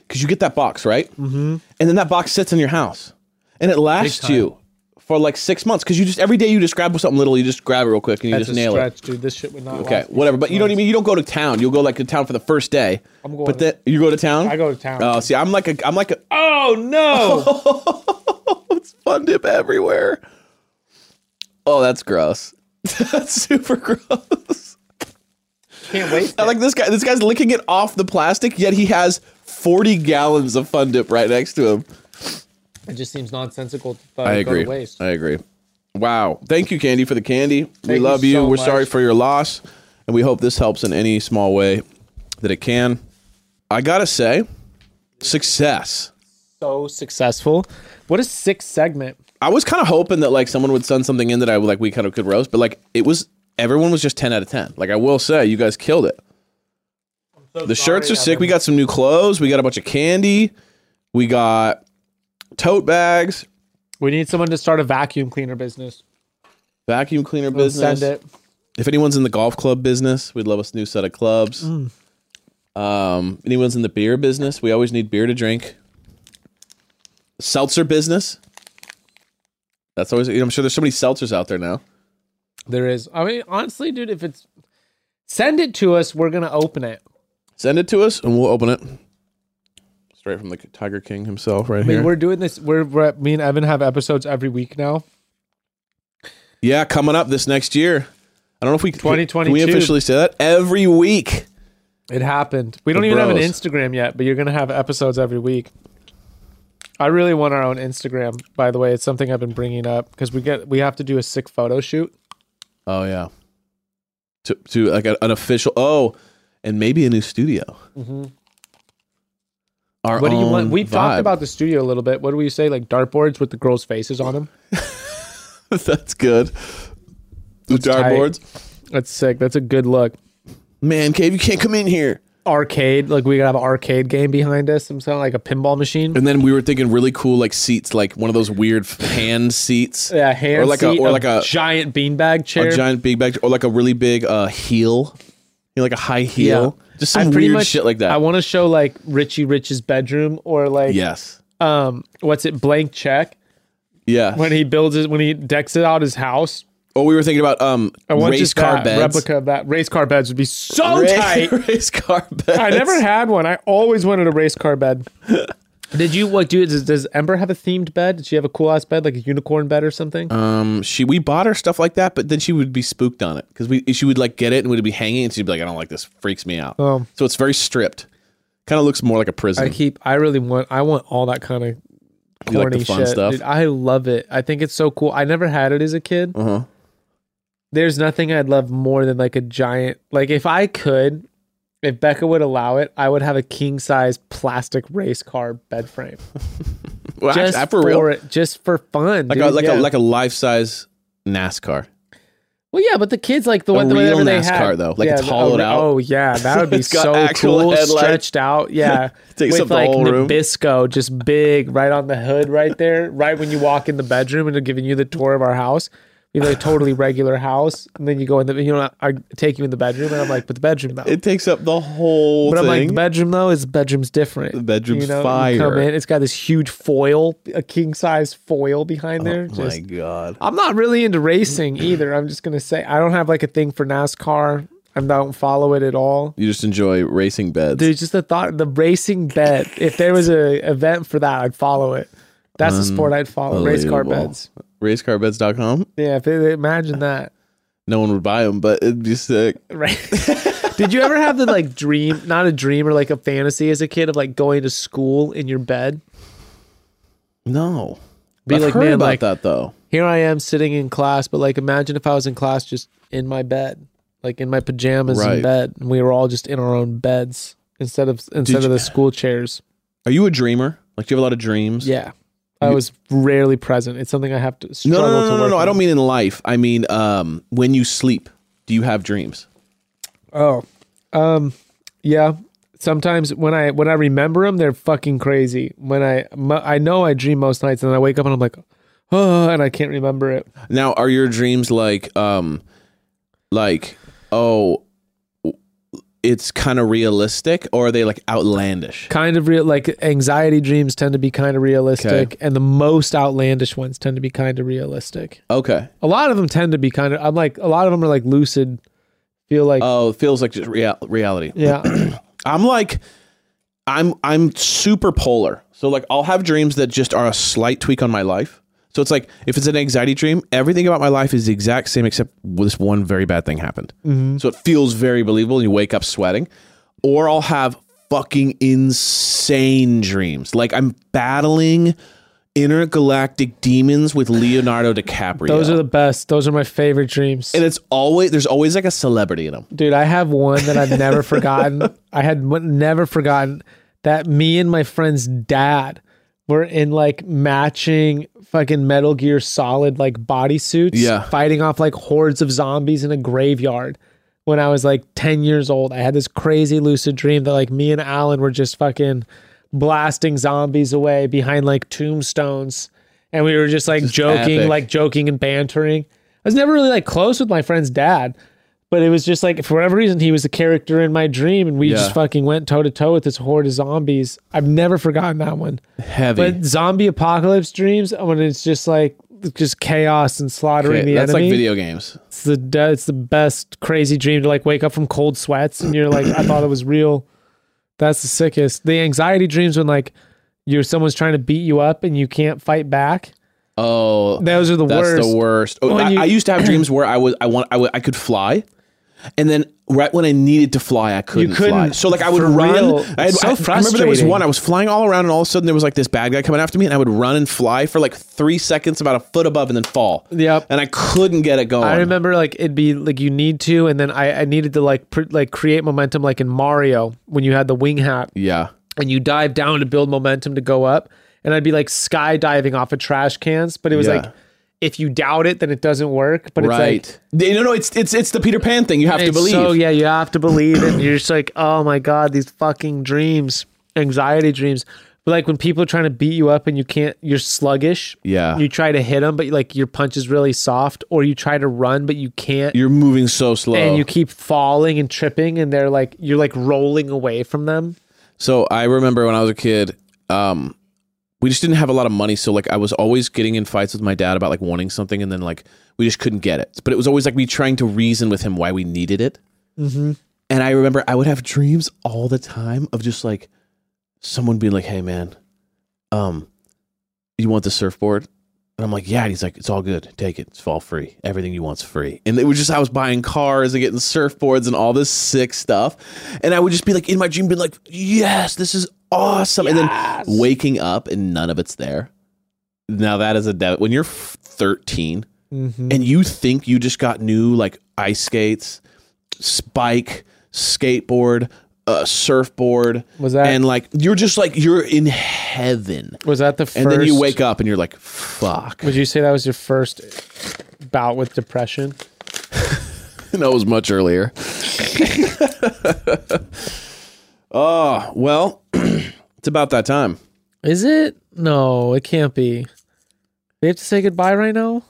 Speaker 4: Because you get that box right, mm-hmm. and then that box sits in your house, and it lasts
Speaker 5: time.
Speaker 4: you for like six months. Because you just every day you just grab something little, you just grab it real quick, and you
Speaker 5: That's
Speaker 4: just
Speaker 5: a
Speaker 4: nail it.
Speaker 5: stretch, dude. This shit would not.
Speaker 4: Okay,
Speaker 5: last me
Speaker 4: whatever.
Speaker 5: six
Speaker 4: But you know what I
Speaker 5: months.
Speaker 4: mean. You don't go to town. You'll go like to town for the first day.
Speaker 5: I'm going
Speaker 4: But then you go to town.
Speaker 5: I go to town.
Speaker 4: Oh, see, I'm like a, I'm like a
Speaker 5: Oh no!
Speaker 4: fun dip everywhere. Oh, that's gross. that's super gross.
Speaker 5: Can't wait.
Speaker 4: I like this guy. This guy's licking it off the plastic, yet he has 40 gallons of fun dip right next to him.
Speaker 5: It just seems nonsensical to uh,
Speaker 4: I
Speaker 5: go
Speaker 4: agree.
Speaker 5: to waste.
Speaker 4: I agree. Wow. Thank you, Candy, for the candy. we
Speaker 5: you
Speaker 4: love you.
Speaker 5: so
Speaker 4: We're
Speaker 5: much.
Speaker 4: sorry for your loss, and we hope this helps in any small way that it can. I gotta say, success.
Speaker 5: so successful. What a sick segment.
Speaker 4: I was kind of hoping that like someone would send something in that I would like we kind of could roast, but like it was everyone was just ten out of ten. Like I will say, you guys killed it. the shirts are sick. We got some new clothes. We got a bunch of candy. We got tote bags,
Speaker 5: We need someone to start a vacuum cleaner business.
Speaker 4: vacuum cleaner
Speaker 5: We'll
Speaker 4: business.
Speaker 5: Send it.
Speaker 4: If anyone's in the golf club business, we'd love a new set of clubs.
Speaker 5: Mm.
Speaker 4: Um, anyone's in the beer business, we always need beer to drink. Seltzer business. That's always. You know, I'm sure there's so many seltzers out there now.
Speaker 5: There is. I mean, honestly, dude, if it's send it to us, we're gonna open it.
Speaker 4: Send it to us, and we'll open it. Straight from the Tiger King himself, right
Speaker 5: I mean,
Speaker 4: here.
Speaker 5: we're doing this. We're, we're me and Evan have episodes every week now.
Speaker 4: Yeah, coming up this next year. I don't know if we Can we
Speaker 5: 2022.
Speaker 4: officially say that every week.
Speaker 5: It happened. We don't
Speaker 4: The
Speaker 5: even have an
Speaker 4: bros.
Speaker 5: Instagram yet, but you're gonna have episodes every week. I really want our own Instagram. By the way, it's something I've been bringing up because we get we have to do a sick photo shoot.
Speaker 4: Oh yeah. To to like a- an official. Oh, and maybe a new studio. Our
Speaker 5: Mm-hmm. What do you
Speaker 4: own
Speaker 5: want? We've talked
Speaker 4: vibe.
Speaker 5: about the studio a little bit. What do we say? Like dartboards with the girls' faces on them.
Speaker 4: That's good. The
Speaker 5: tight.
Speaker 4: dartboards.
Speaker 5: That's sick. That's a good look.
Speaker 4: Man cave, you can't come in here.
Speaker 5: Arcade, like we got an arcade game behind us. Some sound like a pinball machine.
Speaker 4: And then we were thinking really cool like seats, like one of those weird hand seats.
Speaker 5: Yeah, hand
Speaker 4: Or like a-
Speaker 5: seat,
Speaker 4: or like a-
Speaker 5: giant beanbag chair.
Speaker 4: A giant big bag or like a really big uh heel. you know, like a high heel, just
Speaker 5: I
Speaker 4: some
Speaker 5: pretty
Speaker 4: weird
Speaker 5: much-
Speaker 4: shit like that.
Speaker 5: I want to show like Richie Rich's bedroom or like
Speaker 4: yes,
Speaker 5: um what's it blank check
Speaker 4: yeah.
Speaker 5: when he builds it when he decks it out his house.
Speaker 4: Or we were thinking about um
Speaker 5: I want
Speaker 4: race
Speaker 5: just
Speaker 4: car
Speaker 5: that
Speaker 4: beds.
Speaker 5: replica of that race car beds would be so
Speaker 4: Ra-
Speaker 5: tight.
Speaker 4: race car beds.
Speaker 5: I never had one. I always wanted a race car bed. Did you what do does, does Ember have a themed bed? Did she have a cool ass bed like a unicorn bed or something?
Speaker 4: Um, she we bought her stuff like that, but then she would be spooked on it because we she would like get it and would be hanging and she'd be like, I don't like this, freaks me out.
Speaker 5: Oh.
Speaker 4: So it's very stripped. Kind of looks more like a prison.
Speaker 5: I keep I really want I want all that kind of
Speaker 4: You
Speaker 5: corny
Speaker 4: like the fun
Speaker 5: shit.
Speaker 4: stuff?
Speaker 5: Dude, I love it. I think it's so cool. I never had it as a kid.
Speaker 4: uh huh.
Speaker 5: There's nothing I'd love more than like a giant like if I could if Becca would allow it, I would have a king size plastic race car bed frame.
Speaker 4: Well,
Speaker 5: Just
Speaker 4: actually, for real,
Speaker 5: it, just for fun.
Speaker 4: like a
Speaker 5: dude,
Speaker 4: like
Speaker 5: yeah.
Speaker 4: a like a life size NASCAR.
Speaker 5: Well, yeah, but the kids like the
Speaker 4: A
Speaker 5: one
Speaker 4: real
Speaker 5: whatever they
Speaker 4: NASCAR,
Speaker 5: had.
Speaker 4: though, like
Speaker 5: yeah,
Speaker 4: it's
Speaker 5: the-
Speaker 4: hollowed
Speaker 5: oh,
Speaker 4: out.
Speaker 5: Oh yeah, that would be
Speaker 4: It's got
Speaker 5: so
Speaker 4: actual
Speaker 5: cool,
Speaker 4: headlights.
Speaker 5: stretched out. Yeah,
Speaker 4: Takes
Speaker 5: with
Speaker 4: up the
Speaker 5: like
Speaker 4: whole room.
Speaker 5: Nabisco, just big, right on the hood, right there, right when you walk in the bedroom, and they're giving you the tour of our house. We have a totally regular house, and then you go in the you know I take you in the bedroom, and I'm like, but the bedroom though.
Speaker 4: It takes up the whole
Speaker 5: but I'm like,
Speaker 4: thing.
Speaker 5: the bedroom though is the bedroom's different.
Speaker 4: The bedroom's
Speaker 5: you know, You come
Speaker 4: fire.
Speaker 5: in, it's got this huge foil, a king size foil behind there.
Speaker 4: oh my
Speaker 5: just
Speaker 4: god.
Speaker 5: I'm not really into racing either. I'm just gonna say I don't have like a thing for NASCAR. I don't follow it at all.
Speaker 4: You just enjoy racing beds.
Speaker 5: Dude, just the thought the racing bet. If there was a event for that, I'd follow it. That's the sport I'd follow. Race car
Speaker 4: Unbelievable.
Speaker 5: bets.
Speaker 4: Racecarbeds.com.
Speaker 5: Yeah, if it, imagine that.
Speaker 4: No one would buy them, but it'd be sick.
Speaker 5: Right. Did you ever have the like dream, not a dream or like a fantasy as a kid of like going to school in your bed?
Speaker 4: No.
Speaker 5: Be
Speaker 4: I've
Speaker 5: like,
Speaker 4: heard
Speaker 5: man,
Speaker 4: about
Speaker 5: like-
Speaker 4: that though.
Speaker 5: Here I am sitting in class, but like imagine if I was in class just in my bed, like in my pajamas
Speaker 4: Right.
Speaker 5: in bed, and we were all just in our own beds instead of instead of
Speaker 4: you-
Speaker 5: the school chairs.
Speaker 4: Are you a dreamer? Like, do you have a lot of dreams?
Speaker 5: Yeah. I
Speaker 4: You-
Speaker 5: was rarely present. It's something I have to
Speaker 4: No,
Speaker 5: struggle
Speaker 4: no, no,
Speaker 5: to
Speaker 4: no,
Speaker 5: work.
Speaker 4: no, no. I
Speaker 5: on.
Speaker 4: don't mean in life. I mean, um, when you sleep, do you have dreams?
Speaker 5: Oh, um, yeah. Sometimes when I when I remember them, they're fucking crazy. When I mo- I know I dream most nights, and then I wake up and I'm like, oh, and I can't remember it.
Speaker 4: Now, are your dreams like, um, like, oh, it's kind of realistic, or are they like outlandish?
Speaker 5: Kind of real, like anxiety dreams tend to be kind of realistic, and the most outlandish ones tend to be kind of realistic.
Speaker 4: Okay.
Speaker 5: A lot of them tend to be kind of. I'm like a lot of them are like lucid. Feel like
Speaker 4: Oh, it feels like just real- reality.
Speaker 5: yeah,
Speaker 4: I'm like, I'm I'm super polar. So like, I'll have dreams that just are a slight tweak on my life. So it's like if it's an anxiety dream, everything about my life is the exact same except this one very bad thing happened.
Speaker 5: Mm-hmm.
Speaker 4: So it feels very believable, and you wake up sweating. Or I'll have fucking insane dreams, like I'm battling intergalactic demons with Leonardo DiCaprio.
Speaker 5: those are the best. Those are my favorite dreams.
Speaker 4: and it's always there's always like a celebrity in them.
Speaker 5: Dude, I have one that I've never forgotten. I had one, never forgotten that me and my friend's dad were in like matching fucking Metal Gear Solid like bodysuits,
Speaker 4: Yeah.
Speaker 5: fighting off like hordes of zombies in a graveyard. When I was like 10 years old, I had this crazy lucid dream that like me and Alan were just fucking blasting zombies away behind like tombstones. And we were just like joking,
Speaker 4: epic.
Speaker 5: like joking and bantering. I was never really like close with my friend's dad, but it was just like for whatever reason he was a character in my dream, and we
Speaker 4: Yeah.
Speaker 5: just fucking went toe to toe with this horde of zombies. I've never forgotten that one.
Speaker 4: Heavy.
Speaker 5: But zombie apocalypse dreams, when it's just like just chaos and slaughtering
Speaker 4: Okay,
Speaker 5: the
Speaker 4: that's
Speaker 5: enemy.
Speaker 4: like video games.
Speaker 5: It's the de- it's the best crazy dream to like wake up from cold sweats and you're like I thought it was real. That's the sickest. The anxiety dreams when like you're someone's trying to beat you up and you can't fight back.
Speaker 4: Oh,
Speaker 5: Those are the
Speaker 4: That's
Speaker 5: worst.
Speaker 4: the worst. Oh,
Speaker 5: When
Speaker 4: I,
Speaker 5: you-
Speaker 4: I used to have dreams where I was I want I wa- I could fly, and then right when I needed to fly, I couldn't, fly.
Speaker 5: couldn't,
Speaker 4: So like I would
Speaker 5: for
Speaker 4: run.
Speaker 5: real.
Speaker 4: I, had,
Speaker 5: So
Speaker 4: I remember there was
Speaker 5: frustrating.
Speaker 4: one I was flying all around, and all of a sudden there was like this bad guy coming after me, and I would run and fly for like three seconds, about a foot above, and then fall.
Speaker 5: Yep.
Speaker 4: And I couldn't get it going.
Speaker 5: I remember like it'd be like you need to, and then I, I needed to like pr- like create momentum like in Mario when you had the wing hat
Speaker 4: Yeah.
Speaker 5: and you dive down to build momentum to go up, and I'd be like skydiving off of trash cans, but it was
Speaker 4: Yeah.
Speaker 5: like if you doubt it, then it doesn't work. But
Speaker 4: right.
Speaker 5: it's like
Speaker 4: no, no, it's it's it's the Peter Pan thing. You have to
Speaker 5: it's
Speaker 4: believe.
Speaker 5: so yeah, you have to believe it. and You're just like oh my god, these fucking dreams, anxiety dreams. But like when people are trying to beat you up and you can't, you're sluggish.
Speaker 4: Yeah.
Speaker 5: You try to hit them, but like your punch is really soft, or you try to run, but you can't.
Speaker 4: You're moving so slow.
Speaker 5: and you keep falling and tripping, and they're like, you're like rolling away from them.
Speaker 4: So I remember when I was a kid, um, we just didn't have a lot of money, so like I was always getting in fights with my dad about like wanting something, and then like we just couldn't get it. But it was always like me trying to reason with him why we needed it. And I remember I would have dreams all the time of just like someone being like, "Hey man, um, you want the surfboard?" And I'm like, "Yeah." And he's like, "It's all good. Take it. It's all free. Everything you want's free." And it was just I was buying cars and getting surfboards and all this sick stuff, and I would just be like in my dream, being like, "Yes, this is awesome," and then waking up and none of it's there. Now that is a doubt. When you're f- 13
Speaker 5: Mm-hmm.
Speaker 4: and you think you just got new like ice skates, spike, skateboard, uh, surfboard,
Speaker 5: Was that-
Speaker 4: and like you're just like you're in heaven.
Speaker 5: Was that the first?
Speaker 4: And then you wake up and you're like, fuck.
Speaker 5: Would you say that was your first bout with depression?
Speaker 4: that was much earlier. oh, well, it's about that time.
Speaker 5: Is it? No, it can't be. We have to say goodbye right now.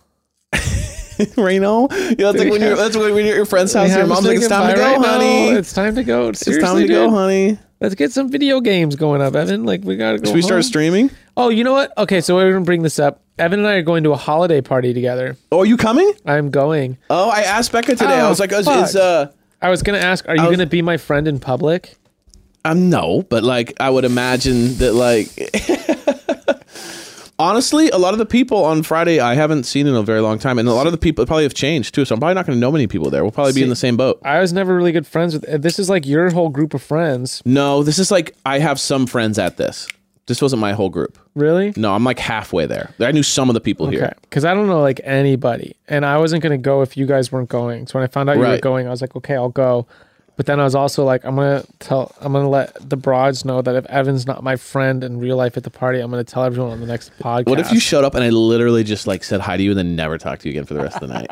Speaker 4: Reno? You know, that's like when you're that's when you're at your friend's house
Speaker 5: We
Speaker 4: and your mom's
Speaker 5: have say
Speaker 4: like, It's time to go,
Speaker 5: goodbye right now.
Speaker 4: honey. It's,
Speaker 5: It's time to go. Seriously,
Speaker 4: time to go,
Speaker 5: dude.
Speaker 4: honey.
Speaker 5: Let's get some video games going up, Evan. Like we gotta go.
Speaker 4: Should we
Speaker 5: home.
Speaker 4: start streaming?
Speaker 5: Oh, you know what? Okay, so we're gonna bring this up. Evan and I are going to a holiday party together.
Speaker 4: Oh, are you coming?
Speaker 5: I'm going.
Speaker 4: Oh, I asked Becca today. I
Speaker 5: Oh,
Speaker 4: was like, is,
Speaker 5: fuck.
Speaker 4: is uh
Speaker 5: I was gonna ask, are you
Speaker 4: was-
Speaker 5: gonna be my friend in public?
Speaker 4: Um, no, but like I would imagine that like honestly, a lot of the people on Friday I haven't seen in a very long time, and a lot of the people probably have changed too. So I'm probably not going to know many people there. We'll probably be in the same boat.
Speaker 5: I was never really good friends with. uh, This is like your whole group of friends,
Speaker 4: No, this is like I have some friends at this. This wasn't my whole group.
Speaker 5: really.
Speaker 4: No, I'm like halfway there. I knew some of the people here.
Speaker 5: Because I don't know like anybody, and I wasn't gonna go if you guys weren't going. So when I found out you were
Speaker 4: Right.
Speaker 5: going, I was like, okay, I'll go. But then I was also like, I'm gonna tell, I'm gonna let the broads know that if Evan's not my friend in real life at the party, I'm gonna tell everyone on the next podcast.
Speaker 4: What if you showed up and I literally just like said hi to you and then never talked to you again for the rest of the night?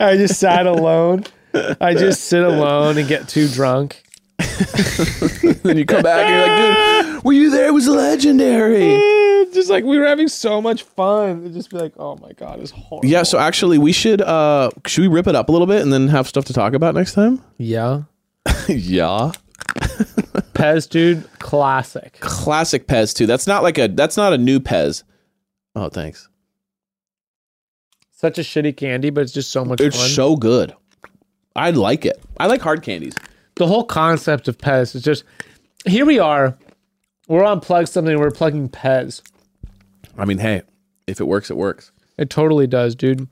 Speaker 5: I just sat alone. I just sit alone and get too drunk.
Speaker 4: then you come back and you're like, dude, were you there? It was legendary.
Speaker 5: Just like we were having so much fun, it'd just be like, oh my god, it's horrible.
Speaker 4: Yeah, so actually we should uh should we rip it up a little bit and then have stuff to talk about next time?
Speaker 5: yeah.
Speaker 4: yeah.
Speaker 5: Pez, dude, classic.
Speaker 4: Classic Pez too. That's not like a that's not a new Pez. Oh, thanks.
Speaker 5: Such a shitty candy, but it's just so much
Speaker 4: It's
Speaker 5: fun.
Speaker 4: so good. I like it. I like hard candies.
Speaker 5: the whole concept of Pez is just here we are. We're on plug something. We're plugging Pez.
Speaker 4: I mean, hey, if it works, it works.
Speaker 5: It totally does, dude.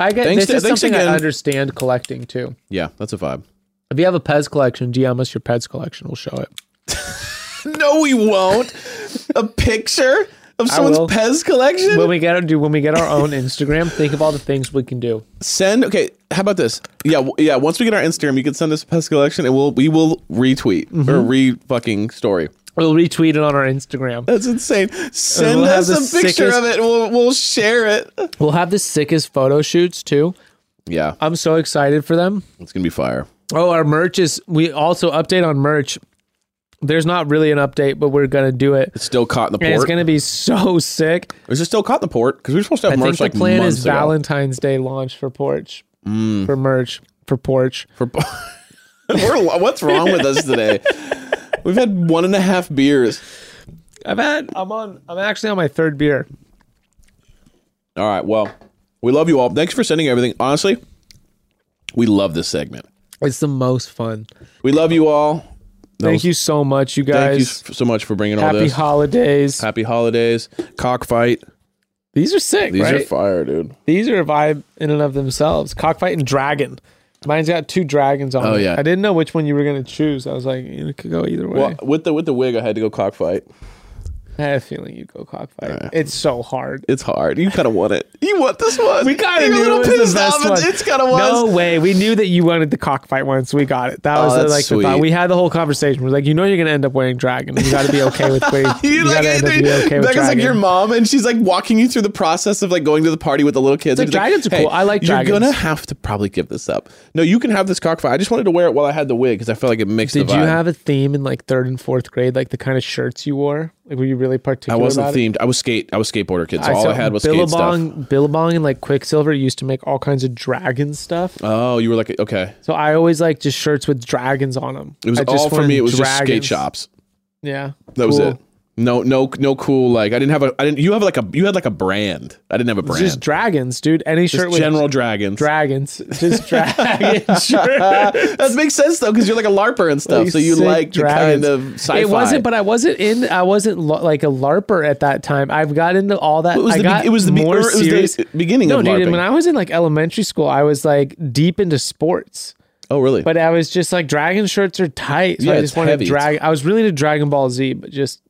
Speaker 5: I get
Speaker 4: Thanks
Speaker 5: this
Speaker 4: to-
Speaker 5: is
Speaker 4: thanks
Speaker 5: something I
Speaker 4: again.
Speaker 5: understand collecting too.
Speaker 4: Yeah, that's a vibe.
Speaker 5: If you have a Pez collection, DM us your Pez collection. We'll show it.
Speaker 4: No, we won't. a picture of
Speaker 5: someone's will.
Speaker 4: Pez collection?
Speaker 5: When we get our do when we get our own Instagram, think of all the things we can do.
Speaker 4: send okay how about this yeah w- yeah once we get our instagram you can send us a pest collection and we'll we will retweet or re fucking story
Speaker 5: We'll retweet it on our Instagram.
Speaker 4: that's insane send
Speaker 5: we'll have
Speaker 4: us
Speaker 5: the
Speaker 4: a picture
Speaker 5: sickest-
Speaker 4: of it and we'll, we'll share it
Speaker 5: We'll have the sickest photo shoots too.
Speaker 4: yeah
Speaker 5: I'm so excited for them.
Speaker 4: it's gonna be fire
Speaker 5: Oh, our merch is we also update on merch. There's not really an update, but we're gonna do it.
Speaker 4: it's still caught in the
Speaker 5: And it's
Speaker 4: port
Speaker 5: gonna be so sick.
Speaker 4: is it still caught in the port because we were supposed to
Speaker 5: I
Speaker 4: have merch
Speaker 5: think
Speaker 4: like
Speaker 5: the plan
Speaker 4: months
Speaker 5: is
Speaker 4: ago. Mm.
Speaker 5: Valentine's Day launch for porch. For merch. For porch.
Speaker 4: For- we're, lo- what's wrong with us today we've had one and a half beers
Speaker 5: I've had I'm on I'm actually on my third beer.
Speaker 4: all right well we love you all thanks for sending everything honestly we love this segment
Speaker 5: It's the most fun.
Speaker 4: we love you all
Speaker 5: Thank you so much, you
Speaker 4: Thank you
Speaker 5: guys.
Speaker 4: s- so much for bringing all
Speaker 5: Happy
Speaker 4: this.
Speaker 5: holidays.
Speaker 4: Happy holidays. Cockfight.
Speaker 5: These are sick,
Speaker 4: These
Speaker 5: right?
Speaker 4: are fire, dude.
Speaker 5: These are a vibe in and of themselves. Cockfight and dragon. Mine's got two dragons on
Speaker 4: Oh,
Speaker 5: it.
Speaker 4: yeah.
Speaker 5: I didn't know which one you were gonna choose. I was like, it could go either way.
Speaker 4: Well, with the with the wig, I had to go cockfight.
Speaker 5: I had a feeling you'd go cockfight.
Speaker 4: Alright.
Speaker 5: It's so hard.
Speaker 4: It's hard. You kind of want it. You want this one.
Speaker 5: We got it.
Speaker 4: You're a
Speaker 5: knew
Speaker 4: little
Speaker 5: it was
Speaker 4: pissed
Speaker 5: the best
Speaker 4: off.
Speaker 5: one.
Speaker 4: It's kind of
Speaker 5: No
Speaker 4: was.
Speaker 5: way. We knew that you wanted the cockfight once. We got it. That
Speaker 4: Oh,
Speaker 5: was uh,
Speaker 4: that's
Speaker 5: like the thought.
Speaker 4: sweet.
Speaker 5: We had the whole conversation. We're like, you know, you're gonna end up wearing dragon. You got to be okay with wearing.
Speaker 4: You
Speaker 5: you
Speaker 4: like
Speaker 5: gotta end up being okay
Speaker 4: Becca's
Speaker 5: with
Speaker 4: like
Speaker 5: dragon.
Speaker 4: your mom, and she's like walking you through the process of like going to the party with the little kids.
Speaker 5: Like,
Speaker 4: and she's
Speaker 5: dragons are cool. I like
Speaker 4: You're
Speaker 5: dragons."
Speaker 4: gonna have to probably give this up. No, you can have this cockfight. I just wanted to wear it while I had the wig because I felt like it mixed.
Speaker 5: Did
Speaker 4: the
Speaker 5: you
Speaker 4: vibe.
Speaker 5: have a theme in like third and fourth grade, like the kind of shirts you wore? Like, were you really particular?
Speaker 4: I wasn't
Speaker 5: about it?
Speaker 4: themed. I was skate. I was skateboarder kid. So all
Speaker 5: saw
Speaker 4: I had was skate
Speaker 5: Billabong.
Speaker 4: stuff.
Speaker 5: Billabong and like Quicksilver used to make all kinds of dragon stuff.
Speaker 4: Oh, you were like okay.
Speaker 5: So I always liked just shirts with dragons on them.
Speaker 4: It was
Speaker 5: I just
Speaker 4: all for me.
Speaker 5: wanted
Speaker 4: It was just skate
Speaker 5: dragons.
Speaker 4: shops.
Speaker 5: Yeah,
Speaker 4: That was
Speaker 5: Cool.
Speaker 4: it. No, no, no. Cool. Like I didn't have a. I didn't. You have like a. You had like a brand. I didn't have a
Speaker 5: It's
Speaker 4: brand.
Speaker 5: Just dragons, dude. Any
Speaker 4: Just
Speaker 5: shirt with
Speaker 4: general dragons.
Speaker 5: dragons, just dragon
Speaker 4: Uh,
Speaker 5: shirt.
Speaker 4: that makes sense though, because you're like a larper and stuff, so you
Speaker 5: Sick
Speaker 4: like the kind
Speaker 5: dragons.
Speaker 4: of sci-fi.
Speaker 5: It wasn't, but I wasn't in. I wasn't lo- like a larper at that time. I've got into all that.
Speaker 4: It was
Speaker 5: I
Speaker 4: the be-
Speaker 5: got
Speaker 4: it was the be-
Speaker 5: more
Speaker 4: or it was the
Speaker 5: serious.
Speaker 4: beginning
Speaker 5: no,
Speaker 4: of
Speaker 5: dude.
Speaker 4: LARPing.
Speaker 5: When I was in like elementary school, I was like deep into sports.
Speaker 4: oh, really?
Speaker 5: But I was just like dragon shirts are tight. So
Speaker 4: Yeah,
Speaker 5: I
Speaker 4: it's
Speaker 5: just wanted
Speaker 4: heavy.
Speaker 5: drag I was really into Dragon Ball Z, but just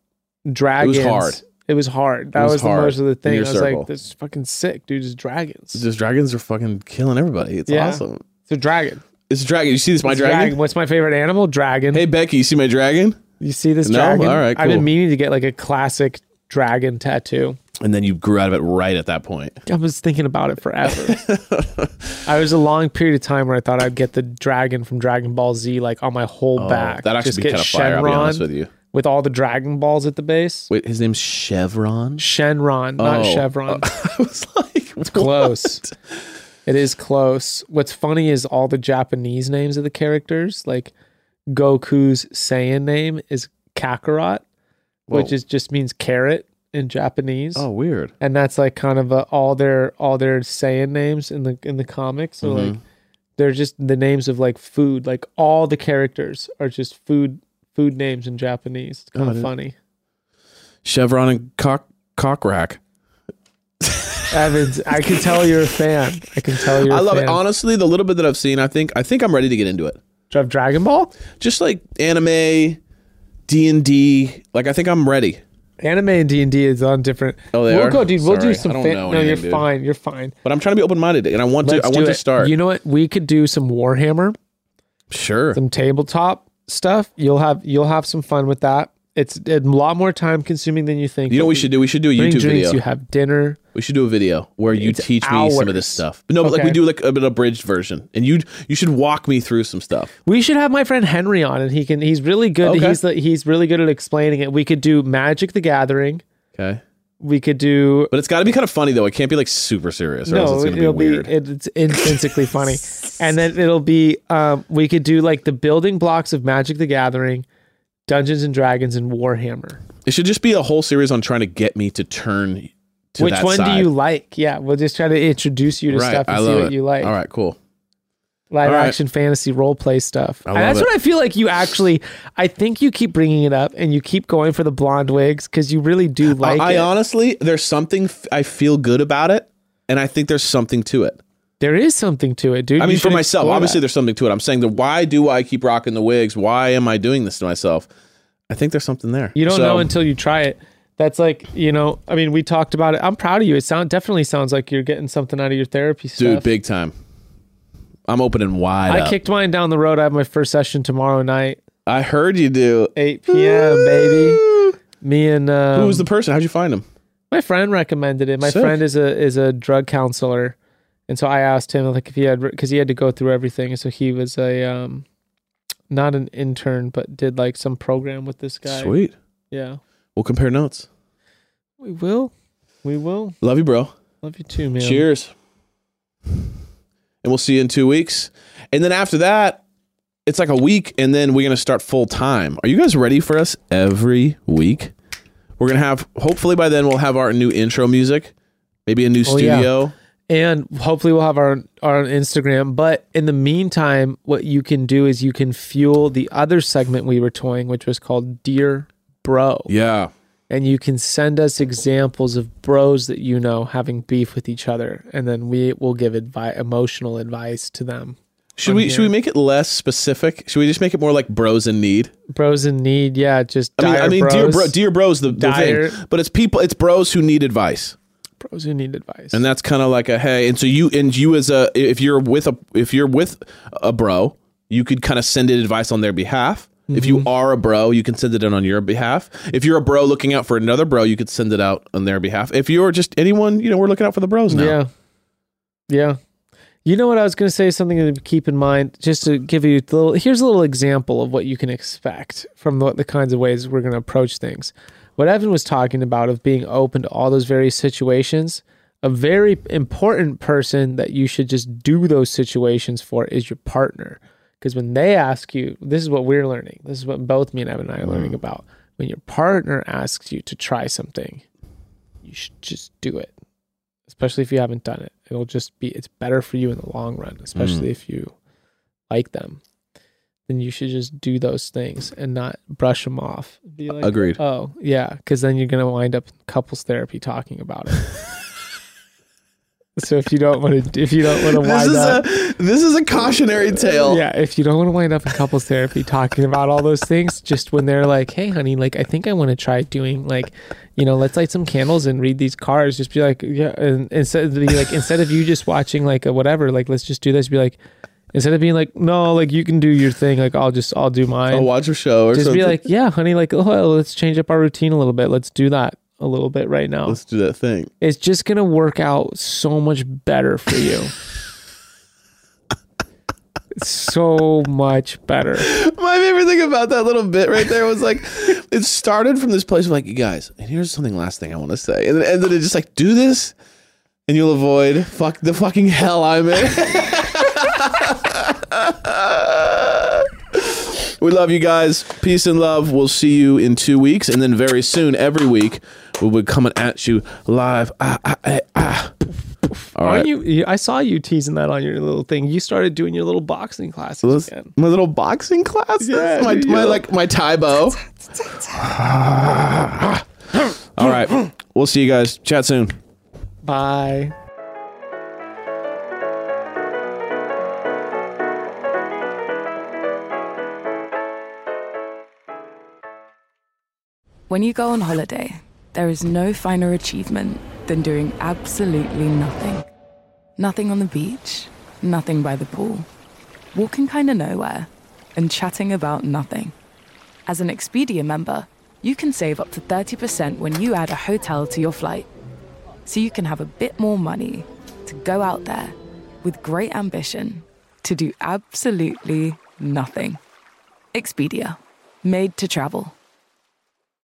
Speaker 5: dragons.
Speaker 4: hard.
Speaker 5: It was hard. That
Speaker 4: was
Speaker 5: was,
Speaker 4: hard
Speaker 5: the most of the
Speaker 4: in
Speaker 5: thing. I
Speaker 4: your
Speaker 5: was
Speaker 4: circle.
Speaker 5: like, this is fucking sick, dude. Just dragons.
Speaker 4: just dragons are fucking killing everybody. It's
Speaker 5: Yeah.
Speaker 4: awesome.
Speaker 5: It's a dragon.
Speaker 4: It's a dragon. You see this, my
Speaker 5: It's
Speaker 4: dragon?
Speaker 5: What's my favorite animal? Dragon.
Speaker 4: Hey, Becky, you see my dragon?
Speaker 5: you see this
Speaker 4: No?
Speaker 5: dragon?
Speaker 4: All right,
Speaker 5: I've
Speaker 4: cool.
Speaker 5: been meaning to get like a classic dragon tattoo.
Speaker 4: And then you grew out of it right at that point.
Speaker 5: I was thinking about it forever. I was a long period of time where I thought I'd get the dragon from Dragon Ball Z like on my whole back.
Speaker 4: Oh, that actually
Speaker 5: Just
Speaker 4: be
Speaker 5: get
Speaker 4: kind of fire. I'll be honest
Speaker 5: Shenron
Speaker 4: with you.
Speaker 5: with all the dragon balls at the base.
Speaker 4: Wait, his name's Chevron.
Speaker 5: Shenron, not
Speaker 4: Oh.
Speaker 5: Chevron.
Speaker 4: I was like,
Speaker 5: close. It is close. What's funny is all the Japanese names of the characters, like Goku's Saiyan name is Kakarot, which
Speaker 4: Whoa.
Speaker 5: is just means carrot in Japanese.
Speaker 4: oh, weird.
Speaker 5: And that's like kind of uh all their all their Saiyan names in the in the comics. So
Speaker 4: Mm-hmm.
Speaker 5: like they're just the names of like food. Like all the characters are just food food names in Japanese. It's kind
Speaker 4: Got
Speaker 5: of
Speaker 4: it.
Speaker 5: funny.
Speaker 4: Chevron and cock cock rack.
Speaker 5: Evans, I can tell you're a fan. I can tell you're.
Speaker 4: I
Speaker 5: a
Speaker 4: love it.
Speaker 5: fan.
Speaker 4: Honestly, the little bit that I've seen, I think I think I'm ready to get into it.
Speaker 5: Of Dragon Ball.
Speaker 4: Just like anime, D and D. Like I think I'm ready.
Speaker 5: Anime and D and D is on different.
Speaker 4: Oh, they
Speaker 5: we'll
Speaker 4: are?
Speaker 5: go, dude. We'll
Speaker 4: Sorry,
Speaker 5: do some.
Speaker 4: I don't
Speaker 5: Fan-
Speaker 4: know
Speaker 5: no, you're
Speaker 4: anything, dude.
Speaker 5: fine. You're fine.
Speaker 4: But I'm trying to be open minded, and I want
Speaker 5: Let's
Speaker 4: to. I
Speaker 5: do
Speaker 4: want
Speaker 5: it.
Speaker 4: to start.
Speaker 5: You know what? We could do some Warhammer,
Speaker 4: sure.
Speaker 5: some tabletop stuff. You'll have you'll have some fun with that. It's a lot more time consuming than you think.
Speaker 4: You know
Speaker 5: but
Speaker 4: what we
Speaker 5: we
Speaker 4: should do? We should do a
Speaker 5: bring
Speaker 4: YouTube
Speaker 5: drinks.
Speaker 4: video.
Speaker 5: You have dinner.
Speaker 4: we should do a video where you
Speaker 5: It's
Speaker 4: teach me some of
Speaker 5: hours.
Speaker 4: this stuff. But no, but like
Speaker 5: Okay.
Speaker 4: we do like a bit of abridged version, and you you should walk me through some stuff.
Speaker 5: We should have my friend Henry on, and he can. He's really good.
Speaker 4: Okay.
Speaker 5: He's the, he's really good at explaining it. We could do Magic the Gathering.
Speaker 4: Okay.
Speaker 5: We could do
Speaker 4: But it's got to be kind of funny though. It can't be like super serious, or else it's gonna be
Speaker 5: it'll
Speaker 4: weird.
Speaker 5: it- it's intrinsically funny, and then it'll be um, we could do like the building blocks of Magic the Gathering, Dungeons and Dragons, and Warhammer.
Speaker 4: it should just be a whole series on trying to get me to turn to
Speaker 5: Which
Speaker 4: that
Speaker 5: one
Speaker 4: side.
Speaker 5: do you like? Yeah, we'll just try to introduce you to
Speaker 4: Right,
Speaker 5: stuff and
Speaker 4: I
Speaker 5: see
Speaker 4: love
Speaker 5: what
Speaker 4: it.
Speaker 5: you like.
Speaker 4: All right, cool.
Speaker 5: Live
Speaker 4: all right.
Speaker 5: action fantasy role play stuff.
Speaker 4: I
Speaker 5: And
Speaker 4: love
Speaker 5: that's
Speaker 4: it.
Speaker 5: what I feel like you actually. I think you keep bringing it up and you keep going for the blonde wigs because you really do like
Speaker 4: I, I
Speaker 5: it.
Speaker 4: honestly, there's something f- I feel good about it, and I think there's something to it.
Speaker 5: there is something to it, dude.
Speaker 4: I
Speaker 5: You
Speaker 4: mean, for
Speaker 5: should
Speaker 4: myself,
Speaker 5: explore
Speaker 4: obviously,
Speaker 5: that.
Speaker 4: there's something to it. I'm saying that why do I keep rocking the wigs? Why am I doing this to myself? I think there's something there.
Speaker 5: You don't
Speaker 4: So,
Speaker 5: know until you try it. That's like, you know, I mean, we talked about it. I'm proud of you. It sound definitely sounds like you're getting something out of your therapy
Speaker 4: dude,
Speaker 5: stuff.
Speaker 4: big time. I'm opening wide.
Speaker 5: I
Speaker 4: up.
Speaker 5: kicked mine down the road. I have my first session tomorrow night,
Speaker 4: I heard you do.
Speaker 5: 8 p.m., baby. Me and um,
Speaker 4: Who was the person? How'd you find him?
Speaker 5: my friend recommended it. My
Speaker 4: Sick.
Speaker 5: friend is a is a drug counselor, and so I asked him like if he had because he had to go through everything. And so he was a um, not an intern, but did like some program with this guy.
Speaker 4: Sweet.
Speaker 5: Yeah,
Speaker 4: We'll compare notes.
Speaker 5: we will, we will.
Speaker 4: Love you, bro.
Speaker 5: Love you too, man.
Speaker 4: Cheers. And we'll see you in two weeks. And then after that, it's like a week, and then we're gonna start full time. Are you guys ready for us every week? We're gonna have hopefully by then we'll have our new intro music, maybe a new
Speaker 5: Oh, yeah.
Speaker 4: studio.
Speaker 5: and hopefully we'll have our our own Instagram. But in the meantime, what you can do is you can fuel the other segment we were toying, which was called Dear Bro,
Speaker 4: Yeah.
Speaker 5: and you can send us examples of bros that you know having beef with each other, and then we will give advice, emotional advice to them.
Speaker 4: Should we should we make it less specific? Should we just make it more like bros in need?
Speaker 5: Bros in need. Yeah, just
Speaker 4: I mean,
Speaker 5: dire
Speaker 4: I mean,
Speaker 5: bros.
Speaker 4: dear bro, dear bros, the, the
Speaker 5: Dire.
Speaker 4: thing, but it's people, it's bros who need advice,
Speaker 5: bros who need advice.
Speaker 4: and that's kind of like a hey. And so you and you as a if you're with a if you're with a bro, you could kind of send in advice on their behalf. If
Speaker 5: Mm-hmm.
Speaker 4: you are a bro, you can send it in on your behalf. If you're a bro looking out for another bro, you could send it out on their behalf. If you're just anyone, you know, we're looking out for the bros now.
Speaker 5: Yeah. Yeah. You know what I was going to say? Something to keep in mind, just to give you a little. Here's a little example of what you can expect from what the kinds of ways we're going to approach things. What Evan was talking about of being open to all those various situations. A very important person that you should just do those situations for is your partner, because when they ask you, this is what we're learning. This is what both me and Evan and I are learning about. When your partner asks you to try something, you should just do it especially if you haven't done it. It'll just be it's better for you in the long run,
Speaker 4: Mm.
Speaker 5: especially if you like them. Then you should just do those things and not brush them off. Be like,
Speaker 4: Agreed.
Speaker 5: Oh yeah, because then you're gonna wind up in couples therapy talking about it. so if you don't want to, if you don't want to
Speaker 4: This
Speaker 5: wind
Speaker 4: is
Speaker 5: up,
Speaker 4: a this is a cautionary tale.
Speaker 5: yeah, if you don't want to wind up in couples therapy talking about all those things, just when they're like, "Hey, honey, like I think I want to try doing like, you know, let's light some candles and read these cards." Just be like, "Yeah," and instead of be like, instead of you just watching like a whatever, like let's just do this. Be like, instead of being like, "No, like you can do your thing," like I'll just I'll do mine.
Speaker 4: I'll watch a show or
Speaker 5: just
Speaker 4: something.
Speaker 5: be like, "Yeah, honey, like oh, well, let's change up our routine a little bit. Let's do that a little bit right now."
Speaker 4: let's do that thing.
Speaker 5: it's just gonna work out so much better for you. so much better.
Speaker 4: My favorite thing about that little bit right there was like, it started from this place of like, you guys, and here's something last thing I want to say. And then it ended it just like, do this and you'll avoid fuck the fucking hell I'm in. we love you guys. Peace and love. We'll see you in two weeks. And then very soon, every week, we'll be coming at you live. Ah, ah, ah, ah. All
Speaker 5: Aren't
Speaker 4: right.
Speaker 5: you? you- I saw you teasing that on your little thing. You started doing your little boxing classes
Speaker 4: Those-
Speaker 5: again.
Speaker 4: my little boxing class.
Speaker 5: Yeah,
Speaker 4: my,
Speaker 5: dude,
Speaker 4: my
Speaker 5: yeah.
Speaker 4: like my tie bow. All right, we'll see you guys. Chat soon.
Speaker 5: Bye.
Speaker 8: When you go on holiday, there is no finer achievement than doing absolutely nothing. Nothing on the beach, nothing by the pool, walking kind of nowhere, and chatting about nothing. As an Expedia member, you can save up to 30% when you add a hotel to your flight. So you can have a bit more money to go out there with great ambition to do absolutely nothing. Expedia, made to travel.